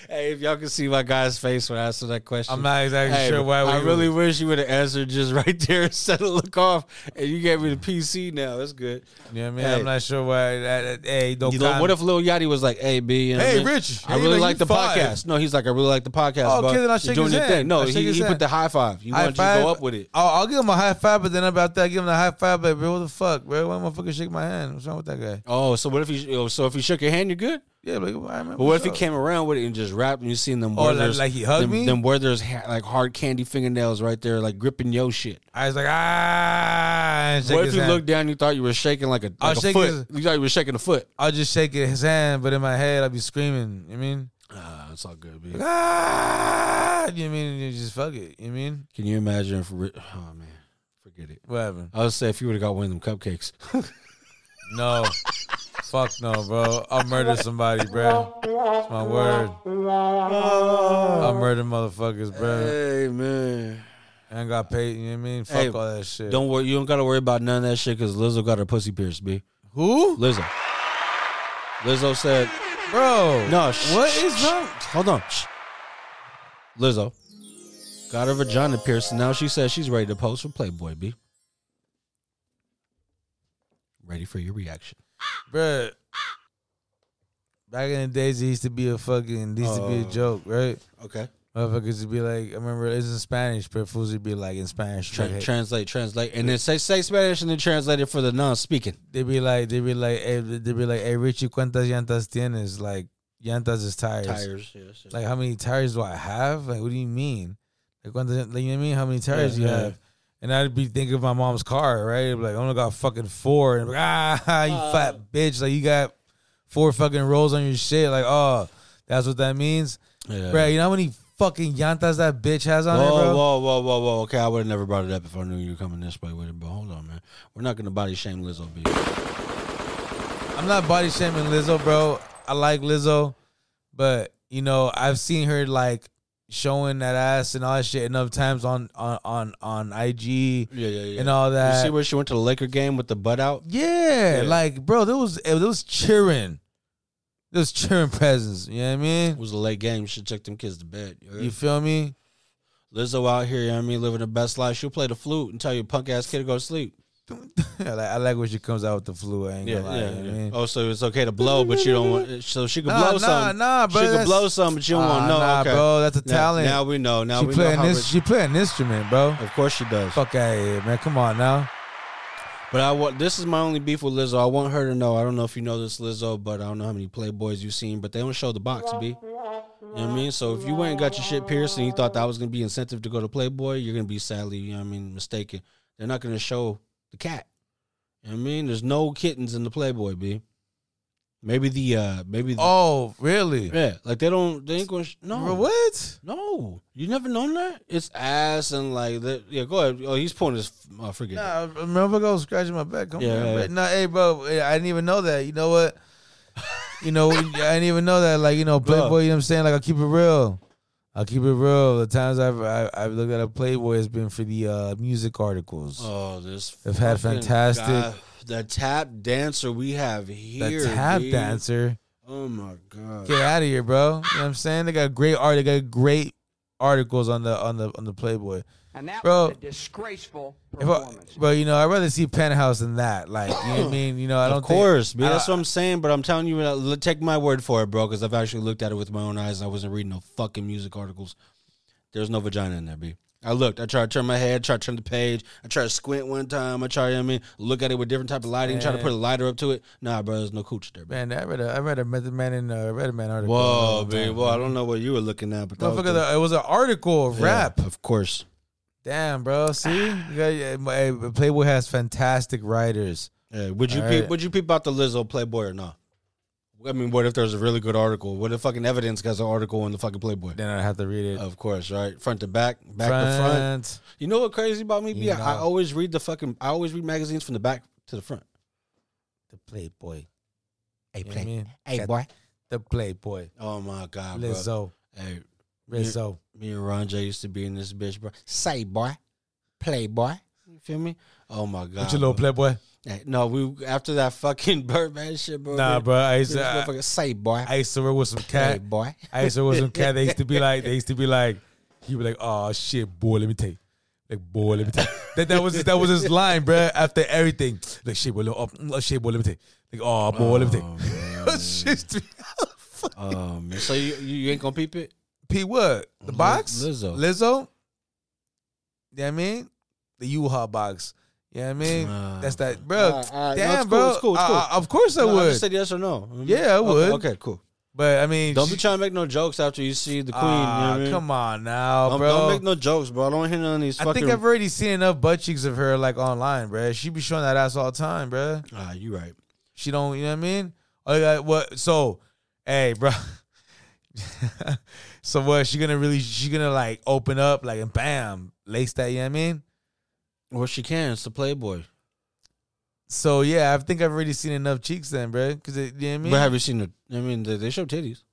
hey, if y'all can see my guy's face when I answer that question.
I'm not exactly
Hey,
sure why we
I really wish you would have answered just right there instead of look off, and you gave me the PC. Now that's good.
You know what I mean?
Hey.
I'm not sure why. That, that- hey, don't
You know,
comment.
what if Lil Yachty was like, "Hey, B, you know what I
Hey,
mean?
Rich,
I
hey,
really
man,
like
you
the
five."
podcast." No, he's like, "I really like the podcast."
Oh,
but
okay, then I'll
you're
shake
doing
his
your
hand.
thing. No,
I'll shake
he,
his
he put
hand.
the high five. You
High
want you to
five.
go up with it?
I'll, I'll give him a high five, but then about that, I give him a high five, like, bro, what the fuck, bro? Why motherfucker shake my hand? What's wrong with that guy?
Oh, so what if he? oh, So if he shook your hand, you're good.
Yeah, like, why,
But
man,
what if
what's
he
up?
came around with it and just wrapped and you seen them?
Oh, like-
Werther's-
like he hugged
them,
me?
Them Werther's ha- like hard candy fingernails right there, like gripping your shit.
I was like, ah. and shake
what if
his
you
hand.
looked down, and you thought you were shaking like a,
I'll
like a
shake
foot?
his-
you thought you were shaking a foot.
I'll just shake his hand, but in my head, I'll be screaming. You know what I mean?
Ah, it's all good, man.
Ah, you know what I mean? You just fuck it. You know what I mean?
Can you imagine if? Ri- Oh man, forget it.
Whatever.
I would say if you would have got one of them cupcakes.
No. fuck no, bro. I'll murder somebody, bro. It's my word. I'll murder motherfuckers, bro.
hey man,
I ain't got paid. You know what I mean? Fuck
Hey,
all that shit.
don't worry. You don't gotta worry about none of that shit because Lizzo got her pussy pierced. B.
Who?
Lizzo. Lizzo said,
Bro.
"No, shh,
What
shh,
is
shh,
wrong?
Hold on." shh. Lizzo got her vagina pierced, and now she says she's ready to pose for Playboy. B. Ready for your reaction.
Bruh. Back in the days, it used to be a fucking, it used to be a
Oh.
joke, right?
Okay.
Motherfuckers would be like, I remember it's in Spanish, but fools would be like in Spanish.
Tra-
like, hey,
Translate, translate, and then say say Spanish, and then translate it for the non-speaking.
they be like, they be like, hey, they be like, hey, Richie, cuántas llantas tienes? Like, llantas is tires.
Tires. Yes, yes.
Like, how many tires do I have? Like, what do you mean? Like, cuántas, like you know what I mean? How many tires
Yeah,
do you
yeah.
have? And I'd be thinking of my mom's car, right? I'd be like, I only got fucking four. And I'd be like, ah, you
Uh.
fat bitch. Like, you got four fucking rolls on your shit. Like, oh, that's what that means?
Yeah.
Bruh, you know how many fucking llantas that bitch has on
Whoa,
it, bro?
whoa, whoa, whoa, whoa. Okay, I would have never brought it up if I knew you were coming this way with it, but hold on, man. We're not going to body shame Lizzo B.
I'm not body shaming Lizzo, bro. I like Lizzo, but you know, I've seen her like showing that ass and all that shit enough times on on on on IG
Yeah, yeah, yeah.
and all
You
that.
see where she went to the Laker game with the butt out?
yeah,
Yeah.
like bro, there was it was cheering. There was cheering presence, you know what I
It
mean?
was a late game. She took them kids to bed. you heard?
You feel me?
Lizzo out here, you know what I mean, living the best life. She'll play the flute and tell your punk ass kid to go to sleep.
I like, I like when she comes out with the flu. I ain't gonna lie. you know what I mean?
Oh, so it's okay to blow, but she don't want. So she could
Nah,
blow
nah,
something.
nah, bro,
She could
that's-
blow something, but you don't want
Ah,
to know.
nah,
okay.
bro, that's a
Now-
talent.
Now, we know. Now
she
we know
playing
how
this.
rich-
She playing an instrument, bro.
of course she does.
Fuck out here, man. Come on now.
But I want this is my only beef with Lizzo. I want her to know. I don't know if you know this Lizzo, but I don't know how many Playboys you've seen, but they don't show the box, B. You know what I mean? So if you went and got your shit pierced and you thought that was gonna be incentive to go to Playboy, you're gonna be sadly, you know what I mean, mistaken. They're not gonna show the cat. You know what I mean? There's no kittens in the Playboy, B. Maybe the uh maybe the
Oh, really?
Yeah, like they don't they ain't gonna sh- no
Bro, what?
No. You never known that? It's ass and like that yeah, go ahead. Oh, he's pulling his oh, forget. it.
Nah, remember go scratching my back. Come
Yeah,
on,
yeah,
bro.
yeah.
Nah, hey, bro, eh, I didn't even know that. You know what? you know, I didn't even know that. Like, you know,
Bro.
Playboy. You know what I'm saying? Like, I'll keep it real. I'll keep it real. The times I've I, I've looked at a Playboy has been for the uh, music articles.
Oh, this
They've had
fucking
fantastic-
guy- the tap dancer we have
the
here.
tap
dude.
dancer.
Oh my god.
Get out of here, bro. You know what I'm saying? They got great art. They got great articles on the on the on the Playboy.
And that
Bro.
was a disgraceful
If I,
performance.
bro, you know, I'd rather see Penthouse than that. Like, you know what I mean? You know, I don't
Of course,
think,
man.
I-
That's what I'm saying. But I'm telling you, uh, l- take my word for it, bro. Because I've actually looked at it with my own eyes, and I wasn't reading no fucking music articles. There's no vagina in there, b. I looked. I tried to turn my head. Tried to turn the page. I tried to squint one time. I tried, you know what I mean, look at it with different type of lighting. Try to
Man.
put a lighter up to it. Nah, bro. There's no cooch there, bro.
Man, I read a I read a Method Man and uh, Red Man article. all
Whoa,
the
b.
time.
Well, I don't know what you were looking at, but that was
Motherfucker,
the-
the- it was an article of
Yeah,
rap.
of course.
Damn, bro. See, you got, yeah, my- hey, Playboy has fantastic writers.
Hey, would you
All
peep,
right.
would you peep out the Lizzo Playboy or not? I mean, what if there's a really good article? What if fucking evidence has an article in the fucking Playboy?
Then I have to read it.
Of course, right? Front to back, Uh, back to front. You know what crazy about me?
You
Yeah, I
know.
always read the fucking. I always read magazines from the back to the front.
The Playboy.
Hey,
You know what I
play.
mean?
Hey,
Got
boy.
The Playboy.
Oh my god, bro.
Lizzo.
Hey,
Rizzo.
me and Ron J used to be in this bitch, bro. Say, boy, play, boy. You feel me? Oh my god.
What's your little
bro.
Playboy?
Hey, no, we after that fucking Birdman shit, bro.
Nah,
we-
bro. I
we
used
just
to, I,
motherfucking say, boy,
I used to work with some
play,
cat.
boy.
I used to work with some cat. They used to be like, they used to be like, he was like, oh shit, boy, let me take. Like boy, let me take. That that was his- that was his line, bro. After everything, like shit, boy, look up, Mm, shit, boy, let me take. Like oh, boy, let me take. Shit,
Um, so you, you you ain't gonna peep it?
P what? The
Liz-
box?
Lizzo.
Lizzo? Yeah, I mean? The U-Haul box. Yeah, I mean?
Nah,
That's that, bro.
All right, all right. No,
Damn,
it's cool,
bro.
it's cool, it's cool.
I- I- of course I
No, I
would.
just said yes or no.
Yeah, I
Okay,
would.
Okay, cool.
but I mean,
Don't
she-
be trying to make no jokes after you see the queen. you know what
Ah,
I mean?
come on now,
Don't,
bro.
don't make no jokes, bro. I don't wanna hear none of these
I
fucking.
think I've already seen enough butt cheeks of her like online, bro. She be showing that ass all the time, bro.
ah, you right.
She don't, you know what I mean? Oh yeah, what? So, hey, bro. so what? She gonna really? She gonna like open up like and bam, lace that? You know what I mean?
Well, she can. It's the Playboy.
So yeah, I think I've already seen enough cheeks then, bro. Cause it, you know what I mean?
But have you seen the? I mean, they, they show titties.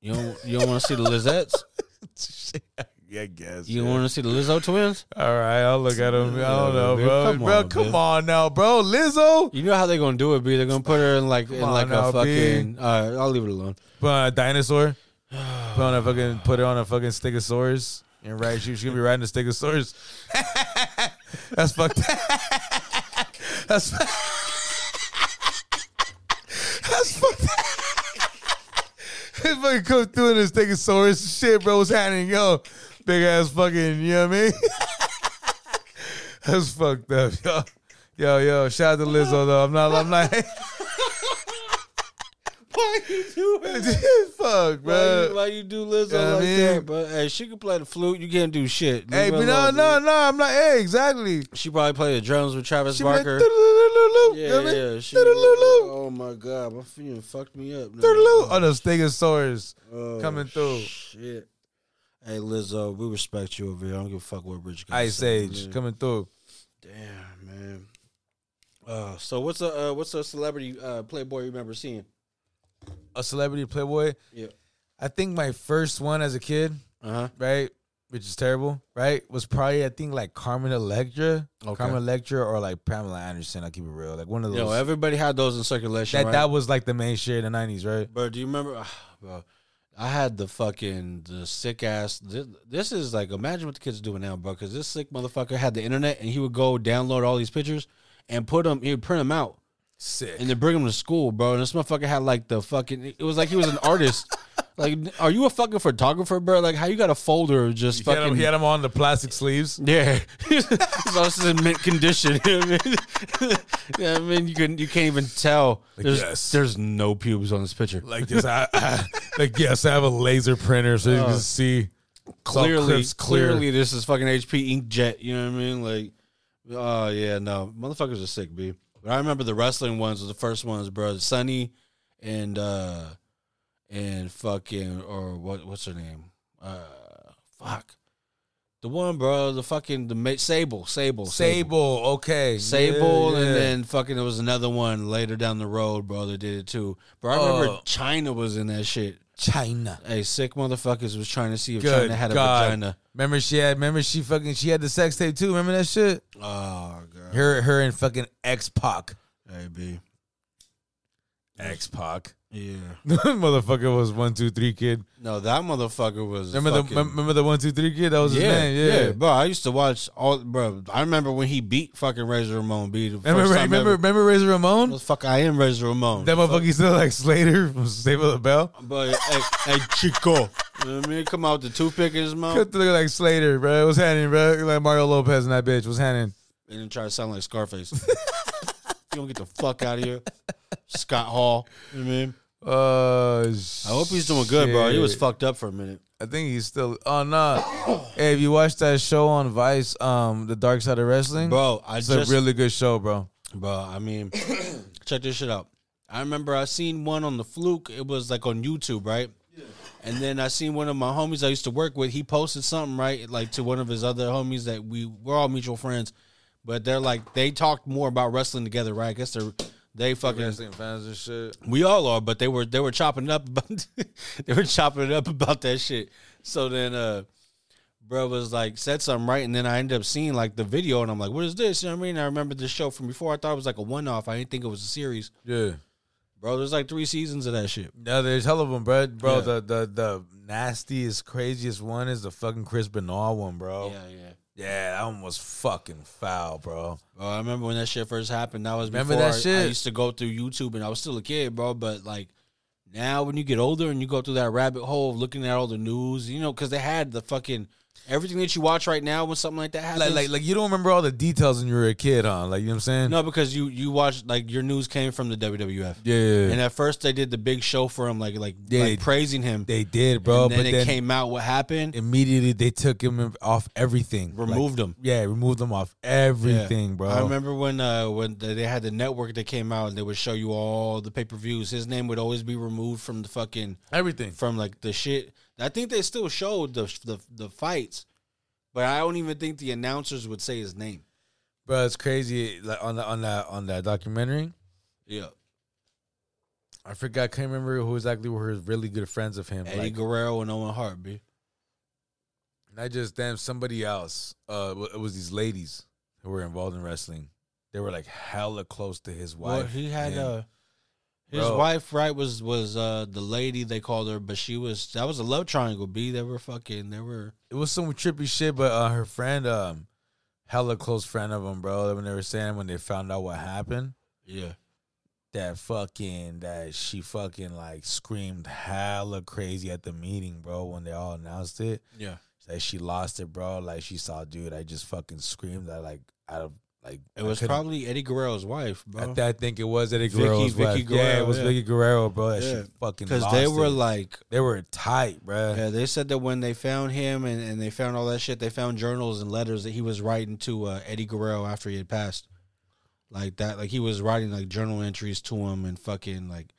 You don't. You don't want to see the Lizettes.
yeah, I guess.
You
yeah.
don't want to see the Lizzo twins.
All right, I'll look at him. I don't know,
Yeah,
bro.
come
bro,
on,
come
man.
on now, bro. Lizzo,
You know how they're gonna do it, B. They're gonna put her in like in
Come
like
on
a
now, B.
fucking. All right, I'll leave it alone.
put on a dinosaur. Put on a fucking, put her on a fucking stegosaurus and ride. She, she gonna be riding a stegosaurus. That's fucked. That's that's fucked. This fucking come through in a stegosaurus and shit, bro. What's happening, yo? Big ass fucking, you know what I mean? That's fucked up, yo. Yo, yo, shout out to Lizzo though. I'm not, I'm not.
Why you do
Fuck,
Why
bro.
you, why you do Lizzo
Yeah, I
like
mean-
that, bro? Hey, she can play the flute. You can't do shit.
Hey,
Leave her
but no,
alone,
no,
B.
no. I'm not. Hey, exactly.
She probably played the drums with Travis
She be like,
Barker.
"Doodle-doodle-doodle-doo," you know
yeah,
what I mean?
yeah. She,
Doodle-doo-doo.
oh my god, my feeling fucked me up. now.
Doodle-doo. Oh, the stegosaurus.
Oh,
Uh, coming through.
Shit. Hey Lizzo, we respect you over here. I don't give a fuck what Rich. gotta
Ice
say,
Age
man.
coming through.
Damn man. Uh, so what's a uh, what's a celebrity uh, Playboy you remember seeing?
A celebrity Playboy.
Yeah.
I think my first one as a kid,
Uh huh.
right, which is terrible, right, was probably I think like Carmen Electra,
Okay.
Carmen Electra, or like Pamela Anderson. I'll keep it real, like one of those.
Yo, everybody had those in circulation.
that
right?
that was like the main shit in the '90s, right?
Bro, do you remember? ah, bro, I had the fucking the sick ass. This, this is like imagine what the kids are doing now, bro. Because this sick motherfucker had the internet and he would go download all these pictures and put them. He would print them out
Sick.
and then bring them to school, bro. And this motherfucker had like the fucking. It was like he was an artist. like, are you a fucking photographer, bro? Like, how you got a folder of just
He had,
fucking.
him, he had him on the plastic sleeves.
yeah, so this is in mint condition. You know what I mean? yeah, I mean you can you can't even tell.
Like,
there's
yes.
there's no pubes on this picture.
Like this, I, I, like yes, I have a laser printer, so you can see it's all
Uh, clearly,
clips clear.
clearly, this is fucking HP inkjet. You know what I mean? Like, oh yeah, no, motherfuckers are sick, b. But I remember the wrestling ones was the first ones, bro. Sunny and uh and fucking or what what's her name? Uh, fuck, the one, bro. The fucking the ma- Sable, Sable,
Sable, okay.
Sable,
Yeah, yeah.
and then fucking there was another one later down the road, bro. That did it too, bro. I remember
Oh.
China was in that shit.
China.
Hey, sick motherfuckers was trying to see if
Good
China had a
God.
vagina.
Remember she had remember she fucking she had the sex tape too. Remember that shit?
Oh god.
Her her and fucking X Pac.
Hey B.
X Pac.
Yeah.
Motherfucker was one two three kid.
No, that motherfucker was.
Remember
fucking-
the remember the one two three kid? That was
yeah,
his name. Yeah.
yeah, bro. I used to watch all, bro. I remember when he beat fucking Razor Ramon. B. The
Remember
first time
remember
ever.
remember Razor Ramon?
What the fuck I am Razor Ramon.
That motherfucker used to look like Slater from Save the Bell.
but hey, hey, Chico. You know what I mean? Come out with the toothpick in his mouth
Look like Slater, bro. What's happening, bro? Look like Mario Lopez and that bitch. What's happening?
and then try to sound like Scarface. you don't get the fuck out of here, Scott Hall. You know what I mean?
Uh,
I hope he's doing good, bro. He was
shit.
fucked up for a minute.
I think he's still. Oh no! hey, if you watch that show on Vice, um, The Dark Side of Wrestling,
Bro, I
it's
just
a really good show, bro.
Bro, I mean, check this shit out. I remember I seen one on the fluke. It was like on YouTube, right? And then I seen one of my homies I used to work with. He posted something right, like to one of his other homies that we we're all mutual friends, but they're like they talked more about wrestling together, right? I guess they're they fucking
Wrestling fans and shit.
we all are, but they were they were chopping it up about they were chopping it up about that shit. So then uh bro was like said something right and then I ended up seeing like the video and I'm like, What is this? You know what I mean? I remember this show from before. I thought it was like a one off. I didn't think it was a series.
Yeah.
Bro, there's like three seasons of that shit.
No, there's hell of them, bro. Bro,
Yeah.
the, the the nastiest, craziest one is the fucking Chris Benoit one, bro. Yeah,
yeah.
that one was fucking foul, bro.
Bro, I remember when that shit first happened. That was
Remember
before
that
I- I
shit?
used to go through YouTube and I was still a kid, bro. But like now, when you get older and you go through that rabbit hole of looking at all the news, you know, because they had the fucking everything that you watch right now when something like that happens.
Like, like, like you don't remember all the details when you were a kid, huh? Like, you know what I'm saying?
No, because you you watched like your news came from the WWF.
Yeah, yeah, yeah.
And at first they did the big show for him, like like,
Yeah,
like praising him.
they did, bro.
and then
but
it
then
came out what happened.
immediately they took him off everything, Like,
Removed him.
Yeah, removed him off
Yeah.
everything, bro.
I remember when uh when the, they had the network that came out and they would show you all the pay per views. His name would always be removed from the fucking
everything.
from like the shit. I think they still showed the the the fights, but I don't even think the announcers would say his name.
bro. It's crazy. Like on the on that on that documentary,
Yeah,
I forgot. I can't remember who exactly were his really good friends of him.
Eddie
like,
Guerrero and Owen Hart, b.
not just them, somebody else. Uh, w- it was these ladies who were involved in wrestling. They were like hella close to his wife.
Well, he had
and-
uh his
Bro.
wife right was was uh the lady they called her, but she was that was a love triangle. B they were fucking they were
it was some trippy shit, but uh, her friend, um, hella close friend of him, bro. When they were saying when they found out what happened,
yeah
that fucking that she fucking like screamed hella crazy at the meeting, bro. When they all announced it,
yeah
like she lost it, bro. Like she saw, dude, I just fucking screamed. I like out of like
it
I
was
couldn't-
probably Eddie Guerrero's wife,
I,
bro.
th- I think it was Eddie
Vicky-
Guerrero's
Vicky
wife. yeah,
Guerrero,
it was
yeah.
Vicky Guerrero, bro. That
Yeah.
she fucking
Because
lost
they were
it.
like,
they were tight, bro.
yeah, they said that when they found him and, and they found all that shit, they found journals and letters that he was writing to uh, Eddie Guerrero after he had passed, like that. Like he was writing like journal entries to him and fucking like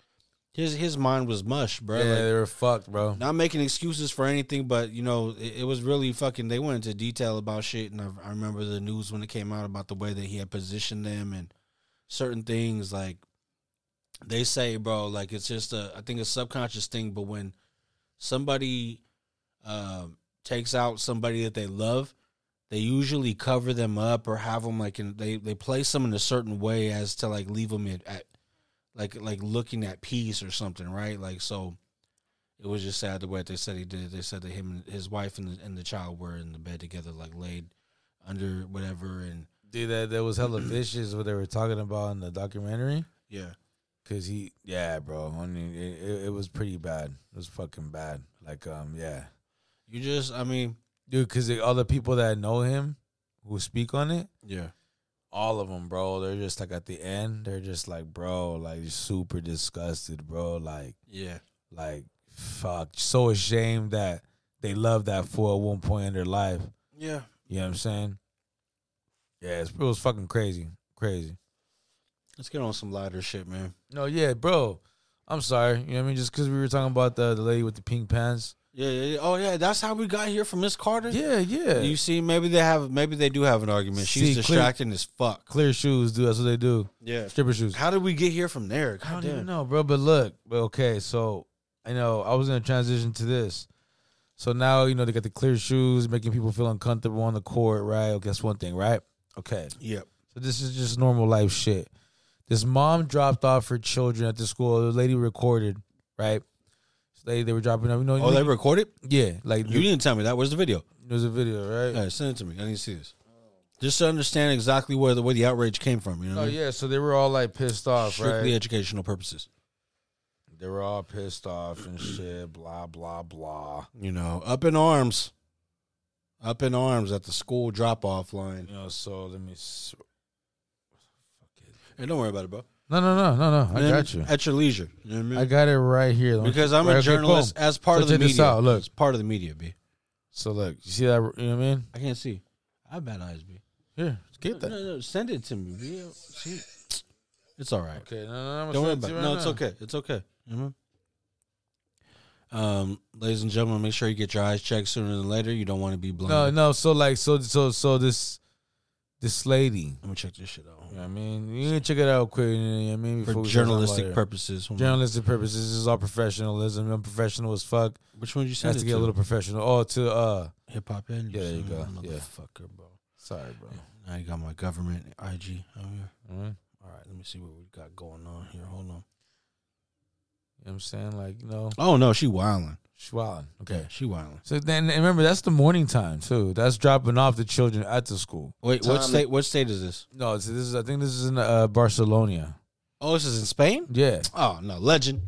his his mind was mush, bro.
Yeah,
Like,
they were fucked, bro.
not making excuses for anything, but you know, it, it was really fucking. They went into detail about shit, and I, I remember the news when it came out about the way that he had positioned them and certain things. Like they say, bro, like it's just a, I think a subconscious thing. But when somebody um, takes out somebody that they love, they usually cover them up or have them like in, they they place them in a certain way as to like leave them at, at like like looking at peace or something, right? Like so it was just sad the way they said he did. it. They said that him and his wife and the, and the child were in the bed together, like laid under whatever, and
Dude, that, that was hella vicious what they were talking about in the documentary.
yeah,
Cause he, yeah, bro. I mean, it, it, it was pretty bad. It was fucking bad. Like, um, yeah,
you just, I mean,
dude. Cause it, all the people that know him, who speak on it,
yeah,
all of them, bro. They're just like at the end, they're just like, bro, like super disgusted, bro. Like,
yeah,
like, fuck, so ashamed that they loved that fool at one point in their life.
yeah.
You know what I'm saying? Yeah, it's, it was fucking crazy, crazy.
Let's get on some lighter shit, man.
No, yeah, bro. I'm sorry. You know what I mean? Just because we were talking about the, the lady with the pink pants.
Yeah, yeah, yeah. Oh yeah, that's how we got here from Miss Carter.
Yeah, yeah.
You see, maybe they have, maybe they do have an argument. She's
See, clear-
distracting as fuck.
Clear shoes, dude. That's what they do.
Yeah.
Stripper shoes.
How did we get here from there?
I
God
don't even
damn.
know, bro. But look, but okay. So I know I was gonna transition to this. So now you know they got the clear shoes, making people feel uncomfortable on the court, right? Okay, that's one thing, right? Okay.
Yep.
So this is just normal life shit. This mom dropped off her children at the school. The lady recorded, right? So they they were dropping off. You know,
Oh, they recorded.
yeah, like
You didn't tell me that. Where's the video?
there's a video, right?
Yeah, send it to me. I need to see this. Just to understand exactly where the where the outrage came from. You know. what I
Oh
mean?
yeah, so they were all like pissed off,
strictly
right?
educational purposes.
they were all pissed off and shit, blah blah blah.
You know, up in arms, up in arms at the school drop off line.
You know, so let me. s-
Hey, don't worry about it, bro.
No, no, no, no, no. I
Then
got you.
At your leisure. You know what I mean?
I got it right here. Don't-
because I'm
right,
a
okay,
journalist
boom.
as part
So
of the
check this
media.
out, look.
As part of the media, B.
So look, you see that? You know what I mean?
I can't see. I have bad eyes, B.
Here, get
No,
that.
no, send it to me, B. See. It's all right.
Okay, no, no, no.
Don't worry about it. No, it's okay. It's okay. Mm-hmm. Um, ladies and gentlemen, make sure you get your eyes checked sooner than later. You don't want to be blind.
No, no. So like, so, so, so this, this lady.
Let me check this shit out
You know what I mean, you can check it out quick. You know what I mean,
for
before we start talking about
journalistic
it.
purposes. Hold on.
Journalistic purposes. This is all professionalism. I'm professional as fuck.
Which one did you
Has
send
to
it
get a little professional. Oh, to uh,
hip hop in?
Yeah, there you go. Yeah.
Motherfucker, bro.
sorry, bro.
Now you got my government IG out here.
Mhm. You know
All right, let me see what we got going on here. Hold on.
what I'm saying, like, you know,
Oh no, she wilding.
schwallen. Okay.
she wilding.
So then, and remember, that's the morning time too. That's dropping off the children at the school.
Wait,
Time-
what state? What state is this?
No, so this is. I think this is in uh, Barcelona.
Oh, this is in Spain.
Yeah.
Oh no, legend.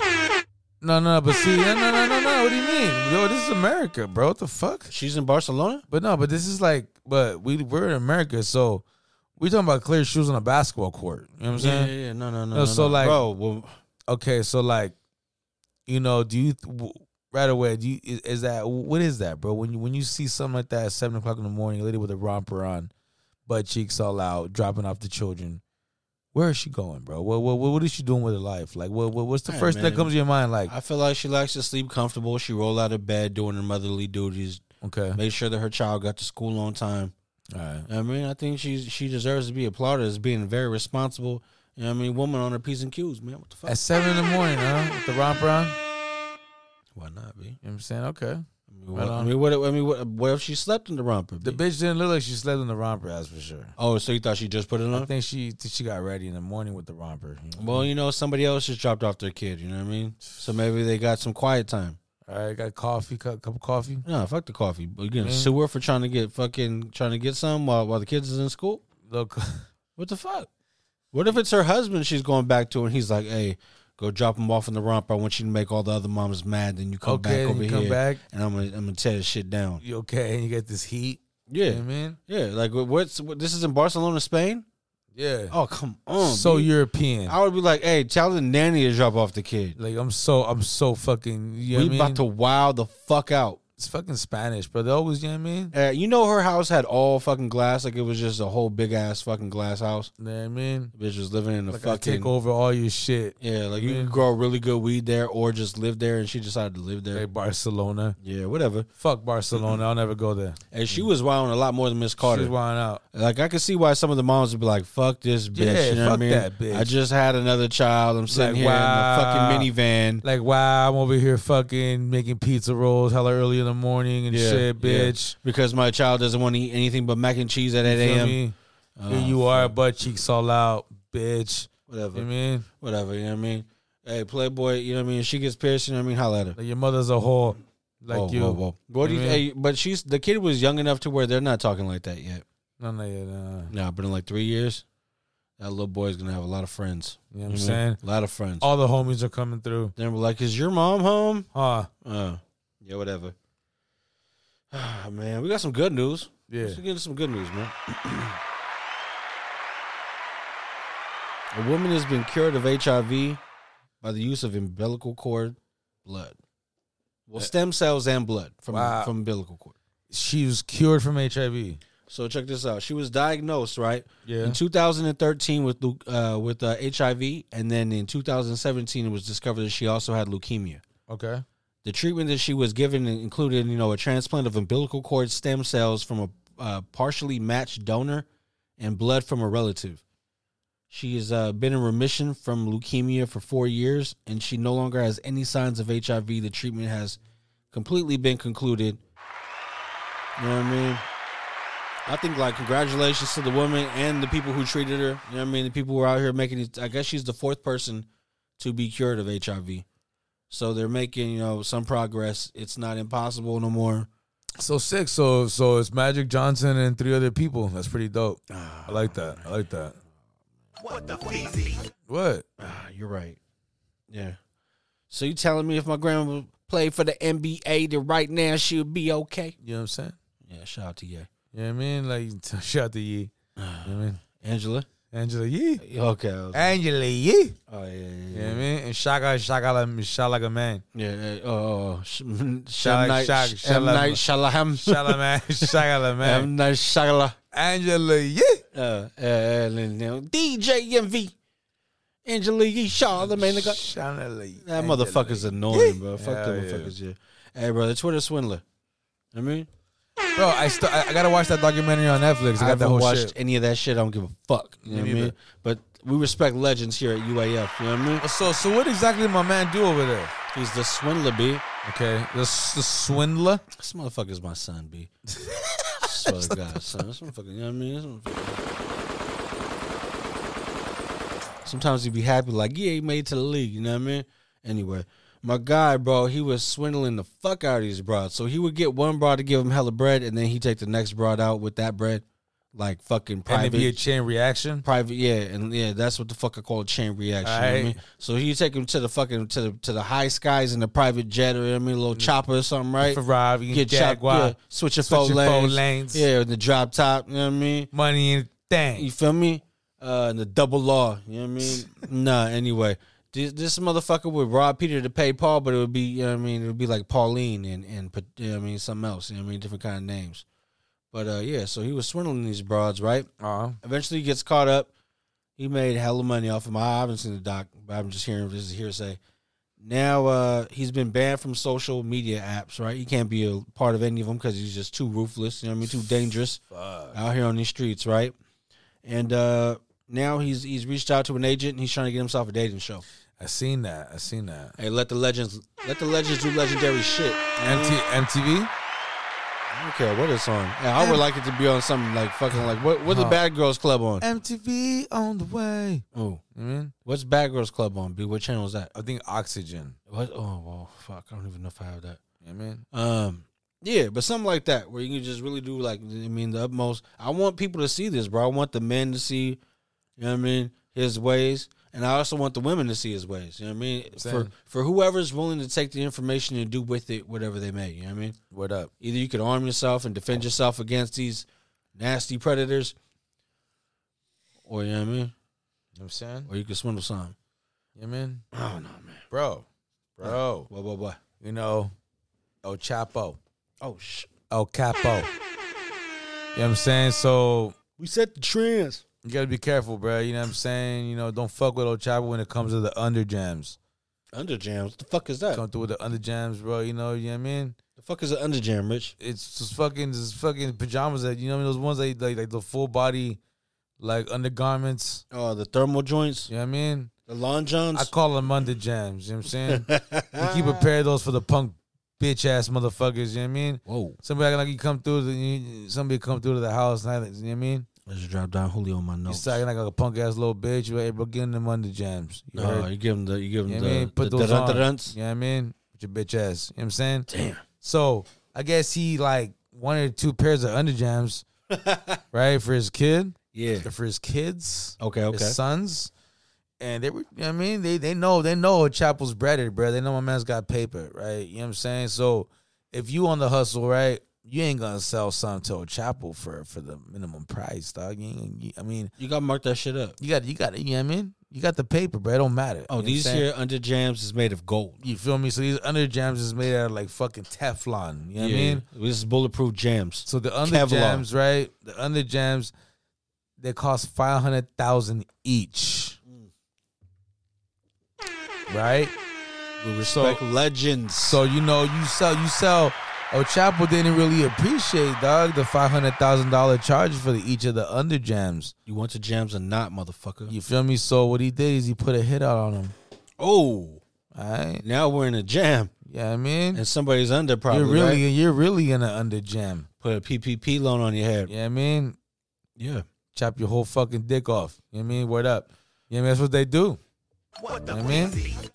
No, no, but see, no, no, no, no, no. What do you mean, yo? This is America, bro. What the fuck?
She's in Barcelona.
But no, but this is like, but we we're in America, so we talking about clear shoes on a basketball court. You know what I'm saying?
Yeah, yeah, yeah. No, no, no.
No, so, like-
bro, well,
Okay, so like, you know, do you w- right away? Do you is, is that what is that, bro? When you when you see something like that at seven o'clock in the morning, a lady with a romper on, butt cheeks all out, dropping off the children. Where is she going, bro? What what what is she doing with her life? Like, what, what what's the
Hey,
first thing
man.
that comes to your mind? Like,
I feel like she likes to sleep comfortable. She roll out of bed doing her motherly duties,
okay,
make sure that her child got to school on time.
all right,
I mean, I think she she deserves to be applauded as being very responsible. You know what I mean, woman on her p's and q's, man. What the fuck?
at seven in the morning, huh? With the romper on, you know
Why not, be?
what I'm saying? Okay,
I mean, what, I
on.
mean, what, I mean, what, what if she slept in the romper?
the
B?
bitch didn't look like she slept in the romper, that's for sure.
Oh, so you thought she just put it
I
on?
think she she got ready in the morning with the romper.
Well, you know, somebody else just dropped off their kid. You know what I mean? So maybe they got some quiet time.
all right, got coffee, cup, cup of coffee.
No, fuck the coffee. But you're gonna sue her for trying to get fucking trying to get some while while the kids is in school.
Look,
What the fuck? What if it's her husband she's going back to and he's like, hey, go drop him off in the romper. I want you to make all the other moms mad. Then you come
okay,
back
then
over
you come
here
back,
and I'm gonna I'm gonna tear this shit down.
you okay, and you get this heat. You know
Yeah,
what I mean,
yeah. Like what- what's what, this is in Barcelona, Spain.
yeah.
Oh come on.
so
B.
European.
I would be like, hey, tell the nanny to drop off the kid.
like I'm so I'm so fucking. You
we
know what I mean?
about to wow the fuck out.
It's fucking Spanish, bro. They always, you know what I mean.
Uh, you know her house had all fucking glass, like it was just a whole big ass fucking glass house.
You know what I mean.
Bitch was living in a
Like I
fucking
take over all your shit.
Yeah, like you
Yeah.
could grow really good weed there or just live there and she decided to live there.
Hey, Barcelona.
Yeah, whatever.
Fuck Barcelona. I'll never go there.
And she was wilding a lot more than Miss Carter.
Mm. She's wilding out.
like I could see why some of the moms would be like, "Fuck this bitch,"
Yeah,
you know what I
fuck
mean?
that bitch.
I just had another child. I'm sitting
Like,
here
wow.
in the fucking minivan.
Like, wow, I'm over here fucking making pizza rolls hella early in the morning and
Yeah,
shit,
yeah.
bitch.
because my child doesn't want to eat anything but mac and cheese at 8
You feel
a.m.
me?
Ah,
Here you are, butt cheeks all out, bitch.
Whatever,
You know what I mean?
whatever. You know what I mean? Hey, Playboy. You know what I mean? She gets pierced. You know what I mean? Holla at her.
Like your mother's a whore. Like
Whoa,
you.
whoa, whoa. What do you?
know what I mean?
Hey, but she's the kid was young enough to where they're not talking like that yet.
No, no, yeah, no. no.
Nah, but in like three years, that little boy's gonna have a lot of friends.
You know what I'm
Mhm.
saying?
A lot of friends.
All the homies are coming through.
Then we're like, "Is your mom home?"
Huh.
Uh, yeah, whatever. Ah, man, we got some good news.
Yeah.
Let's get into some good news, man. A woman has been cured of HIV by the use of umbilical cord blood. Well, stem cells and blood from
Wow.
from umbilical cord.
She was cured from HIV.
So check this out. She was diagnosed, right?
Yeah.
in 2013 with leu- uh, with uh, HIV, and then in 2017 it was discovered that she also had leukemia.
Okay.
The treatment that she was given included, you know, a transplant of umbilical cord stem cells from a uh, partially matched donor and blood from a relative. She has uh, been in remission from leukemia for four years, and she no longer has any signs of HIV. The treatment has completely been concluded. You know what I mean? I think like congratulations to the woman and the people who treated her. You know what I mean? The people who are out here making it. I guess she's the fourth person to be cured of HIV. So they're making you know some progress. It's not impossible no more.
So sick. So so it's Magic Johnson and three other people. That's pretty dope.
Ah.
I like that. I like that. What the
Ah, you're right. Yeah. So you telling me if my grandma played for the NBA, that right now she'll be okay?
You know what I'm saying?
Yeah. Shout out to you,
You know what I mean? Like t- shout out to Yee. You know what I mean?
Angela.
Angela Yee.
Okay. I was-
Angela Yee.
oh yeah.
You
Yeah.
know
Yeah.
what I mean? And Shaka Shaka like shot like a man.
yeah. yeah, yeah. Oh. oh. Sh-
Shala-
Shem Night.
Shak-
Shem
Shala-
Night. Shalaham.
Shot like a man. Shaka like a man.
Shem Night. Shalah.
Angela Yee.
uh, uh, and then, you know, DJ MV. Angelique Charlemagne the God.
Shanley.
That motherfucker's annoying, bro. Fuck
Hell
them
yeah.
motherfuckers, yeah. Hey, bro, the Twitter swindler. I mean,
Bro, I still I, I gotta watch that documentary on Netflix. I got
I
that
haven't
whole
watched
shit.
any of that shit. I don't give a fuck. You know what I mean?
neither.
But we respect legends here at UAF. You know what I mean?
So so what exactly did my man do over there?
He's the swindler, B.
Okay, the, s- the swindler.
This motherfucker's my son, B. Swear to God, son. This motherfucker, you know what I mean? This motherfucker- Sometimes you be happy, like, yeah, he made it to the league, you know what I mean? Anyway, my guy, bro, he was swindling the fuck out of these broads. So he would get one broad to give him hella bread, and then he take the next broad out with that bread, like fucking
And it'd
private.
be a chain reaction.
private yeah and yeah that's what the fuck i call a chain reaction you know what I
Aight.
mean? so you take him to the fucking to the to the high skies in the private jet or you know what i mean a
Mm.
little chopper or something right
Ferrari,
get
Jaguar,
chopped yeah, switch your
Switch
four
your
lanes,
four lanes.
yeah with the drop top you know what i mean
money and thing.
you feel me uh and the double law you know what i mean nah anyway this, this motherfucker would rob Peter to pay Paul, but it would be, you know what I mean, it would be like Pauline and, and pa- you know what I mean, something else, you know what I mean, different kind of names. But uh yeah, so he was swindling these broads, right?
Uh,
Eventually, he gets caught up. He made hella money off of my. I haven't seen the doc, but I'm just hearing this is hearsay. Now uh, he's been banned from social media apps. Right, he can't be a part of any of them because he's just too ruthless. You know what I mean? Too dangerous out here on these streets. Right, and uh, now he's he's reached out to an agent. and He's trying to get himself a dating show.
I seen that. I seen that.
Hey, let the legends let the legends do legendary shit.
MT, MTV.
I don't care what it's on. Yeah, I would like it to be on something like fucking like what what the Bad Girls Club on?
MTV on the way.
Oh,
You mean?
what's Bad Girls Club on? B, what channel is that?
I think Oxygen.
What? Oh well, fuck. I don't even know if I have that.
You mean?
Um, yeah, but something like that where you can just really do like I mean the utmost. I want people to see this, bro. I want the men to see, you know what I mean, his ways, and I also want the women to see his ways. You know what I mean? For
Same.
for whoever's willing to take the information and do with it whatever they may. You know what I mean?
What up?
Either you could arm yourself and defend yourself against these nasty predators, or you know what I mean,
You know what I'm saying?
or you could swindle some.
You mean?
I don't know, Oh, man.
Bro. Bro.
What? What? What?
You know, El Chapo.
Oh shit!
El Capo. You know what I'm saying? So
We set the trends.
you gotta be careful, bro. You know what I'm saying? You know, don't fuck with El Chapo when it comes to the under jams.
Under jams. What the fuck is that?
Come through with the under jams, bro. You know, you know what I mean?
The fuck is an under jam, Rich?
It's just fucking just fucking pajamas that you know what I mean? Those ones that like like the full body like undergarments.
Oh, the thermal joints,
You know what I mean?
the long johns.
I call them under jams. You know what I'm saying? you keep a pair of those for the punk bitch ass motherfuckers. You know what I mean?
Whoa!
Somebody acting like you come through, the, you, somebody come through to the house. And I, you know what I mean?
I just dropped down Julio on my
You
notes.
start acting like a punk ass little bitch. You like, bro, give them under jams. You,
No,
heard?
you give him the you give
You
him
know what I
the,
mean? Put
the
those on.
durunts.
You know what I mean? Put your bitch ass. You know what I'm saying?
Damn.
So I guess he like one or two pairs of under jams, right? For his kid,
Yeah.
for his kids.
Okay. Okay.
his sons. And they were, you know what I mean, they they know they know Chapel's breaded, bro. They know my man's got paper, right? You know what I'm saying? So if you on the hustle, right, you ain't gonna sell something to Chapel for for the minimum price, dog. You ain't, you- I mean,
You got to mark that shit up.
you got you got you know what I mean? You got the paper, bro. It don't matter.
Oh,
You know what I'm
these
saying?
here under jams is made of gold.
you feel me? So these under jams is made out of like fucking Teflon. You know what I mean?
this is bulletproof jams.
So the under
Kevlar.
jams, right? The under jams, they cost five hundred thousand each. Right?
We respect legends.
So you know you sell you sell Oh Chapo didn't really appreciate dog the five hundred thousand dollar charge for the, each of the under jams.
you want to jams or not, motherfucker?
You feel me? So what he did is he put a hit out on him.
Oh,
Alright?
now we're in a jam
Yeah, I mean
and somebody's under probably.
you're really
right?
you're really in an under jam.
put a PPP loan on your head.
Yeah, I mean
Yeah.
chop your whole fucking dick off. You know what I mean? Word up. You know what I mean? That's what they do. What the you know what I mean?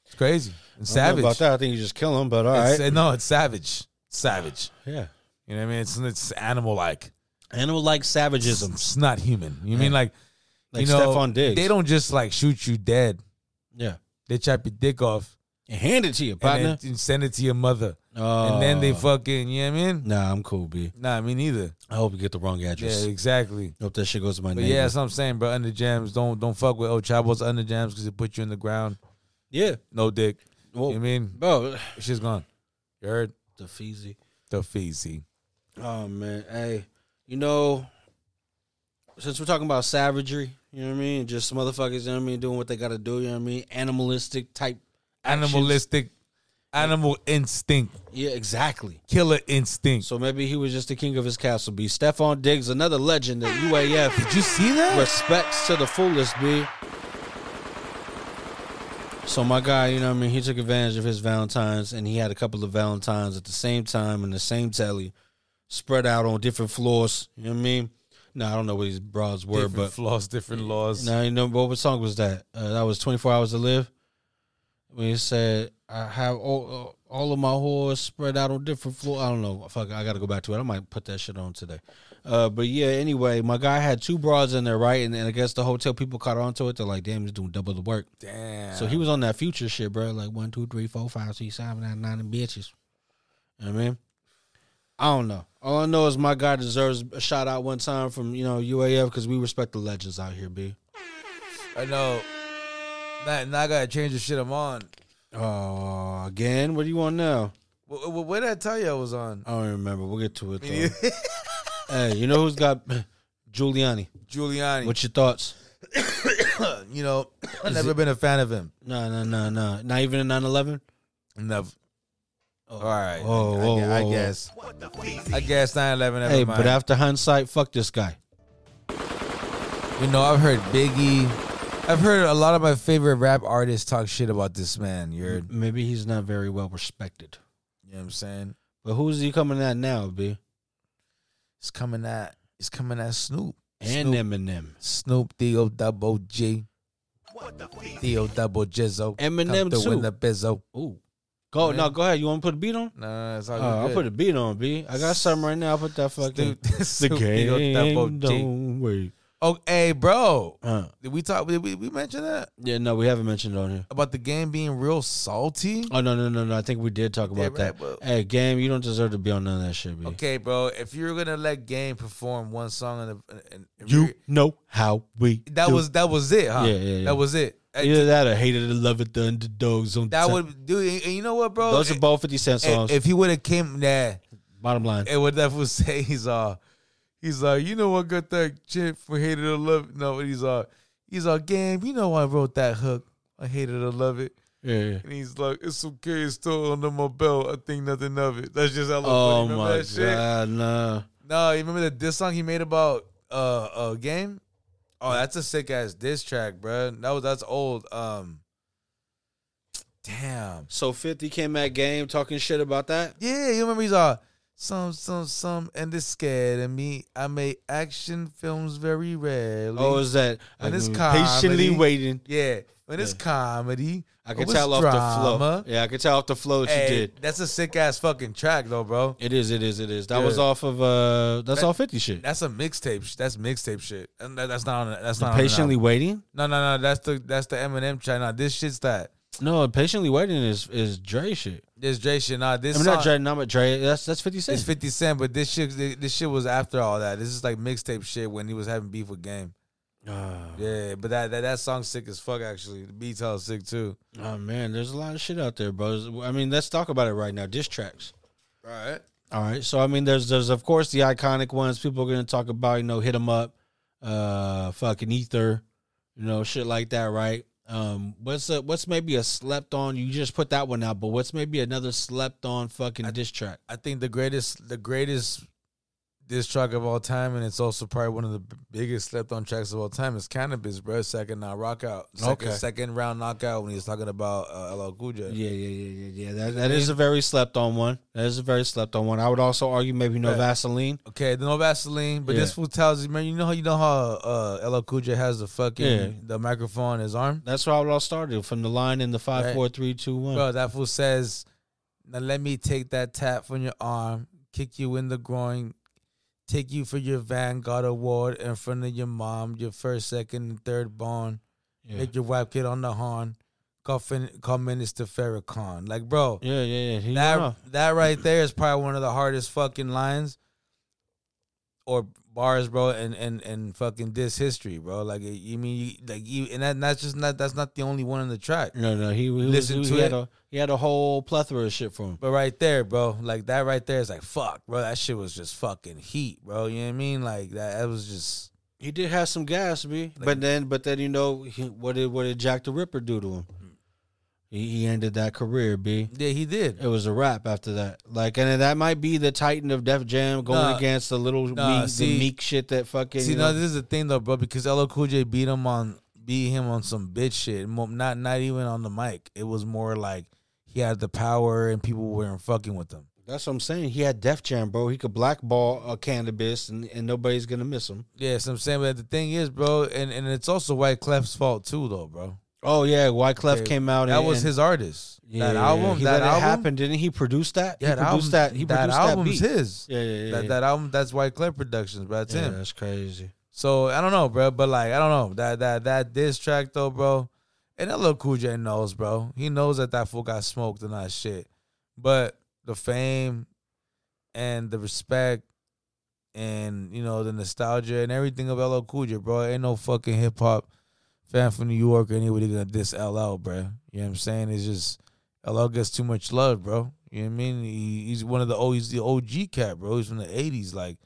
It's crazy. It's
I don't know
savage.
About that, I think you just kill him. But all right.
It's- No, it's savage. Savage.
yeah.
You know what I mean? It's it's animal like.
Animal like savagism.
It's not human. You mean like,
Like
you know
Stephon Diggs.
They don't just like shoot you dead.
Yeah.
They chop your dick off
And hand it to your
and,
partner.
then send it to your mother.
Oh.
and then they fucking you know what I mean?
Nah, I'm cool, B.
Nah, me neither.
I hope you get the wrong address.
Yeah, exactly.
Hope that shit goes to my
But
neighbor.
yeah, that's what I'm saying, bro. Under jams, don't don't fuck with El Chabo's under jams because it put you in the ground.
yeah.
No dick.
Well,
you know what I mean?
bro,
Shit's gone. You heard?
the feezy.
The feezy.
Oh man, hey, you know, since we're talking about savagery, you know what I mean? Just motherfuckers, you know what I mean, doing what they gotta do, you know what I mean? Animalistic type actions.
Animalistic, animal instinct,
Yeah, exactly.
killer instinct.
So maybe he was just the king of his castle, B. Stephon Diggs, another legend at UAF.
Did you see that?
Respects to the fullest, B. So my guy, you know what I mean, he took advantage of his Valentines and he had a couple of Valentines at the same time in the same telly, spread out on different floors. You know what I mean? Now I don't know what these broads were,
different
but
flaws, different laws.
Now you know what, what song was that? Uh, that was Twenty Four Hours to Live. When he said, "I have all, uh, all of my whores spread out on different floor." I don't know. Fuck, I got to go back to it. I might put that shit on today. Uh, but yeah, anyway, my guy had two bras in there, right? And, and I guess the hotel people caught on to it. They're like, "Damn, he's doing double the work."
Damn.
So he was on that future shit, bro. Like one, two, three, four, five, six, seven, eight, nine, and bitches. You know what I mean, I don't know. All I know is my guy deserves a shout out one time from you know UAF because we respect the legends out here, b.
I know. Now, now I gotta change the shit I'm on.
Oh, again? What do you want now?
What, what, what did I tell you I was on?
I don't remember. We'll get to it though. hey, you know who's got Giuliani?
Giuliani. Uh,
What's your thoughts?
you know, I've never been a fan of him.
No, no, no, no. Not even in 9/11.
Never. All right.
Oh, whoa,
I, I,
whoa, whoa.
guess. I guess 9 11. Never
Hey,
mind.
but after hindsight, fuck this guy.
You know, I've heard Biggie. I've heard a lot of my favorite rap artists talk shit about this man. You're, you know
Maybe he's not very well respected.
what I'm saying?
But who's he coming at now, B?
It's coming at, it's coming at Snoop.
And
Snoop,
Eminem.
Snoop D-O double G. D-O double Jizzo.
Eminem
Come through
too.
in the bizzo.
Ooh. Go
Yeah.
no, go ahead. You want to put a beat on?
Nah, it's all
Oh, I'll
good.
put a beat on, B. I got something right now. I'll put that fucking.
Snoop-
The
Snoop D-O double
game
G.
don't wait.
Oh, hey, bro.
Uh,
Did we talk? Did we, we mention that
yeah, no, we haven't mentioned it on here.
about the game being real salty?
Oh no no no no! I think we did talk about
right,
that.
but-
Hey, game, you don't deserve to be on none of that shit, B.
Okay, bro. If you're gonna let Game perform one song in the, in, in,
You know how we.
that
do.
was that was it, huh?
Yeah, yeah, yeah.
That was it. Uh,
either that or hated to love it. The underdogs on
That
top.
would do. And you know what, bro?
Those are both Fifty Cent
If-
songs.
If he would have came, nah,
bottom line,
it would definitely say he's uh, he's uh, you know what got that shit for hated to love. No, he's uh, he's uh, Game. You know I wrote that hook. I hated to love it.
yeah, yeah.
And he's like, it's okay, it's still under my belt. I think nothing of it. That's just how
Oh
funny. Remember
my
that shit?
god, nah.
No, you remember that diss song he made about uh uh game? Oh, that's a sick ass diss track, bro. That was that's old. Um Damn.
So Fifty came at game talking shit about that.
Yeah, you remember he's all some some some and it's scared of me. I make action films very rarely.
Oh, is that
And it's
patiently
comedy.
waiting?
yeah. When it's comedy.
I could
oh, it's
tell off
drama.
the flow. Yeah, I could tell off the flow that
Hey,
you did.
That's a sick ass fucking track though, bro.
It is, it is, it is. That
Yeah.
was off of uh, that's
That-
all Fifty shit.
That's a mixtape. sh- That's mixtape shit. And that, that's not. On, that's not. on an
Patiently
album.
waiting.
No, no, no. That's the that's the Eminem track. Nah, this shit's that.
No, patiently waiting is is Dre shit.
This Dre shit. Nah, this
I mean,
song
not Dre, not but Dre. That's that's Fifty
is
Cent.
Fifty Cent, but this shit this shit was after all that. This is like mixtape shit when he was having beef with Game.
Ah.
Yeah, but that that, that song's sick as fuck. Actually, the beats all sick too.
oh man, there's a lot of shit out there, bro. I mean, let's talk about it right now. Diss tracks.
All right.
All right. So I mean, there's there's of course the iconic ones people are gonna talk about. You know, hit 'em up, uh, fucking ether, you know, shit like that, right? Um, what's a, what's maybe a slept on? You just put that one out, but what's maybe another slept on fucking diss track?
I think the greatest the greatest diss track of all time, and it's also probably one of the b- biggest slept on tracks of all time. Is Cannabis, bro. Second uh, rockout. Second,
Okay.
second round knockout when he's talking about uh, LL Cool J.
Yeah, yeah, yeah, yeah, yeah. That that is a very slept on one. That is a very slept on one. I would also argue maybe no
Yeah.
Vaseline.
Okay, the no Vaseline, but this
Yeah.
fool tells you, man, you know how you know how uh, LL Cool J has the fucking
Yeah.
the microphone in his arm,
That's where I would all started from the line in the five,
Right.
four, three, two, one.
bro. That fool says, "Now let me take that tap from your arm, kick you in the groin, take you for your Vanguard award in front of your mom, your first, second, and third born,
Yeah.
make your wife get on the horn, call fin- call Minister Farrakhan." Like, bro,
yeah, yeah, yeah. He went
that
off.
that right there is probably one of the hardest fucking lines or bars, bro, and and and fucking this history, bro. Like it- you mean you like you and that, that's just not that's not the only one on the track.
No, no, he, he was,
Listen
he,
to
had
it.
a he had a whole plethora of shit for him.
But right there, bro, like that right there is like fuck, bro. That shit was just fucking heat, bro. You know what I mean? Like that, that was just
He did have some gas, B. but then, but then you know he, what did what did Jack the Ripper do to him? He, he ended that career, B.
Yeah, he did.
It was a wrap after that. Like, and that might be the Titan of Def Jam going
Nah.
against the little
Nah,
meek,
see-
the meek shit that fucking.
See,
you
no,
know-
this is the thing though, bro, because LL Cool J beat him on beat him on some bitch shit. Mo- Not not even on the mic. It was more like he had the power and people weren't fucking with him.
that's what I'm saying. He had Def Jam, bro. He could blackball a cannabis, and, and nobody's gonna miss him.
Yeah, so I'm saying, but the thing is, bro, and, and it's also White Clef's fault too, though, bro.
Oh yeah, Wyclef
Yeah,
came out.
That
and,
was
and-
his artist.
Yeah,
that album,
He
that
let
album,
it happen. Didn't he produce that?
Yeah,
he produced
that,
that.
album,
He
that
produced
album's
that beat.
his.
Yeah, yeah, yeah.
That,
yeah.
that album, that's White Clef Productions, bro. That's
yeah,
him.
that's crazy.
So I don't know, bro. But like I don't know that that that diss track though, bro. And that little Cool J knows, bro. He knows that that fool got smoked and that shit. But the fame and the respect and you know the nostalgia and everything of LL Cool J, bro. Ain't no fucking hip hop fan from New York or anybody gonna diss LL, bro. You know what I'm saying? It's just LL gets too much love, bro. You know what I mean? He, he's one of the oh, he's the OG cat, bro. He's from the '80s, like.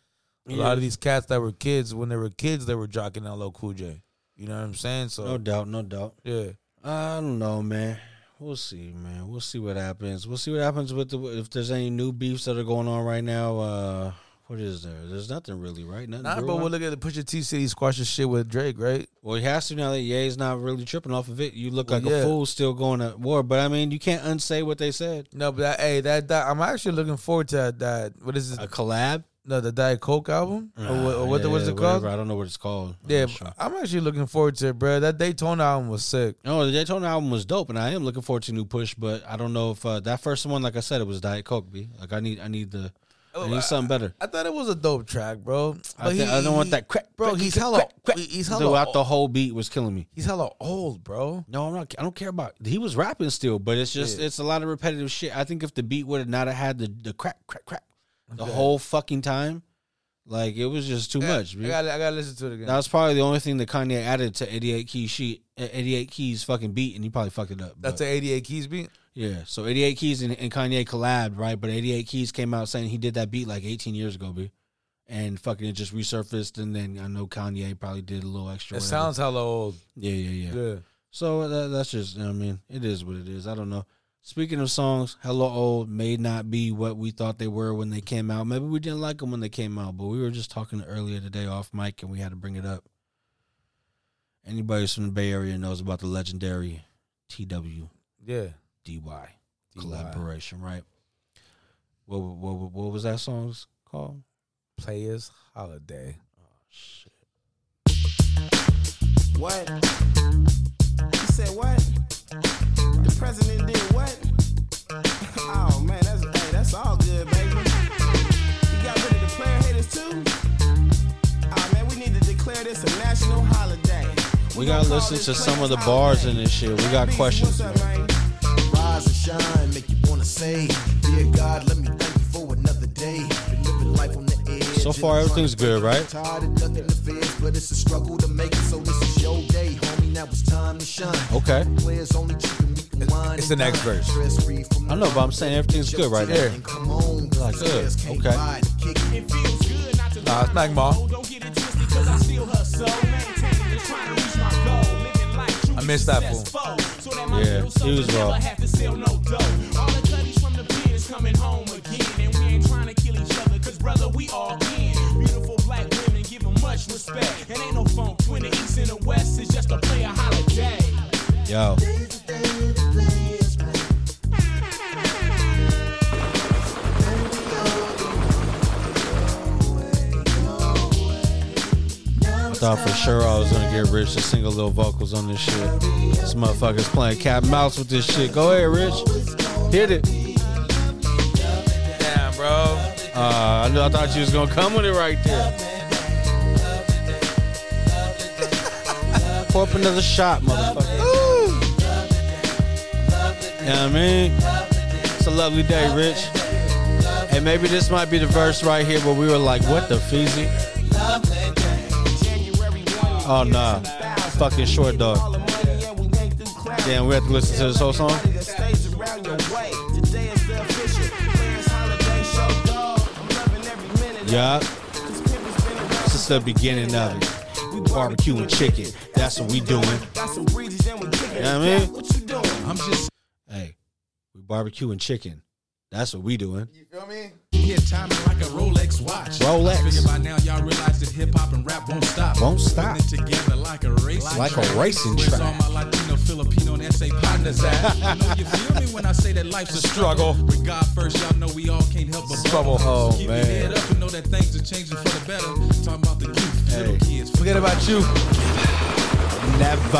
A lot of these cats that were kids when they were kids, they were jocking LL Cool J. You know what I'm saying? So
No doubt, no doubt.
yeah,
I don't know, man. We'll see, man. We'll see what happens. We'll see what happens with the if there's any new beefs that are going on right now. Uh, what is there? There's nothing really, right? Nothing.
nah, but
brewing.
we'll look at the Pusha T City squashes shit with Drake, right?
Well, he has to now that Ye's not really tripping off of it. You look
Well,
like
yeah.
a fool still going to war, but I mean, you can't unsay what they said.
No, but that, hey, that, that I'm actually looking forward to that. that what is
A
it?
collab?
No, the Diet Coke album or, what- or what?
Uh, Yeah,
the what is it
whatever.
called?
I don't know what it's called. I'm
yeah,
not sure.
I'm actually looking forward to it, bro. That Daytona album was sick.
No, the Daytona album was dope, and I am looking forward to new push. But I don't know if uh, that first one, like I said, it was Diet Coke. B. Like I need, I need the, I need something better.
I thought it was a dope track, bro.
I,
But
thi- I don't want that crack,
bro.
crack,
He's
crack,
hella,
crack, crack.
he's hella,
throughout the whole beat was killing me.
he's hella old, bro.
No, I'm not. I don't care about. He was rapping still, but it's just
Yeah.
it's a lot of repetitive shit. I think if the beat would have not have had the the crack, crack, crack, the whole fucking time, like it was just too much. B.
I gotta, I gotta listen to it again.
That was probably the only thing that Kanye added to 88 Keys sheet, 88 Keys fucking beat, and he probably fucked it up. but-
That's an 88 Keys beat.
Yeah, so 88 Keys and, and Kanye collabed, right? But 88 Keys came out saying he did that beat like 18 years ago, B. And fucking it just resurfaced, and then I know Kanye probably did a little extra.
It
whatever.
sounds hella old.
Yeah, yeah, yeah.
Yeah.
So that, that's just, you know what I mean, it is what it is. I don't know. Speaking of songs, Hello Old may not be what we thought they were when they came out. Maybe we didn't like them when they came out, but we were just talking earlier today off mic, and we had to bring it up. Anybody who's from the Bay Area knows about the legendary TW.
Yeah.
DY collaboration, right? What, what what what was that song's called?
Players Holiday.
What? You said what? The president did what? Oh man, that's hey, that's all good, baby. You got rid of the player haters too? Ah man, we need to declare this a national holiday.
We gotta listen to some of the bars in this shit. We got questions.
What's up, man?
Rise and shine, make you wanna say, Dear God, let me thank you for another day. Been living life on the edge.
So far,
and I'm
everything's
trying to
good,
break
right?
it. Tired of ducking the feds, but it's a struggle to make it. So this is your day, homie. Now it's time to shine.
Okay.
Players only chicken, we can wine.
it's
and
the next
dine.
verse.
Stress-free from
I know, but I'm saying everything's good right
there.
And come on, 'cause
Like,
the
good.
feds can't
Okay.
buy it, kick it.
It feels good not to
Nah, it's Mac Ma.
Don't get it twisted, cause I still hustle. Maintaining and trying to reach my goal. Living life truly
I missed that fool.
successful. So that my
Yeah,
little
he
soldier
was raw.
never have to sell no dough. All the cuties from the pen is coming home again. And we ain't trying to kill each other, cause brother, we all in. Beautiful black women, give 'em much respect. And ain't no funk between the east and the west, it's just a player holiday.
Yo, I thought for sure I was gonna get Rich to sing a little vocals on this shit. This motherfucker's playing cat and mouse with this shit. Go ahead, Rich, hit it.
Damn, bro.
Uh, I knew I thought you was gonna come with it right there. Pour up another shot, motherfucker. You know what I mean? It's a lovely day, Rich. And maybe this might be the verse right here where we were like, what the feezy? Oh, nah. Fucking short dog. Damn, we have to listen to this whole song?
that stays around your way. Today is the official Players Holiday Show, dog. I'm loving every minute. of
Yeah,
it. 'Cause Pimpin's been around
this is the beginning of it. barbecue and chicken. That's what we doing.
Got some breezes and we kicking.
Yeah, I mean.
What you doing?
I'm just
Hey, we barbecue and chicken. That's what we doing.
you feel me?
Yeah, timing like a Rolex watch.
Rolex.
I figure by now y'all realize that hip hop and rap won't stop.
Won't stop.
Putting it together like a race.
Like a racing
Where's
track.
all my Latino, Filipino, and SA partners at? you know you feel me when I say that life's a struggle.
Struggle.
With God first, y'all know we all can't help but
Struggle.
bubble.
Oh,
Keep
man.
your head up and know that things are changing for the better. Talking about the youth, little kids.
Forget about you.
Never.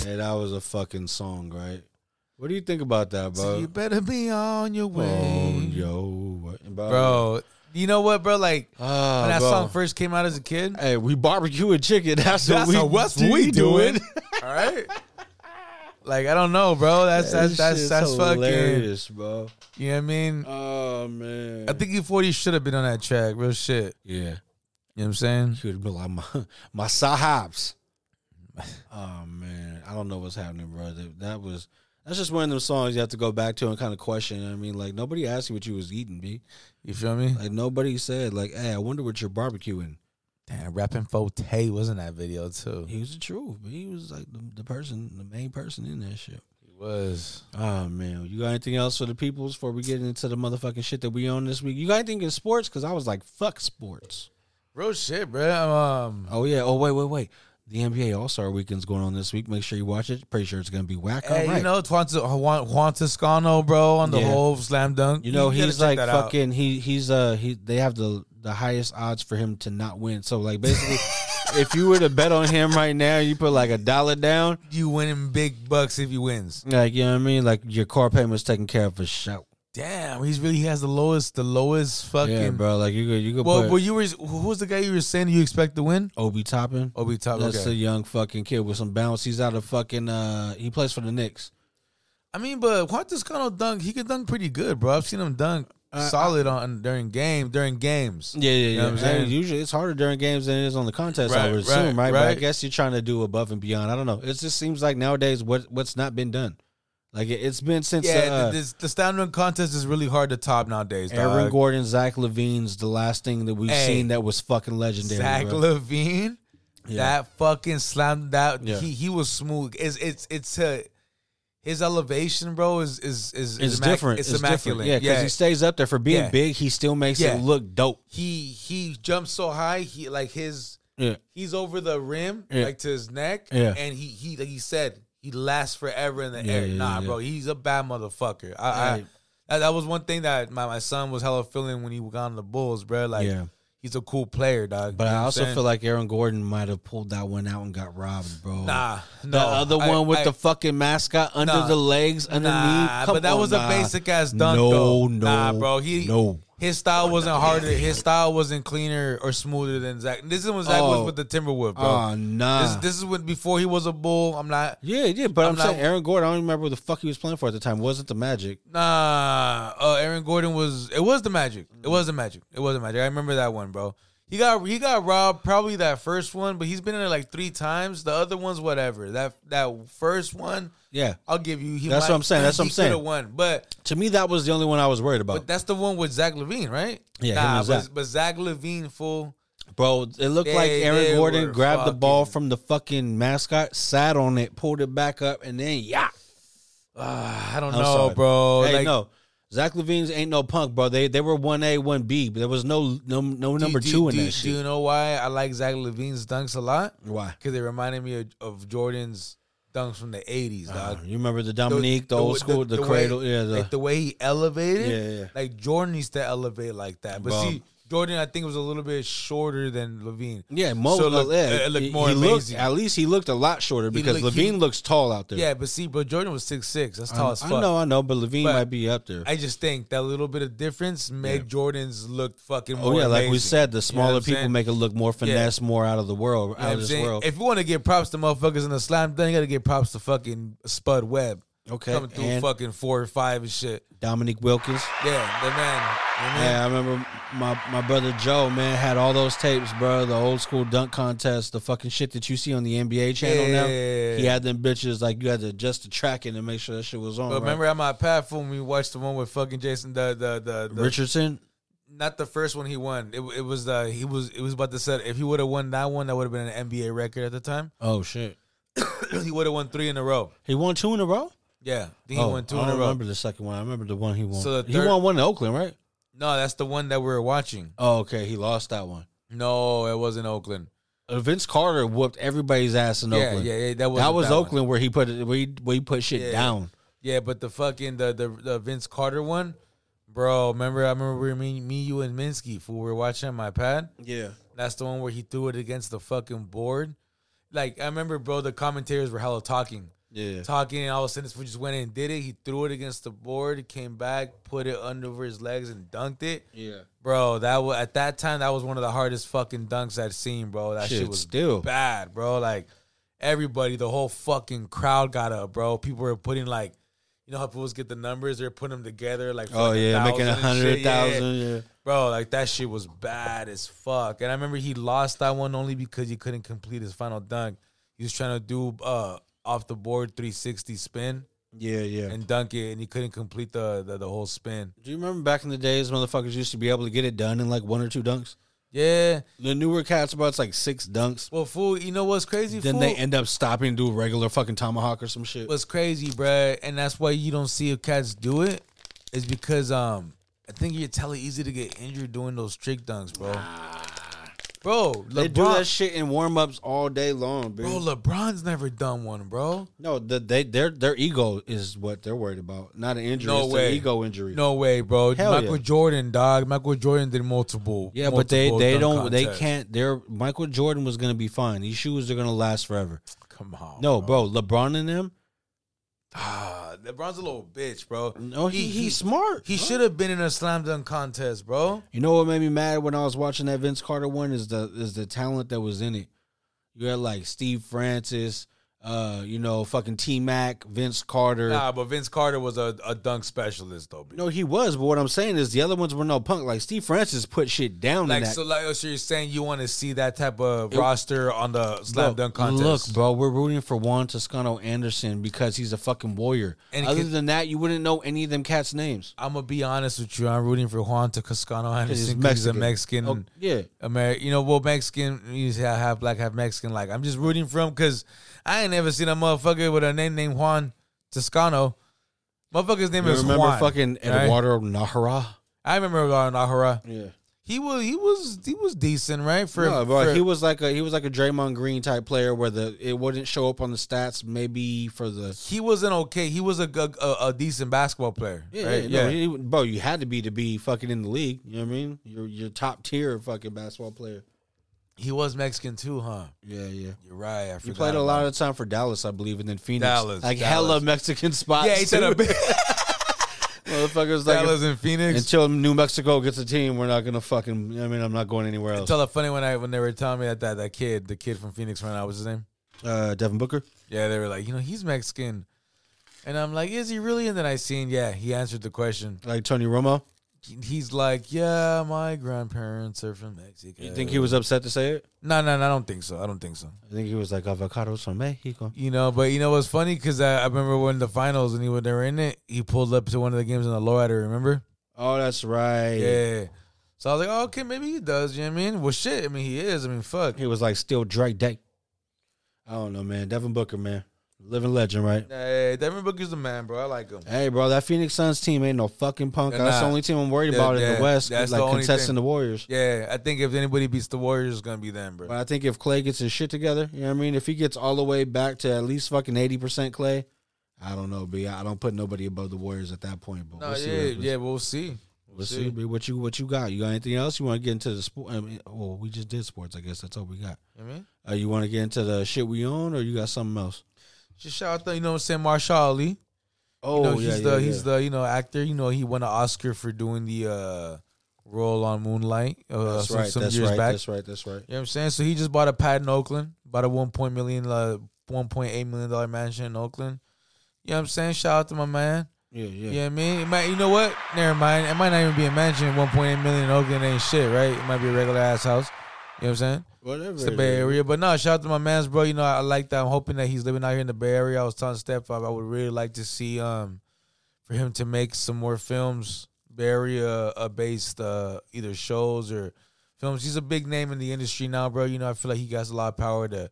Hey, that was a fucking song, right? What do you think about that, bro?
you better be on
Oh,
your way,
yo, what-
bro. You know what, bro? Like
Ah,
when that
bro.
song first came out as a kid,
Hey, we barbecue and chicken. That's,
That's
what we,
how West we doing. all right. Like I don't know, bro. That's that's that's that's fucking.
fucking bro.
You know what I mean?
Oh man.
I think E40 should have been on that track. Real shit.
yeah.
You know what I'm saying?
He would have been like my my sahabs. oh man, I don't know what's happening, bro. That, that was that's just one of those songs you have to go back to and kind of question. I mean, like nobody asked you what you was eating, b.
You feel me?
Like nobody said, like, hey, I wonder what you're barbecuing.
Damn, rapping Forte was in that video too.
He was the truth. But he was like the, the person, the main person in that shit.
He was.
Oh man, you got anything else for the peoples before we get into the motherfucking shit that we own this week? You got anything in sports? Because I was like, fuck sports.
Real shit, bro. Um,
Oh yeah. Oh wait, wait, wait. The NBA All Star Weekend's going on this week. Make sure you watch it. Pretty sure it's gonna be whack.
hey,
All right.
you know Juan, Juan, Juan Toscano, bro, on the
Yeah.
whole slam dunk.
You know,
gotta
he's
check
like
that out.
fucking. He he's uh he. They have the the highest odds for him to not win. So like basically, if you were to bet on him right now, you put like a dollar down.
You winning big bucks if he wins.
Like you know what I mean? Like your car payment's taken care of for sure.
Damn, he's really he has the lowest, the lowest fucking.
Yeah, bro. Like you could you could
Well,
put
but you were who was the guy you were saying you expect to win?
Obi Toppin.
Obi Top.
That's a
Oh, Okay.
young fucking kid with some bounce. He's out of fucking. uh He plays for the Knicks.
I mean, but Juan Toscano dunk. He could dunk pretty good, bro. I've seen him dunk solid on during game during games.
Uh, Yeah, yeah, yeah.
You know what I'm
Hey,
saying?
usually it's harder during games than it is on the contest. I
Right,
would assume, right?
right,
But I
right.
guess you're trying to do above and beyond. I don't know. It just seems like nowadays what what's not been done. Like it, it's been since
Yeah,
uh,
the, this, the stand up contest is really hard to top nowadays.
Aaron
dog.
Gordon, Zach Levine's the last thing that we've
Hey.
seen that was fucking legendary.
Zach
bro.
Levine, that fucking slam that
Yeah.
he he was smooth. It's it's it's uh, his elevation, bro. Is is is,
it's
immac-
different.
It's,
It's,
immaculate.
different. Yeah, because
yeah,
he stays up there for being
Yeah.
big. He still makes
Yeah.
it look dope.
he he jumps so high. He like his
Yeah,
he's over the rim
Yeah.
like to his neck.
Yeah.
and he he like he said he lasts forever in the
Yeah,
air.
yeah,
nah,
yeah.
bro, he's a bad motherfucker. I, I
Right.
that, that was one thing that my, my son was hella feeling when he got on the Bulls, bro. Like.
Yeah.
He's a cool player, dog.
but
You know
I
what I'm
also
saying?
feel like Aaron Gordon might have pulled that one out and got robbed, bro.
nah, no.
the other
I-
one with
I-
the fucking mascot under
Nah.
the legs, underneath.
Nah,
Come
but that
on,
was
nah.
a basic ass dunk.
No, no,
though. nah, bro. He
no.
His style wasn't harder. His style wasn't cleaner or smoother than Zach. This is when Zach
Oh.
was with the Timberwolves, bro.
Oh, nah.
This, this is when before he was a bull. I'm not.
yeah, yeah, but I'm,
I'm not-
saying Aaron Gordon. I don't remember what the fuck he was playing for at the time. Wasn't the Magic?
Nah, uh, Aaron Gordon was. It was the Magic. It was the Magic. It was the Magic. I remember that one, bro. He got he got robbed probably that first one, but he's been in it like three times. The other ones, whatever. That that first one,
Yeah.
I'll give you. He
That's what I'm saying. That's what I'm saying.
Could have won, but
To me, that was the only one I was worried
But
about,
that's the one with Zach Levine, right?
Yeah, him
nah,
and Zach.
But, but Zach Levine full.
bro. It looked
They-
like Aaron
they
Gordon
were
grabbed the ball
fucking-
from the fucking mascot, sat on it, pulled it back up, and then yeah.
Ah, I don't
I'm
know,
sorry.
bro.
Hey,
like,
no. Zach Levine's ain't no punk, bro. They they were one A, one B, but there was no no no
do-
number
do-
two in
do,
that
Do you
shit.
know why I like Zach Levine's dunks a lot?
Why?
Because they reminded me of, of Jordan's dunks from the '80s, dog.
Uh, You remember the Dominique, the, old school, the,
way-
cradle, yeah, the,
like the way he elevated.
Yeah, yeah.
Like Jordan used to elevate like that, but
Bro.
see, Jordan I think was a little bit shorter than Levine.
Yeah, Mo
So it
looked,
looked-
yeah,
it looked
he-
more
he looked-
amazing.
at least he looked a lot shorter because
looked-
Levine
he-
looks tall out there.
Yeah, but see, bro, Jordan was six six. That's tall
I,
as
I
fuck.
know, I know, but Levine
But
might be up there.
I just think that little bit of difference made Jordan's look fucking.
oh
More
yeah, like we
amazing.
said, the
You know
smaller
what I'm
people
saying?
make it look more finesse, more out of the world,
You
out
know
of
what I'm
this
saying?
world.
If you want to give props to motherfuckers in the slam dunk, you got to give props to fucking Spud Webb.
Okay,
coming through
and-
fucking four or five and shit.
Dominique Wilkins.
Yeah, the man. The man.
Yeah, I remember my, my brother Joe, man, had all those tapes, bro. The old school dunk contest, the fucking shit that you see on the NBA channel now.
Yeah.
He had them bitches, like, you had to adjust the tracking to make sure that shit was on.
But
right?
remember at my platform, we watched the one with fucking Jason the the the, the
Richardson?
not the first one he won. It, it was uh he was it was about to set. If he would have won that one, that would have been an NBA record at the time.
Oh shit.
he would have won three in a row.
He won two in a row.
Yeah, then he
oh,
won two
I
in
don't
a row.
remember the second one. I remember the one he won.
So the
he
third-
won one in Oakland, right?
No, that's the one that we were watching.
Oh, okay. He lost that one.
No, it wasn't Oakland.
Uh, Vince Carter whooped everybody's ass in
Yeah,
Oakland.
yeah, yeah, that wasn't
that was
that one.
Oakland where he put it, where, he, where he put shit
Yeah.
down.
Yeah, but the fucking the the, the Vince Carter one, bro. Remember, I remember we were me, me you and Minsky who were watching on my pad.
Yeah,
That's the one where he threw it against the fucking board. Like I remember, bro, the commentators were hella talking,
yeah.
talking, and all of a sudden this fool just went in and did it. He threw it against the board, came back, put it under over his legs, and dunked it.
Yeah.
Bro, that was at that time that was one of the hardest fucking dunks I'd seen, bro. That shit,
Shit,
was
still.
bad, bro. Like everybody, the whole fucking crowd got up, bro. People were putting like, you know how fools get the numbers, they're putting them together, like for,
Oh
like,
yeah, making a
thousand and
hundred
shit. Yeah, yeah.
thousand. Yeah.
bro. Like that shit was bad as fuck. And I remember he lost that one only because he couldn't complete his final dunk. He was trying to do uh off the board 360 spin
yeah, yeah,
and dunk it, and he couldn't complete the the, the whole spin.
Do you remember back in the days, motherfuckers used to be able to get it done in like one or two dunks?
Yeah.
The newer cats, bro, it's like six dunks.
Well, fool, you know what's crazy?
Then
fool?
they end up stopping and do regular fucking tomahawk or some shit.
what's crazy, bruh, and that's why you don't see if cats do it, is because um I think you're telling easy to get injured doing those trick dunks, bro. Bro,
They do that
LeBron,
shit in warm ups all day long, bro.
bro, LeBron's never done one, bro.
no, the, they their their ego is what they're worried about, not an injury.
No
it's
way.
an ego injury.
No way, bro.
Hell
Michael
yeah.
Jordan, dog. Michael Jordan did multiple.
Yeah, but they
multiple
they
dunk
don't they
contests.
can't. They're Michael Jordan was gonna be fine. These shoes are gonna last forever.
Come on,
No, bro, LeBron and them.
Ah, LeBron's a little bitch, bro.
No, he, he's smart.
He
bro.
should have been in a slam dunk contest, bro.
You know what made me mad when I was watching that Vince Carter one is the is the talent that was in it. You had like Steve Francis, uh, you know, fucking T Mac, Vince Carter.
Nah, but Vince Carter was a, a dunk specialist, though. B.
No, he was, but what I'm saying is the other ones were no punk. Like Steve Francis put shit down
Like
in that.
so, like oh, so you're saying you want to see that type of roster on the
Bro,
slam dunk contest?
Look, bro, we're rooting for Juan Toscano Anderson because he's a fucking warrior.
And
Other
can-
than that, you wouldn't know any of them cats' names.
I'm gonna be honest with you. I'm rooting for Juan to Cascano
he's
Anderson. 'cause He's a
Mexican.
Mexican.
Oh, yeah.
Ameri- you know, well, Mexican. You say half black, half Mexican. Like I'm just rooting for him because I ain't never seen a motherfucker with a name named Juan Toscano. Motherfucker's name
You
is
remember
Juan.
fucking
right?
Eduardo Nahara?
I remember Eduardo Nahara.
Yeah.
He was he was he was decent, right? For,
no, bro,
for-
he was like a he was like a Draymond Green type player where the it wouldn't show up on the stats maybe for the
he wasn't okay. He was a g- a, a decent basketball player.
yeah,
right?
yeah, no, he- bro you had to be to be fucking in the league you know what I mean you're you're top tier fucking basketball player
he was Mexican too, huh?
yeah yeah
You're right. I
he
forgot
played a
about
lot
him.
of time for Dallas I believe and then Phoenix
Dallas,
like
Dallas.
hella Mexican spots
yeah, he said a
too. motherfuckers like
Dallas in Phoenix.
until New Mexico gets a team we're not gonna fucking you know what I mean I'm not going anywhere else
Tell a funny when I when they were telling me that that, that kid, the kid from Phoenix right now, what's his name?
uh Devin Booker
Yeah, they were like, you know, he's Mexican. And I'm like, is he really? And then I seen, yeah, he answered the question.
like Tony Romo
He's like, yeah, my grandparents are from Mexico.
you think he was upset to say it
No, no, no, I don't think so. I don't think so.
I think he was like avocados from Mexico
You know, but you know what's funny? Because I, I remember when the finals and he when they were in it, he pulled up to one of the games in the lowrider. Remember?
oh that's right
Yeah. So I was like, oh, okay, maybe he does. You know what I mean? Well, shit. I mean, he is. I mean, fuck.
He was like still Drake Day. I don't know, man. Devin Booker, man. Living legend, right?
Hey, Devin Booker's the man, bro. I like him.
Hey, bro, that Phoenix Suns team ain't no fucking punk.
They're
that's the
not.
only team I'm worried
They're-
about in
yeah,
the West,
that's the
like
only
contesting
thing.
the Warriors.
Yeah, I think if anybody beats the Warriors, it's gonna be them, bro.
But I think if Clay gets his shit together, you know what I mean? If he gets all the way back to at least fucking 80% Clay, I don't know, B. I don't put nobody above the Warriors at that point. But
No,
we'll see
yeah,
what- we'll,
yeah, we'll see.
We'll see, B. What you, what you got? You got anything else you want to get into the sport? I mean, well, we just did sports, I guess. That's all we got.
I mean,
Uh, you want to get into the shit we own or you got something else?
just shout out, to, you know, what I'm saying, Marshall Ali.
Oh,
You know, he's the he's the you know actor. You know, he won an Oscar for doing the uh, role on Moonlight uh,
That's
some,
right.
some
that's
years
right.
back.
That's right. That's right.
You know what I'm saying? So he just bought a pad in Oakland, bought a one point million, uh, one point eight million dollar mansion in Oakland. You know what I'm saying? Shout out to my man.
Yeah, yeah.
You know what I mean? It might, you know what? Never mind. It might not even be a mansion. One point eight million in Oakland ain't shit, right? It might be a regular ass house. You know what I'm saying?
Whatever.
It's the
it
Bay
is.
Area. But no, shout out to my man's bro. You know, I, I like that. I'm hoping that he's living out here in the Bay Area. I was telling Steph I I would really like to see um for him to make some more films area uh, based uh, either shows or films. He's a big name in the industry now, bro. You know, I feel like he got a lot of power to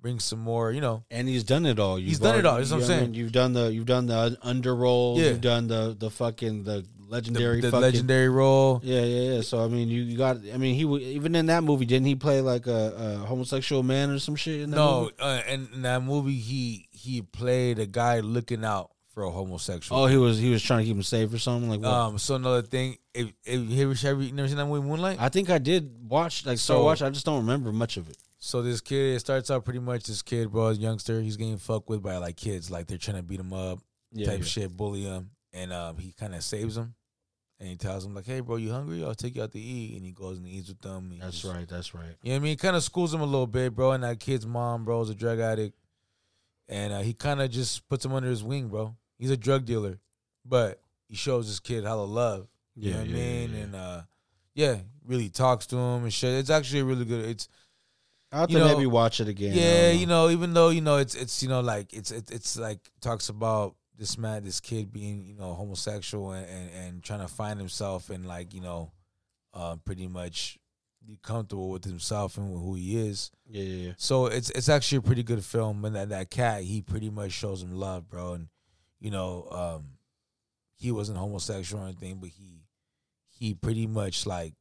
bring some more. You know,
and he's done it all. You've
He's done it all,
already-
that's what I'm
you know I
saying.
mean? You've done the you've done the underroll.
Yeah.
You've done the the fucking the
the,
legendary
the
fucking
legendary role.
Yeah, yeah, yeah. So I mean, you, you got. I mean, he wa- even in that movie, didn't he play like a, a homosexual man or some shit? In that
No,
movie?
uh, and in that movie, he he played a guy looking out for a homosexual.
Oh, he was he was trying to keep him safe or something like. What?
Um. So another thing, if, if have you ever- you never seen that movie Moonlight?
I think I did watch like so
So-
watch. I just don't remember much of it.
So this kid it starts out pretty much this kid, bro, this youngster. He's getting fucked with by like kids, like they're trying to beat him up,
Yeah,
type
yeah.
shit, bully him, and um, he kind of saves him, and he tells him like, "Hey, bro, you hungry? I'll take you out to eat." And he goes and eats with them. He
That's
just-
right. That's right.
You know what I mean? Kind of schools him a little bit, bro. And that kid's mom, bro, is a drug addict, and uh, he kind of just puts him under his wing, bro. He's a drug dealer, but he shows this kid hella love. You know
Yeah,
what
yeah,
I mean?
yeah, yeah.
And uh, yeah, really talks to him and shit. It's actually a really good. It's
I have to
You know-
maybe watch it again. I
yeah,
don't
you know, even though you know it's it's you know like it's it, it's like talks about this man, this kid being you know homosexual and and, and trying to find himself and like you know, um, pretty much be comfortable with himself and with who he is.
Yeah, yeah, yeah.
So it's it's actually a pretty good film. And that, that cat, he pretty much shows him love, bro. And you know, um, he wasn't homosexual or anything, but he he pretty much like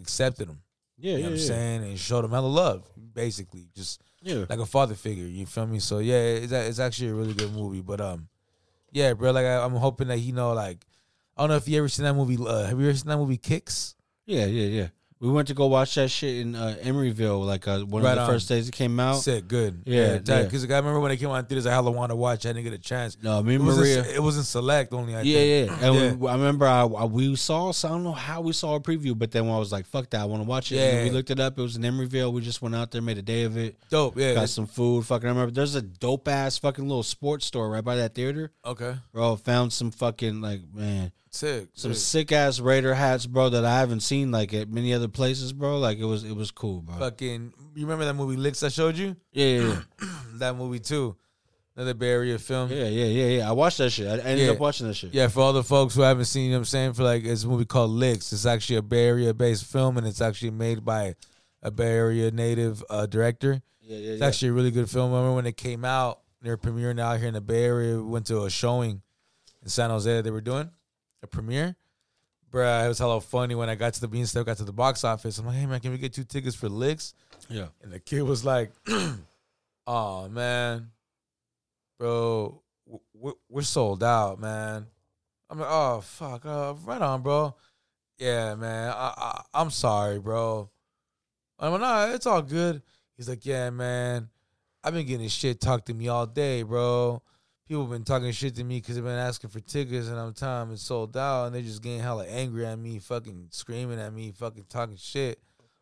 accepted him.
yeah,
You
yeah.
know what
yeah.
I'm saying? And showed him hella love, basically. Just
yeah.
like a father figure. You feel me? So yeah, it's, a- it's actually a really good movie. But um, yeah, bro. Like I, I'm hoping that he know. Like I don't know if you ever seen that movie. Uh, have you ever seen that movie Kicks?
Yeah, yeah, yeah. We went to go watch that shit in uh, Emeryville, like uh, one
Right
of the
on.
first days it came out.
Sick, good.
Oh. Yeah, yeah.
Because I remember when it came out in theaters, I hella want to watch. I didn't get a chance.
No, Uh, me
it
and
was
Maria.
in, it was in select only. I
yeah,
think.
yeah. And
Yeah.
we- I remember I, I- we saw. So I don't know how we saw a preview, but then when I was like, "Fuck that, I want to watch it." And
Yeah.
we looked it up. It was in Emeryville. We just went out there, made a day of it,
dope. Yeah,
got some food. Fucking, I remember there's a dope ass fucking little sports store right by that theater.
okay,
Bro, found some fucking like man,
sick.
some
sick.
sick ass Raider hats, bro, that I haven't seen like at many other places, bro. Like it was, it was cool, bro.
Fucking, you remember that movie Licks I showed you?
Yeah, yeah, yeah.
That movie too, another Bay Area film.
Yeah, yeah, yeah, yeah. I watched that shit. I I ended
Yeah.
up watching that shit.
Yeah, for all the folks who haven't seen, you know what I'm saying, for like it's a movie called Licks. It's actually a Bay Area based film and it's actually made by a Bay Area native uh, director.
yeah, yeah.
It's actually a really good film. I remember when it came out, they were premiering out here in the Bay Area. We went to a showing in San Jose that they were doing, a premiere. Bruh, it was hella funny when I got to the bean step, got to the box office. I'm like, hey man, can we get two tickets for Licks?
yeah.
And the kid was like, "Oh man, bro, w- w- we're sold out, man." I'm like, "Oh fuck, uh, right on, bro." Yeah, man, I, I I'm sorry, bro. I'm like, "Nah, it's all good." He's like, "Yeah, man, I've been getting shit talked to me all day, bro. People been talking shit to me because they've been asking for tickets, and I'm telling them it's sold out, and they're just getting hella angry at me, fucking screaming at me, fucking talking shit."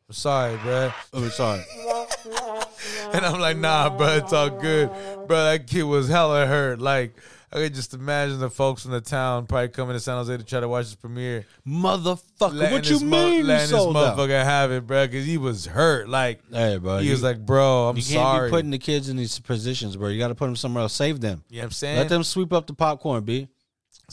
I'm sorry, bro.
I'm Oh, sorry.
And I'm like, nah, bro, it's all good. Bro, that kid was hella hurt. Like, I could just imagine the folks in the town probably coming to San Jose to try to watch this premiere.
Motherfucker,
Letting
what you
this mo-
mean? you
letting this
sold out?
motherfucker have it, bro, because he was hurt. Like,
Hey, bro.
he
you-
was like, bro, I'm
you can't
sorry.
be putting the kids in these positions, bro. You got to put them somewhere else. Save them.
you know what I'm saying?
Let them sweep up the popcorn, b.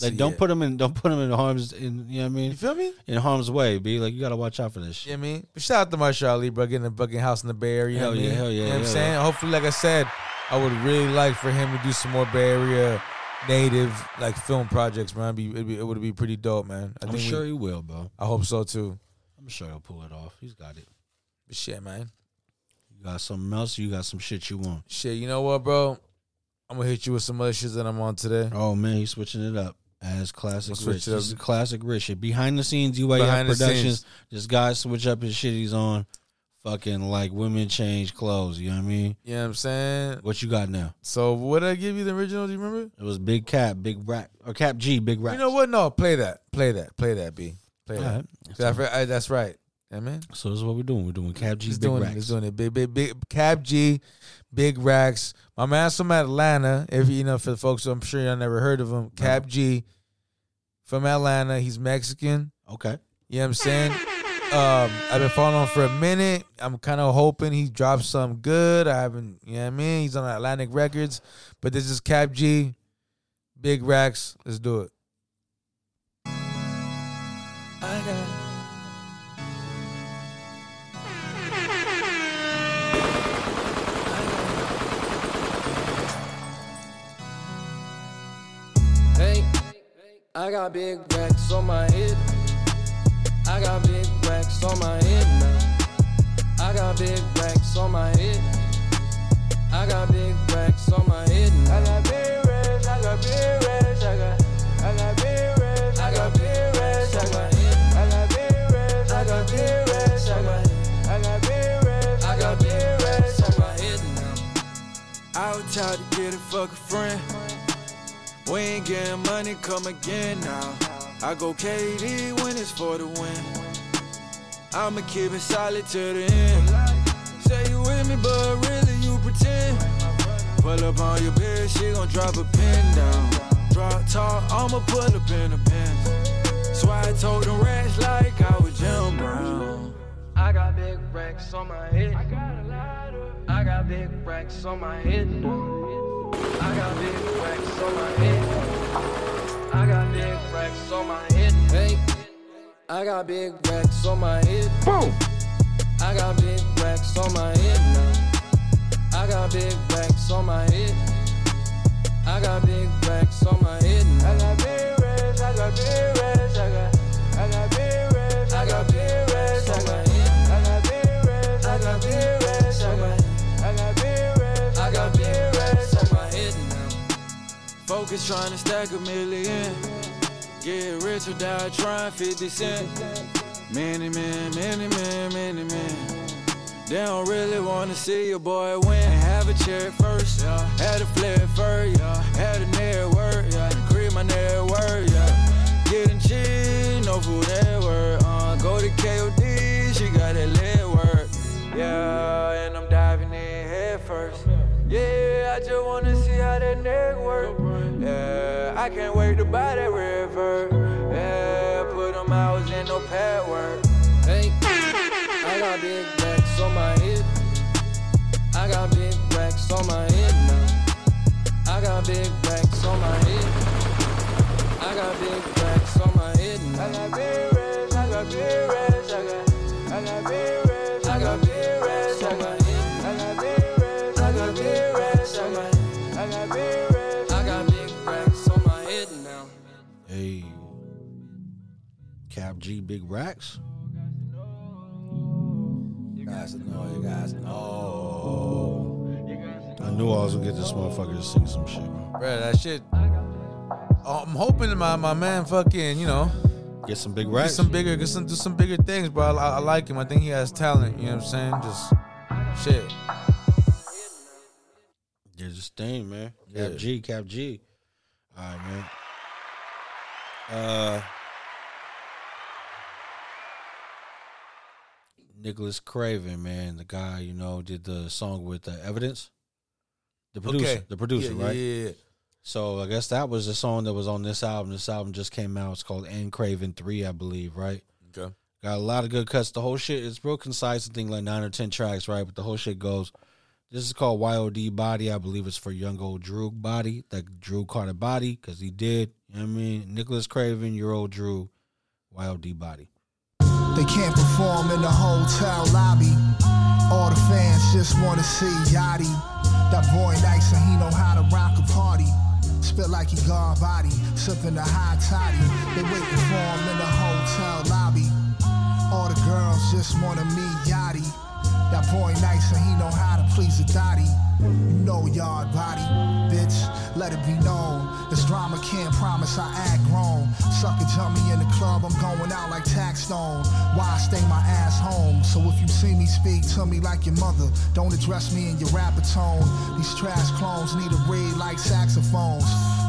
Like,
See,
don't
yeah.
put them in. Don't put them in harm's. In you know what I mean?
You feel me?
In harm's way, b. Like you got to watch out for this shit.
You know what I mean? But shout out to my Charlie, bro, getting a fucking house in the Bay Area. you know
Hell
what I
yeah,
mean?
hell yeah,
You know what I'm
hell
saying? Hopefully, like I said, I would really like for him to do some more Bay Area native like film projects, man. It'd be, it'd be, it would be pretty dope, man. I
I'm
think we-
sure he will, bro.
I hope so too.
I'm sure he'll pull it off. He's got it.
But shit, man.
You got something else? You got some shit you want?
Shit, you know what, bro? I'm gonna hit you with some other shit that I'm on today.
Oh man, he's switching it up. As classic
We'll switch
Rich.
it up.
This is classic Rich shit. Behind the scenes, UAF
Behind the
Productions.
scenes.
This guy switch up his shit he's on. Fucking like women change clothes. You know what I mean?
You know what I'm saying?
What you got now?
So what did I give you the original? Do you remember?
It was Big Cap, Big Rap, or Cap G, Big Rap.
You know what? No, play that. Play that. Play that, B. Play
All
that.
right.
'Cause I fr- I- that's right. Yeah, man.
So this is what we're doing. We're doing Cap G,
He's
Big
doing
Rap.
it. He's doing it. Big, big, big. Cab G, Big Racks. My man's from Atlanta. If you know, for the folks, I'm sure y'all never heard of him. Cab
Uh-huh.
G, from Atlanta. He's Mexican.
Okay.
You know what I'm saying? Um, I've been following him for a minute. I'm kind of hoping he drops something good. I haven't, you know what I mean? He's on Atlantic Records. But this is Cap G, Big Racks. Let's do it.
later.
Hey, I got big racks on my head. I got big racks on my head now. I got big racks on my head. I got big racks on my head now. I got big racks, I got big racks, I got, I got big racks, I got big racks on my head. I got big racks, I got big racks on my head. I got big racks, I got big racks on my head now. I was trying to get a fucking friend. We ain't getting money, come again now. I go KD when it's for the win. I'ma keep it solid to the end. Say you with me, but really you pretend. Pull up on your bitch, she gon' drop a pin down. Drop talk, I'ma pull up in the pin. So I told them rats like I was Jim Brown. I got big racks on my head. I got a lot of. I got big racks on my head. I got big racks on my head. I got big racks on my head. Hey, I got big racks on my head. Boom. I got big racks on my head now. I got big racks on my head. I got big racks on my head now. I got big racks. I got big racks. I got. I got big racks. I got big racks on my head. I got big racks. I got big racks on my head. I got big racks. I got big racks on my head now. Focus trying to stack a million. Get rich or die trying 50 cent. Many men, many men, many men. They don't really wanna see your boy win. Have a chair first, yeah. Had a flip first, yeah. Had a network, yeah. Create my network, yeah. Getting cheap, no food network, uh. Go to KOD, she got that leg work, yeah. And I'm diving in head first. Yeah, I just wanna see how that neck work. Yeah, I can't wait to buy that river. Yeah, put them hours in no pad work. Hey, I got big racks on my head. I got big racks on my head now. I got big racks on my head. I got big racks on my head now. I got big racks, I got big racks, I got, I got big racks, I got big racks on my head. I got big racks, I got big racks on my head. I got big racks, I got big racks on my head now.
Hey. Cap G Big Racks.
Guys, no, you guys, no.
I knew I was gonna get this motherfucker to sing some shit. bro.
Bro, that shit. Oh, I'm hoping my, my man fucking, you know,
Get some big
get
racks.
some bigger, get some, do some bigger things, bro. I, I I like him. I think he has talent. You know what I'm saying? Just shit.
There's this thing, man. Cap
Yeah.
G, Cap G. All right, man. Uh, Nicholas Craven, man, the guy you know did the song with uh, Evidence. The producer,
Okay.
the producer,
Yeah, yeah,
right?
Yeah, yeah.
So I guess that was the song that was on this album. This album just came out. It's called "And Craven Three, I believe, right?
Okay.
Got a lot of good cuts. The whole shit is real concise. I think like nine or ten tracks, right? But the whole shit goes. This is called YOD Body. I believe it's for young old Drew Body, that Drew Carter Body, because he did. You know what I mean, Nicholas Craven, your old Drew, YOD Body.
They can't perform in the hotel lobby. All the fans just wanna see Yachty. That boy nice and he know how to rock a party. Spit like he guard body, sipping the high toddy. They waiting for him in the hotel lobby. All the girls just wanna meet Yachty. That boy nice and he know how to please a dotty. You know yard body, bitch. Let it be known. This drama can't promise I act grown. Sucker tell me in the club, I'm going out like tax stone. Why I stay my ass home? So if you see me speak to me like your mother, don't address me in your rapper tone. These trash clones need to read like saxophones.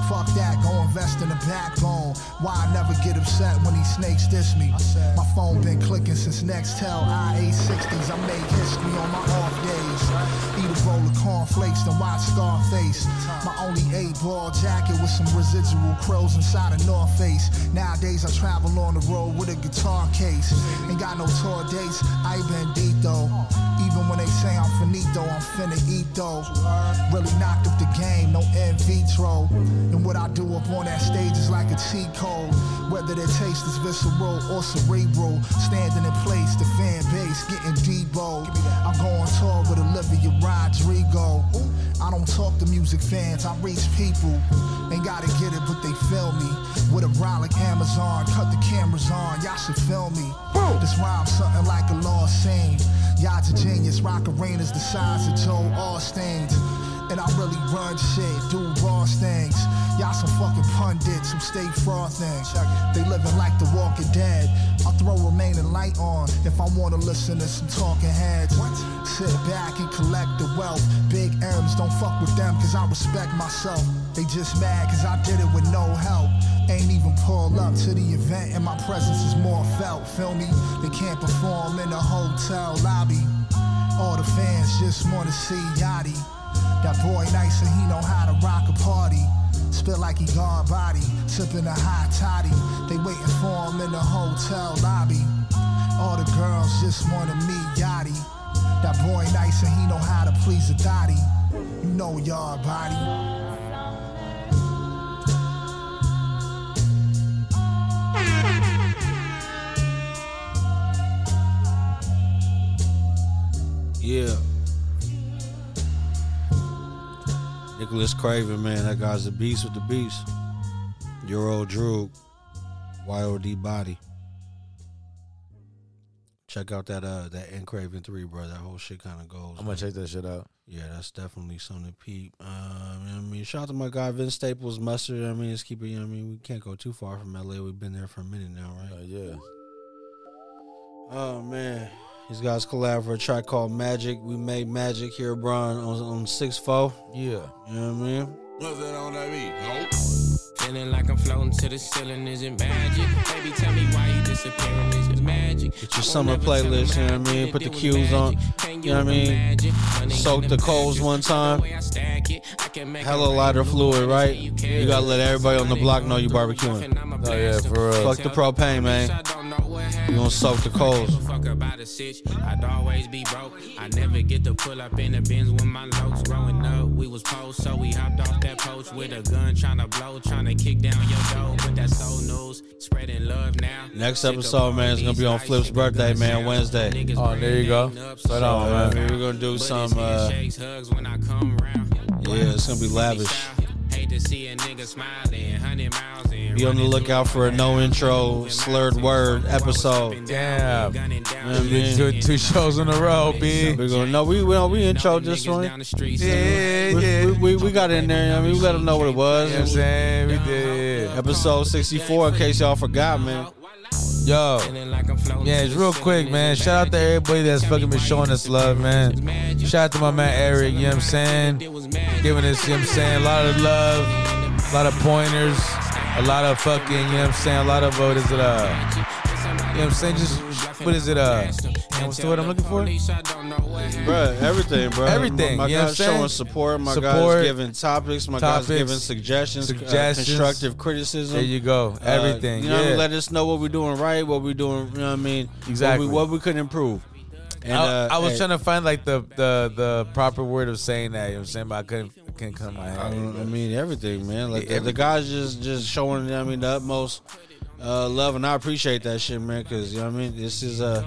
Fuck that, go invest in a backbone. Why I never get upset when these snakes diss me. My phone been clicking since Nextel IA60s. I make history on my off days. Eat a bowl of cornflakes, then watch Scarface. My only eight ball jacket with some residual crows inside a North Face. Nowadays I travel on the road with a guitar case. Ain't got no tour dates, I been deep though. Even when they say I'm finito, I'm finna eat though. Really knocked up the game, no in vitro. And what I do up on that stage is like a cheat sea cold. Whether their taste is visceral or cerebral, standing in place, the fan base getting debo. I'm going tall with Olivia Rodrigo. I don't talk to music fans, I reach people. They gotta get it, but they feel me. With a ride like Amazon, cut the cameras on, y'all should feel me. This rhyme something like a lost scene. Y'all's a genius, rock arenas the size of Joe Austin's. And I really run shit, do raw things. Y'all some fucking pundits who stay fraud things. They living like the walking dead. I throw remaining light on if I wanna listen to some talking heads. Sit back and collect the wealth. Big M's, don't fuck with them cause I respect myself. They just mad cause I did it with no help. Ain't even pull up to the event and my presence is more felt, feel me? They can't perform in the hotel lobby. All the fans just wanna see Yachty. That boy nice and he know how to rock a party. Spit like he gone body, sipping a hot toddy. They waiting for him in the hotel lobby. All the girls just wanna meet Yachty. That boy nice and he know how to please a dotty. You know y'all body.
Yeah. Nicholas Craven, man, that guy's the beast with the beast. Your old Droog, YOD Body. Check out that uh that N Craven three, bro. That whole shit kind of goes.
I'm gonna check that shit out.
Yeah, that's definitely something to peep. Um, you know what I mean, shout out to my guy Vince Staples, Mustard. you know what I mean, let's keep it. You know what I mean, we can't go too far from LA. We've been there for a minute now, right?
Uh, yeah.
Oh man, these guys collab for a track called Magic. We made Magic here, Brian, on on six four.
Yeah.
You know what I mean?
Feeling like I'm floating to the ceiling, is it magic? Baby, tell me why you disappearing, is it magic?
Get your summer playlist, you know what I mean? Put the cues on, you know what I mean? Soak the coals one time. Hella lighter fluid, right? You gotta let everybody on the block know you barbecuing.
Oh yeah, for real.
Fuck the propane, man. You gonna soak the coals.
Fuck about a sitch, I'd always be broke. I never get to pull up in the bins with my locs. Growing up, we was post, so we hopped off that post with a gun, tryna blow, tryna kick down your door. But that's so news, spreading love now.
Next episode, man, is gonna be on Flip's birthday, man, Wednesday.
Oh, there you go. Right on, man.
We're gonna do some, uh, yeah, it's gonna be lavish.
Hate to see a nigga smiling, hundred miles in.
Be on the lookout for a no intro slurred word episode.
Damn.
I mean?
Two, two shows in a row, B.
We're gonna no, we we don't- we intro this one.
Yeah, yeah.
We, we, we got in there. I mean, we let them know what it was.
You know what I'm saying? We did. yeah.
Episode sixty four. In case y'all forgot, man.
Yo. Yeah, it's real quick, man. Shout out to everybody that's fucking been showing us love, man. Shout out to my man Eric, you know what I'm saying? Giving us, you know what I'm saying, a lot of love, a lot of pointers, a lot of fucking, you know what I'm saying, a lot of, what is it, uh, you know what I'm saying? Just, what is it, uh, man, what's the word I'm looking for?
Bruh, everything, bro.
Everything,
My, my
you know
guy's
what I'm saying?
showing support. My
Support,
guy's giving topics. My
topics,
guy's giving suggestions,
suggestions.
Uh, constructive criticism.
There you go.
Uh,
Everything,
you know, what I mean?
yeah.
let us know what we're doing right, what we're doing. You know what I mean?
Exactly.
What we, what we could improve. And
I,
uh,
I was
hey,
trying to find like the, the the proper word of saying that, you know what I'm saying? But I couldn't couldn't come to my
I,
head.
don't- I mean everything, man. Like
Yeah,
the, the guys just just showing. you know what I mean the utmost uh, love, and I appreciate that shit, man. Because you know what I mean. This is uh,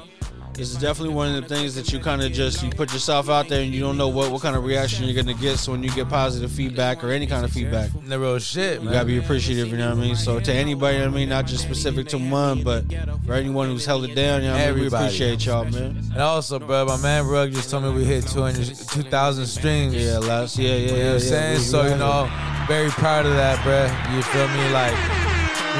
this is definitely one of the things that you kind of just you put yourself out there, and you don't know what what kind of reaction you're gonna get. So when you get positive feedback or any kind of feedback,
The real shit,
you
man.
gotta be appreciative. You know what I mean. So to anybody, you know what I mean, not just specific to one, but for anyone who's held it down, you know what I mean, we
Everybody.
appreciate y'all, man.
And also, bro, my man Rug just told me we hit 200, 2,000 streams.
Yeah, last yeah, yeah, yeah.
You know what I'm saying? So, you know, very proud of that, bro. You feel me? Like,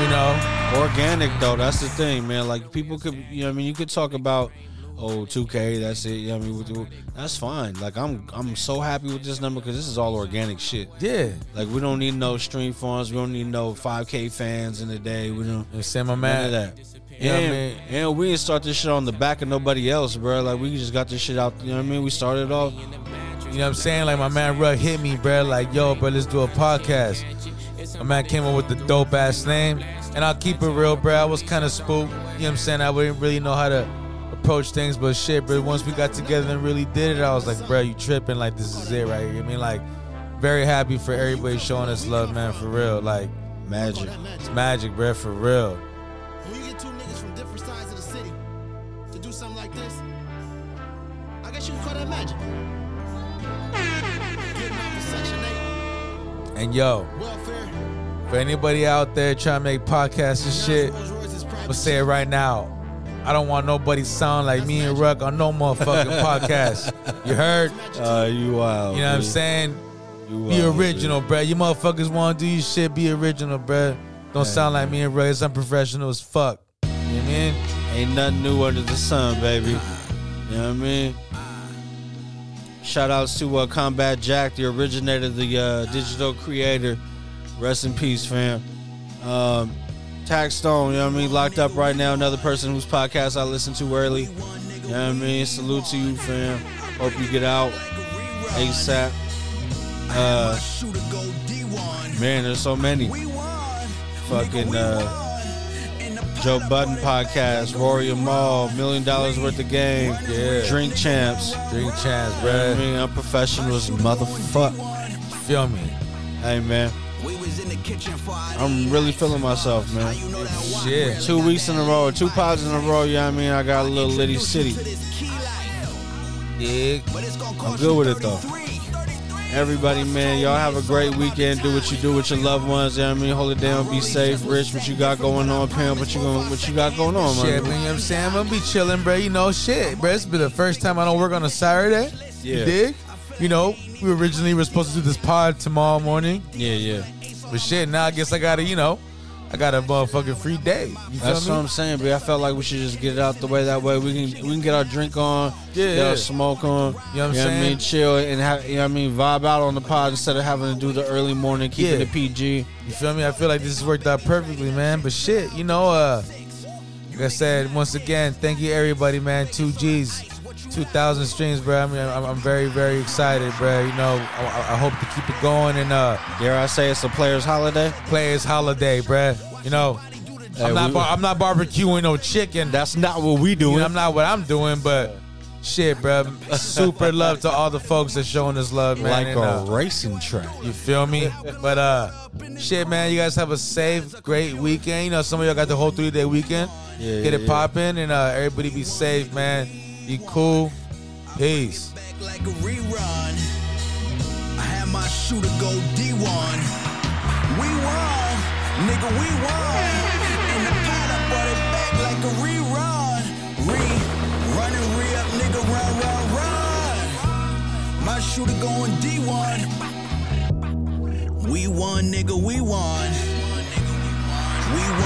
you know,
organic though that's the thing man like people could you know what i mean you could talk about oh 2k that's it you know what i mean we do- that's fine like i'm i'm so happy with this number because this is all organic shit
yeah. You know
like we don't need no stream funds we don't need no 5k fans in the day we don't
what I'm saying? My
none
man.
of that
You know what I
and,
mean?
and we didn't start this shit on the back of nobody else, bro. Like we just got this shit out. You know what I mean? We started off.
You know what I'm saying? Like, my man Rug hit me, bro. Like, yo, bro, let's do a podcast. My man came up with the dope ass name. And I'll keep it real, bro. I was kind of spooked. You know what I'm saying? I wouldn't really know how to approach things, but shit, bro. Once we got together and really did it, I was like, bro, you tripping. Like, this is it right here. I mean, like, very happy for everybody showing us love, man, for real. Like, Magic. It's magic, bruh, for real.
When you get two niggas from different sides of the city to do something like this, I guess you can call that magic. Getting off of Section
And yo,
8, welfare,
for anybody out there trying to make podcasts and shit, I'm gonna say it right now. I don't want nobody sound like me and Ruck on no motherfucking podcast. You heard?
Uh, you wild.
You know what I'm
B.
saying?
You
Be
wild, B.
original, bruh. You motherfuckers want to do your shit. Be original, bruh. Don't sound like me and Ruck. It's unprofessional as fuck. You know what I mean?
Ain't nothing new under the sun, baby. You know what I mean? Shout outs to uh, Combat Jack, the originator, the uh, digital creator. Rest in peace, fam. Um, Tax Stone, you know what I mean? Locked up right now. Another person whose podcast I listened to early. You know what I mean? Salute to you, fam. Hope you get out ASAP. Uh, man, there's so many. Fucking. Uh, Joe Budden podcast, Rory Amal, Million Dollars Worth of Game, yeah. Drink Champs.
Drink Champs,
bro. I mean, I'm professionals, motherfuck.
Feel me?
Hey, man. I'm really feeling myself, man.
Shit.
Two weeks in a row, two pods in a row, you know what I mean? I got a little Litty City.
Yeah.
I'm good with it, though. Everybody, man, y'all have a great weekend. Do what you do with your loved ones. You know what I mean? Hold it down. Be safe. Rich, what you got going on? Pam, what you going? What you got going on,
Shit,
man?
man, you know what I'm saying? I'm gonna be chilling, bro. You know, shit, bro. This be the first time I don't work on a Saturday.
Yeah.
You dig? You know, we originally were supposed to do this pod tomorrow morning.
Yeah, yeah.
But shit, now I guess I gotta, you know, I got a motherfucking free day. You feel
That's
me?
what I'm saying, but I felt like we should just get it out the way. That way we can we can get our drink on,
Yeah,
get
yeah.
our smoke on.
You know what I'm
I
saying?
mean? Chill and have, you know what I mean vibe out on the pod instead of having to do the early morning, keeping
Yeah.
it PG.
You feel me? I feel like this has worked out perfectly, man. But shit, you know, uh, like I said, once again, thank you everybody, man. Two G's, two thousand streams, bro. I mean, I'm, I'm very, very excited, bro. You know, I, I I hope to keep it going and uh,
dare I say it's a players' holiday?
Players' holiday, bro. You know,
Hey,
I'm not,
we-
bar- I'm not barbecuing no chicken.
That's not what we doing.
You know, I'm not what I'm doing, but shit, bro. Super love to all the folks that's showing us love, man.
Like
and,
a
uh,
racing track.
you feel me? But uh, shit, man, you guys have a safe, great weekend. You know, some of y'all got the whole three day weekend.
Yeah,
Get
yeah,
it
yeah.
poppin', and uh, everybody be safe, man. Be cool. Peace.
like a rerun. I had my shooter go D1. We won, nigga, we won. In the pot, I brought it back like a rerun. Re, run and re up, nigga, run, run, run. My shooter going D1. We won, nigga, we won. We